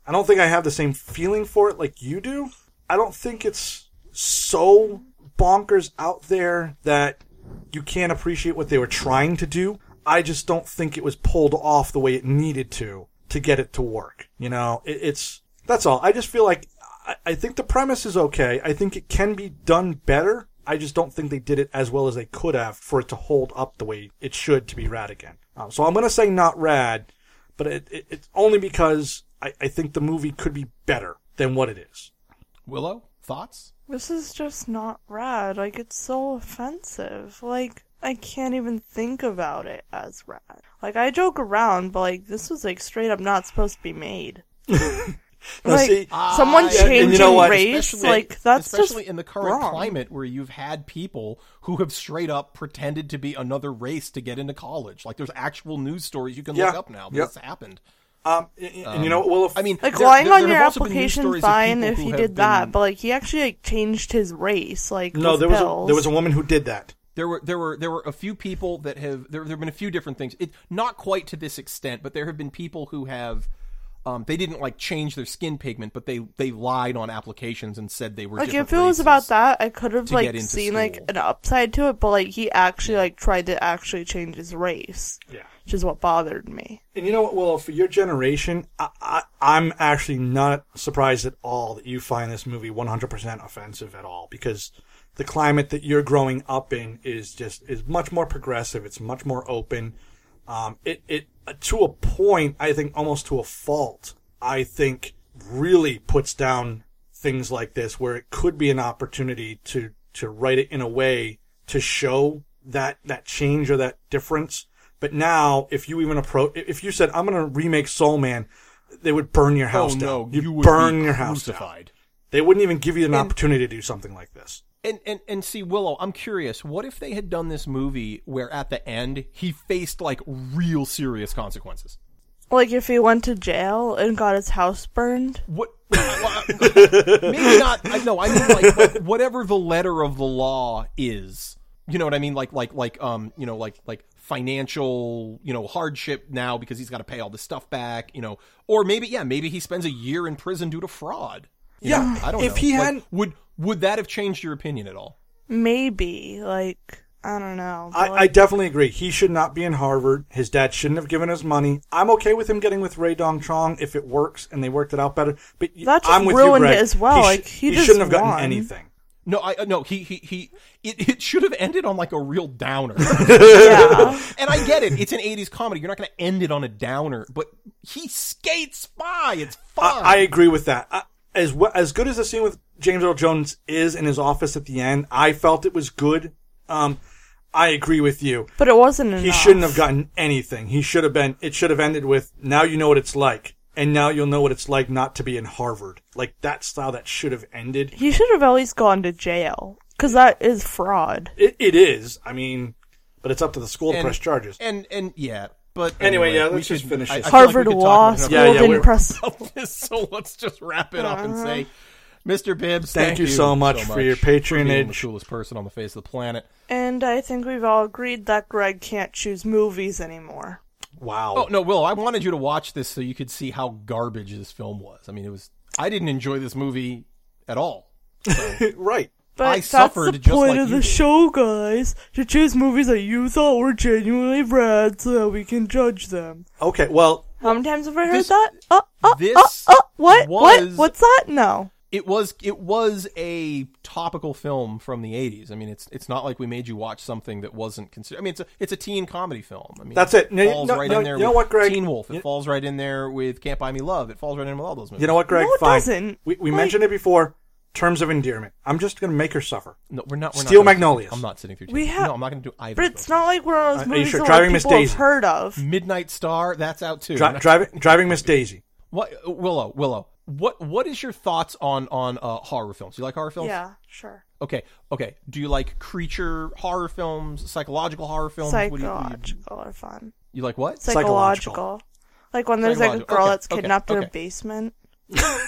Speaker 4: I don't think I have the same feeling for it like you do. I don't think it's so bonkers out there that you can't appreciate what they were trying to do. I just don't think it was pulled off the way it needed to to get it to work. You know, it, it's that's all. I just feel like I, I think the premise is okay. I think it can be done better. I just don't think they did it as well as they could have for it to hold up the way it should to be rad again. Um, so I'm gonna say not rad, but it, it, it's only because I, I think the movie could be better than what it is.
Speaker 5: Willow thoughts.
Speaker 6: This is just not rad. Like, it's so offensive. Like, I can't even think about it as rad. Like, I joke around, but like, this was like straight up not supposed to be made.
Speaker 4: Now,
Speaker 6: Like,
Speaker 4: see,
Speaker 6: someone
Speaker 4: yeah, and you
Speaker 6: changing
Speaker 4: know what?
Speaker 6: race,
Speaker 5: Especially-
Speaker 6: like that's just
Speaker 5: especially in the current
Speaker 6: wrong.
Speaker 5: climate where you've had people who have straight up pretended to be another race to get into college. Like there's actual news stories you can
Speaker 4: Yeah.
Speaker 5: look up now. that
Speaker 4: Yep.
Speaker 5: This happened.
Speaker 4: um, and- and, you know, well, if,
Speaker 5: I mean,
Speaker 6: Like
Speaker 5: there-
Speaker 6: lying
Speaker 5: there-
Speaker 6: on
Speaker 5: there
Speaker 6: your
Speaker 5: have also been news
Speaker 6: application,
Speaker 5: stories of
Speaker 6: fine
Speaker 5: people
Speaker 6: if
Speaker 5: who
Speaker 6: you
Speaker 5: have
Speaker 6: did that,
Speaker 5: been-
Speaker 6: but like he actually like changed his race, like
Speaker 4: no,
Speaker 6: with
Speaker 4: there was a,
Speaker 6: pills.
Speaker 4: there was a woman who did that.
Speaker 5: there were there were there were a few people that have there there have been a few different things. It not quite to this extent, but there have been people who have um, they didn't like change their skin pigment, but they they lied on applications and said they were
Speaker 6: like
Speaker 5: different
Speaker 6: if it was
Speaker 5: races.
Speaker 6: about that, I could have
Speaker 5: to get
Speaker 6: like
Speaker 5: into
Speaker 6: seen like
Speaker 5: school.
Speaker 6: an upside to it, but like he actually like tried to actually change his race,
Speaker 4: Yeah.
Speaker 6: which is what bothered me.
Speaker 4: And you know what? Well, for your generation, I, I, I'm actually not surprised at all that you find this movie 100% offensive at all because the climate that you're growing up in is just is much more progressive. It's much more open. Um, it it to a point, I think, almost to a fault. I think really puts down things like this where it could be an opportunity to to write it in a way to show that that change or that difference. But now, if you even approach, if you said, "I'm going to remake Soul Man," they would burn your
Speaker 5: oh
Speaker 4: house
Speaker 5: no,
Speaker 4: down.
Speaker 5: you,
Speaker 4: You'd
Speaker 5: would
Speaker 4: burn
Speaker 5: be
Speaker 4: your house down.
Speaker 5: crucified.
Speaker 4: They wouldn't even give you an opportunity to do something like this.
Speaker 5: And, and and see Willow, I'm curious. What if they had done this movie where at the end he faced like real serious consequences?
Speaker 6: Like if he went to jail and got his house burned,
Speaker 5: What? well, I- maybe not. I know. I mean, like what- whatever the letter of the law is. You know what I mean? Like like like um you know like like financial you know hardship now because he's got to pay all this stuff back. You know, or maybe yeah, maybe he spends a year in prison due to fraud. you know?
Speaker 4: Yeah,
Speaker 5: I don't.
Speaker 4: if
Speaker 5: know.
Speaker 4: he
Speaker 5: Like,
Speaker 4: hadn't-
Speaker 5: would would that have changed your opinion at all?
Speaker 6: maybe like I don't know. but,
Speaker 4: I, I
Speaker 6: like,
Speaker 4: definitely agree. He should not be in Harvard. His dad shouldn't have given his money. I'm okay with him getting with Ray Dong Chong if it works and they worked it out better. But y-
Speaker 6: That just
Speaker 4: I'm with
Speaker 6: ruined
Speaker 4: you, Greg.
Speaker 6: it as well.
Speaker 4: He,
Speaker 6: Like, he just
Speaker 4: shouldn't have gotten
Speaker 6: won.
Speaker 4: anything.
Speaker 5: No, I uh, no. He he he. It, it should have ended on like a real downer.
Speaker 6: yeah.
Speaker 5: and I get it. It's an '80s comedy. You're not going to end it on a downer. But he skates by. It's fun.
Speaker 4: I, I agree with that. I, as we- as good as the scene with James Earl Jones is in his office at the end, I felt it was good. Um, I agree with you.
Speaker 6: but it wasn't enough.
Speaker 4: He shouldn't have gotten anything. He should have been. It should have ended with now you know what it's like, and now you'll know what it's like not to be in Harvard. Like that's how that should have ended.
Speaker 6: He should have at least gone to jail because that is fraud.
Speaker 4: It, it is. I mean, but it's up to the school to
Speaker 5: And-
Speaker 4: press charges.
Speaker 5: And and yeah. But
Speaker 4: Anyway,
Speaker 5: anyway,
Speaker 4: yeah,
Speaker 5: we
Speaker 4: let's just
Speaker 5: should-
Speaker 4: finish
Speaker 5: I-
Speaker 4: this.
Speaker 5: I feel like we
Speaker 6: Harvard
Speaker 5: could talk
Speaker 6: Law
Speaker 5: about it.
Speaker 6: School
Speaker 4: Yeah, yeah,
Speaker 6: didn't
Speaker 4: we're-
Speaker 6: press.
Speaker 5: so let's just wrap it up and say, Mr. Bibbs,
Speaker 4: Thank
Speaker 5: thank
Speaker 4: you so much for your
Speaker 5: being the
Speaker 4: patronage.
Speaker 5: coolest person on the face of the planet.
Speaker 6: And I think we've all agreed that Greg can't choose movies anymore.
Speaker 4: Wow.
Speaker 5: Oh no, Will, I wanted you to watch this so you could see how garbage this film was. I mean, it was. I didn't enjoy this movie at all.
Speaker 4: Right.
Speaker 6: But
Speaker 5: I
Speaker 6: that's
Speaker 5: suffered
Speaker 6: the
Speaker 5: just
Speaker 6: point
Speaker 5: like
Speaker 6: of
Speaker 5: you
Speaker 6: the
Speaker 5: did.
Speaker 6: show, guys. To choose movies that you thought were genuinely rad so that we can judge them.
Speaker 4: Okay. Well,
Speaker 6: How many times have I heard
Speaker 5: This-
Speaker 6: that? Uh, uh,
Speaker 5: this
Speaker 6: uh, uh, what? What?
Speaker 5: was-
Speaker 6: What's that? No.
Speaker 5: it was it was a topical film from the 80s. I mean, it's it's not like we made you watch something that wasn't considered. I mean, it's a it's a teen comedy film. I mean,
Speaker 4: That's it. No,
Speaker 5: falls
Speaker 4: no,
Speaker 5: right
Speaker 4: no,
Speaker 5: in there.
Speaker 4: you know
Speaker 5: with
Speaker 4: what, Greg?
Speaker 5: Teen Wolf. It
Speaker 4: You-
Speaker 5: falls right in there with Can't Buy Me Love. It falls right in with all those movies.
Speaker 4: you know what, Greg?
Speaker 6: No, it
Speaker 4: Fine.
Speaker 6: doesn't.
Speaker 4: We we
Speaker 6: Like-
Speaker 4: mentioned it before. Terms of endearment. I'm just gonna make her suffer.
Speaker 5: no, we're not. We're
Speaker 4: Steel
Speaker 5: not gonna-
Speaker 4: Magnolias.
Speaker 5: I'm not sitting through.
Speaker 6: We
Speaker 5: Teen-
Speaker 6: have-
Speaker 5: No, I'm not going to do either.
Speaker 6: But
Speaker 5: of
Speaker 6: it's
Speaker 5: those.
Speaker 6: not like one of
Speaker 4: Uh, are
Speaker 6: those
Speaker 4: you
Speaker 6: movies
Speaker 4: sure?
Speaker 6: that
Speaker 4: Driving
Speaker 6: like,
Speaker 4: Miss
Speaker 6: people have
Speaker 4: Daisy.
Speaker 6: heard of.
Speaker 5: Midnight Star. That's out too.
Speaker 4: Dri- driving driving Miss Daisy.
Speaker 5: what Willow? Willow. What What is your thoughts on on uh, horror films? You like horror films?
Speaker 6: Yeah, sure.
Speaker 5: Okay. Okay. Do you like creature horror films, psychological horror
Speaker 6: Oh,
Speaker 5: films? What do you- what do you-
Speaker 6: Psychological are fun.
Speaker 5: you like what?
Speaker 6: Psychological. Like when there's like a
Speaker 5: Psychological.
Speaker 6: girl
Speaker 5: Okay,
Speaker 6: that's
Speaker 5: okay,
Speaker 6: kidnapped in
Speaker 5: okay.
Speaker 6: a basement.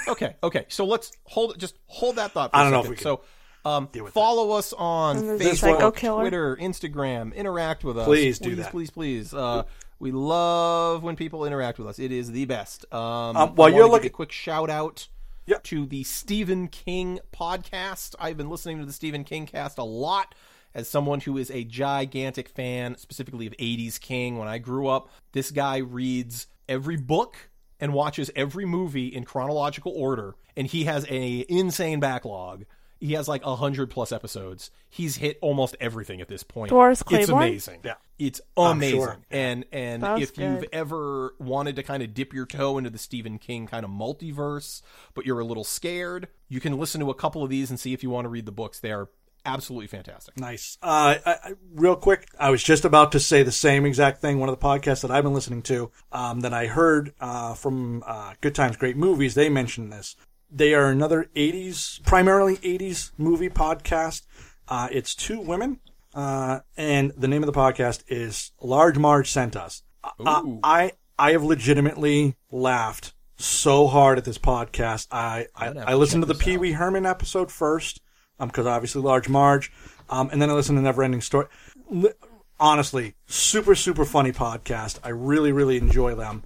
Speaker 5: Okay, okay. So let's hold just hold that thought. For
Speaker 4: I don't
Speaker 5: a
Speaker 4: know if
Speaker 5: second.
Speaker 4: we
Speaker 5: so. Um,
Speaker 4: with
Speaker 5: follow us on
Speaker 6: And there's a psycho
Speaker 5: Facebook,
Speaker 6: killer.
Speaker 5: Twitter, Instagram. Interact with us.
Speaker 4: Please do
Speaker 5: please,
Speaker 4: that.
Speaker 5: Please, please. Uh, we love when people interact with us. It is the best. Um,
Speaker 4: Um,
Speaker 5: I
Speaker 4: while
Speaker 5: wanna
Speaker 4: you're
Speaker 5: give
Speaker 4: looking-
Speaker 5: a quick shout out
Speaker 4: Yep.
Speaker 5: to the Stephen King podcast. I've been listening to the Stephen King cast a lot as someone who is a gigantic fan, specifically of 80s King. When I grew up, this guy reads every book and watches every movie in chronological order, and he has a insane backlog. He has like a hundred plus episodes. He's hit almost everything at this point.
Speaker 6: Doris
Speaker 5: it's
Speaker 6: Claiborne?
Speaker 5: amazing.
Speaker 4: Yeah.
Speaker 5: It's
Speaker 4: I'm
Speaker 5: amazing.
Speaker 4: sure.
Speaker 5: And and
Speaker 6: That was
Speaker 5: if you've
Speaker 6: good.
Speaker 5: ever wanted to kind of dip your toe into the Stephen King kind of multiverse, but you're a little scared, you can listen to a couple of these and see if you want to read the books. They are absolutely fantastic.
Speaker 4: Nice. Uh, I, I, real quick, I was just about to say the same exact thing. One of the podcasts that I've been listening to um, that I heard uh, from uh, Good Times Great Movies, they mentioned this. They are another 80s, primarily 80s movie podcast. Uh, it's two women, uh, and the name of the podcast is Large Marge Sent Us. Uh,
Speaker 5: Ooh.
Speaker 4: I I have legitimately laughed so hard at this podcast. I I,
Speaker 5: gonna have
Speaker 4: I
Speaker 5: to
Speaker 4: listened to
Speaker 5: check
Speaker 4: the
Speaker 5: this out.
Speaker 4: Pee Wee Herman episode first, um, because obviously Large Marge, um, and then I listened to Never Ending Story. Li- Honestly, super super funny podcast. I really really enjoy them.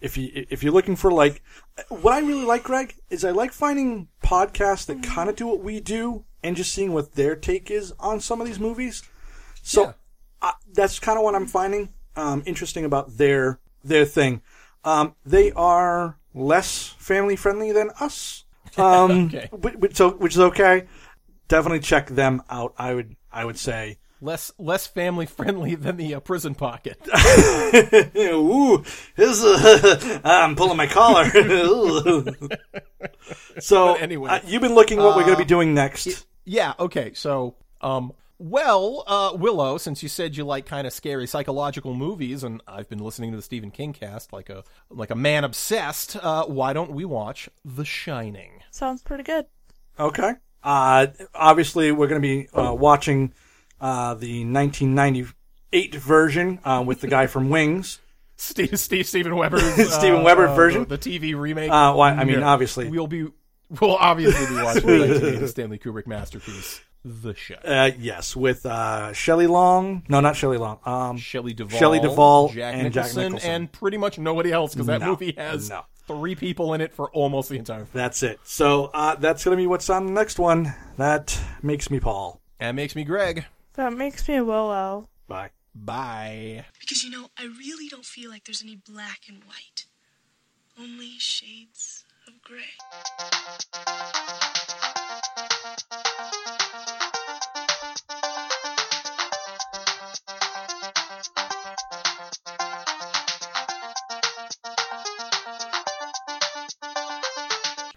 Speaker 4: If you if you're looking for like, what I really like, Greg, is I like finding podcasts that kind of do what we do and just seeing what their take is on some of these movies. So I, that's kind of what I'm finding um, interesting about their their thing. Um, they are less family friendly than us, um,
Speaker 5: Okay.
Speaker 4: whi- which, so, which is okay. Definitely check them out. I would I would say.
Speaker 5: Less less family friendly than the uh, prison pocket.
Speaker 4: Ooh, this is- I'm pulling my collar. so
Speaker 5: But anyway.
Speaker 4: uh, you've been looking what we're going to be doing next.
Speaker 5: Yeah. Okay. So, um, well, uh, Willow, since you said you like kind of scary psychological movies, and I've been listening to the Stephen King cast like a like a man obsessed, uh, why don't we watch The Shining?
Speaker 6: Sounds pretty good.
Speaker 4: Okay. Uh, obviously, we're going to be uh, watching uh, the 1998 version uh, with the guy from Wings.
Speaker 5: Steve, Steve, Stephen Weber's
Speaker 4: Stephen Webber
Speaker 5: the-
Speaker 4: version?
Speaker 5: the, TV remake.
Speaker 4: Uh, why? I mean,
Speaker 5: Yeah.
Speaker 4: obviously.
Speaker 5: we'll be we'll obviously be watching the 1980 Stanley Kubrick masterpiece, The Shining.
Speaker 4: Uh, yes, with uh, Shelley Long. No, not Shelley Long. Um,
Speaker 5: Shelley Duvall,
Speaker 4: Shelley Duvall
Speaker 5: Jack,
Speaker 4: and Jack
Speaker 5: Nicholson,
Speaker 4: Nicholson.
Speaker 5: and pretty much nobody else because that
Speaker 4: No.
Speaker 5: movie has
Speaker 4: No.
Speaker 5: three people in it for almost the entire
Speaker 4: that's it. So uh, that's going to be what's on the next one. That makes me Paul.
Speaker 5: That makes me Greg.
Speaker 6: That makes me a willow.
Speaker 4: Bye.
Speaker 5: Bye.
Speaker 8: Because you know, I really don't feel like there's any black and white, only shades of gray.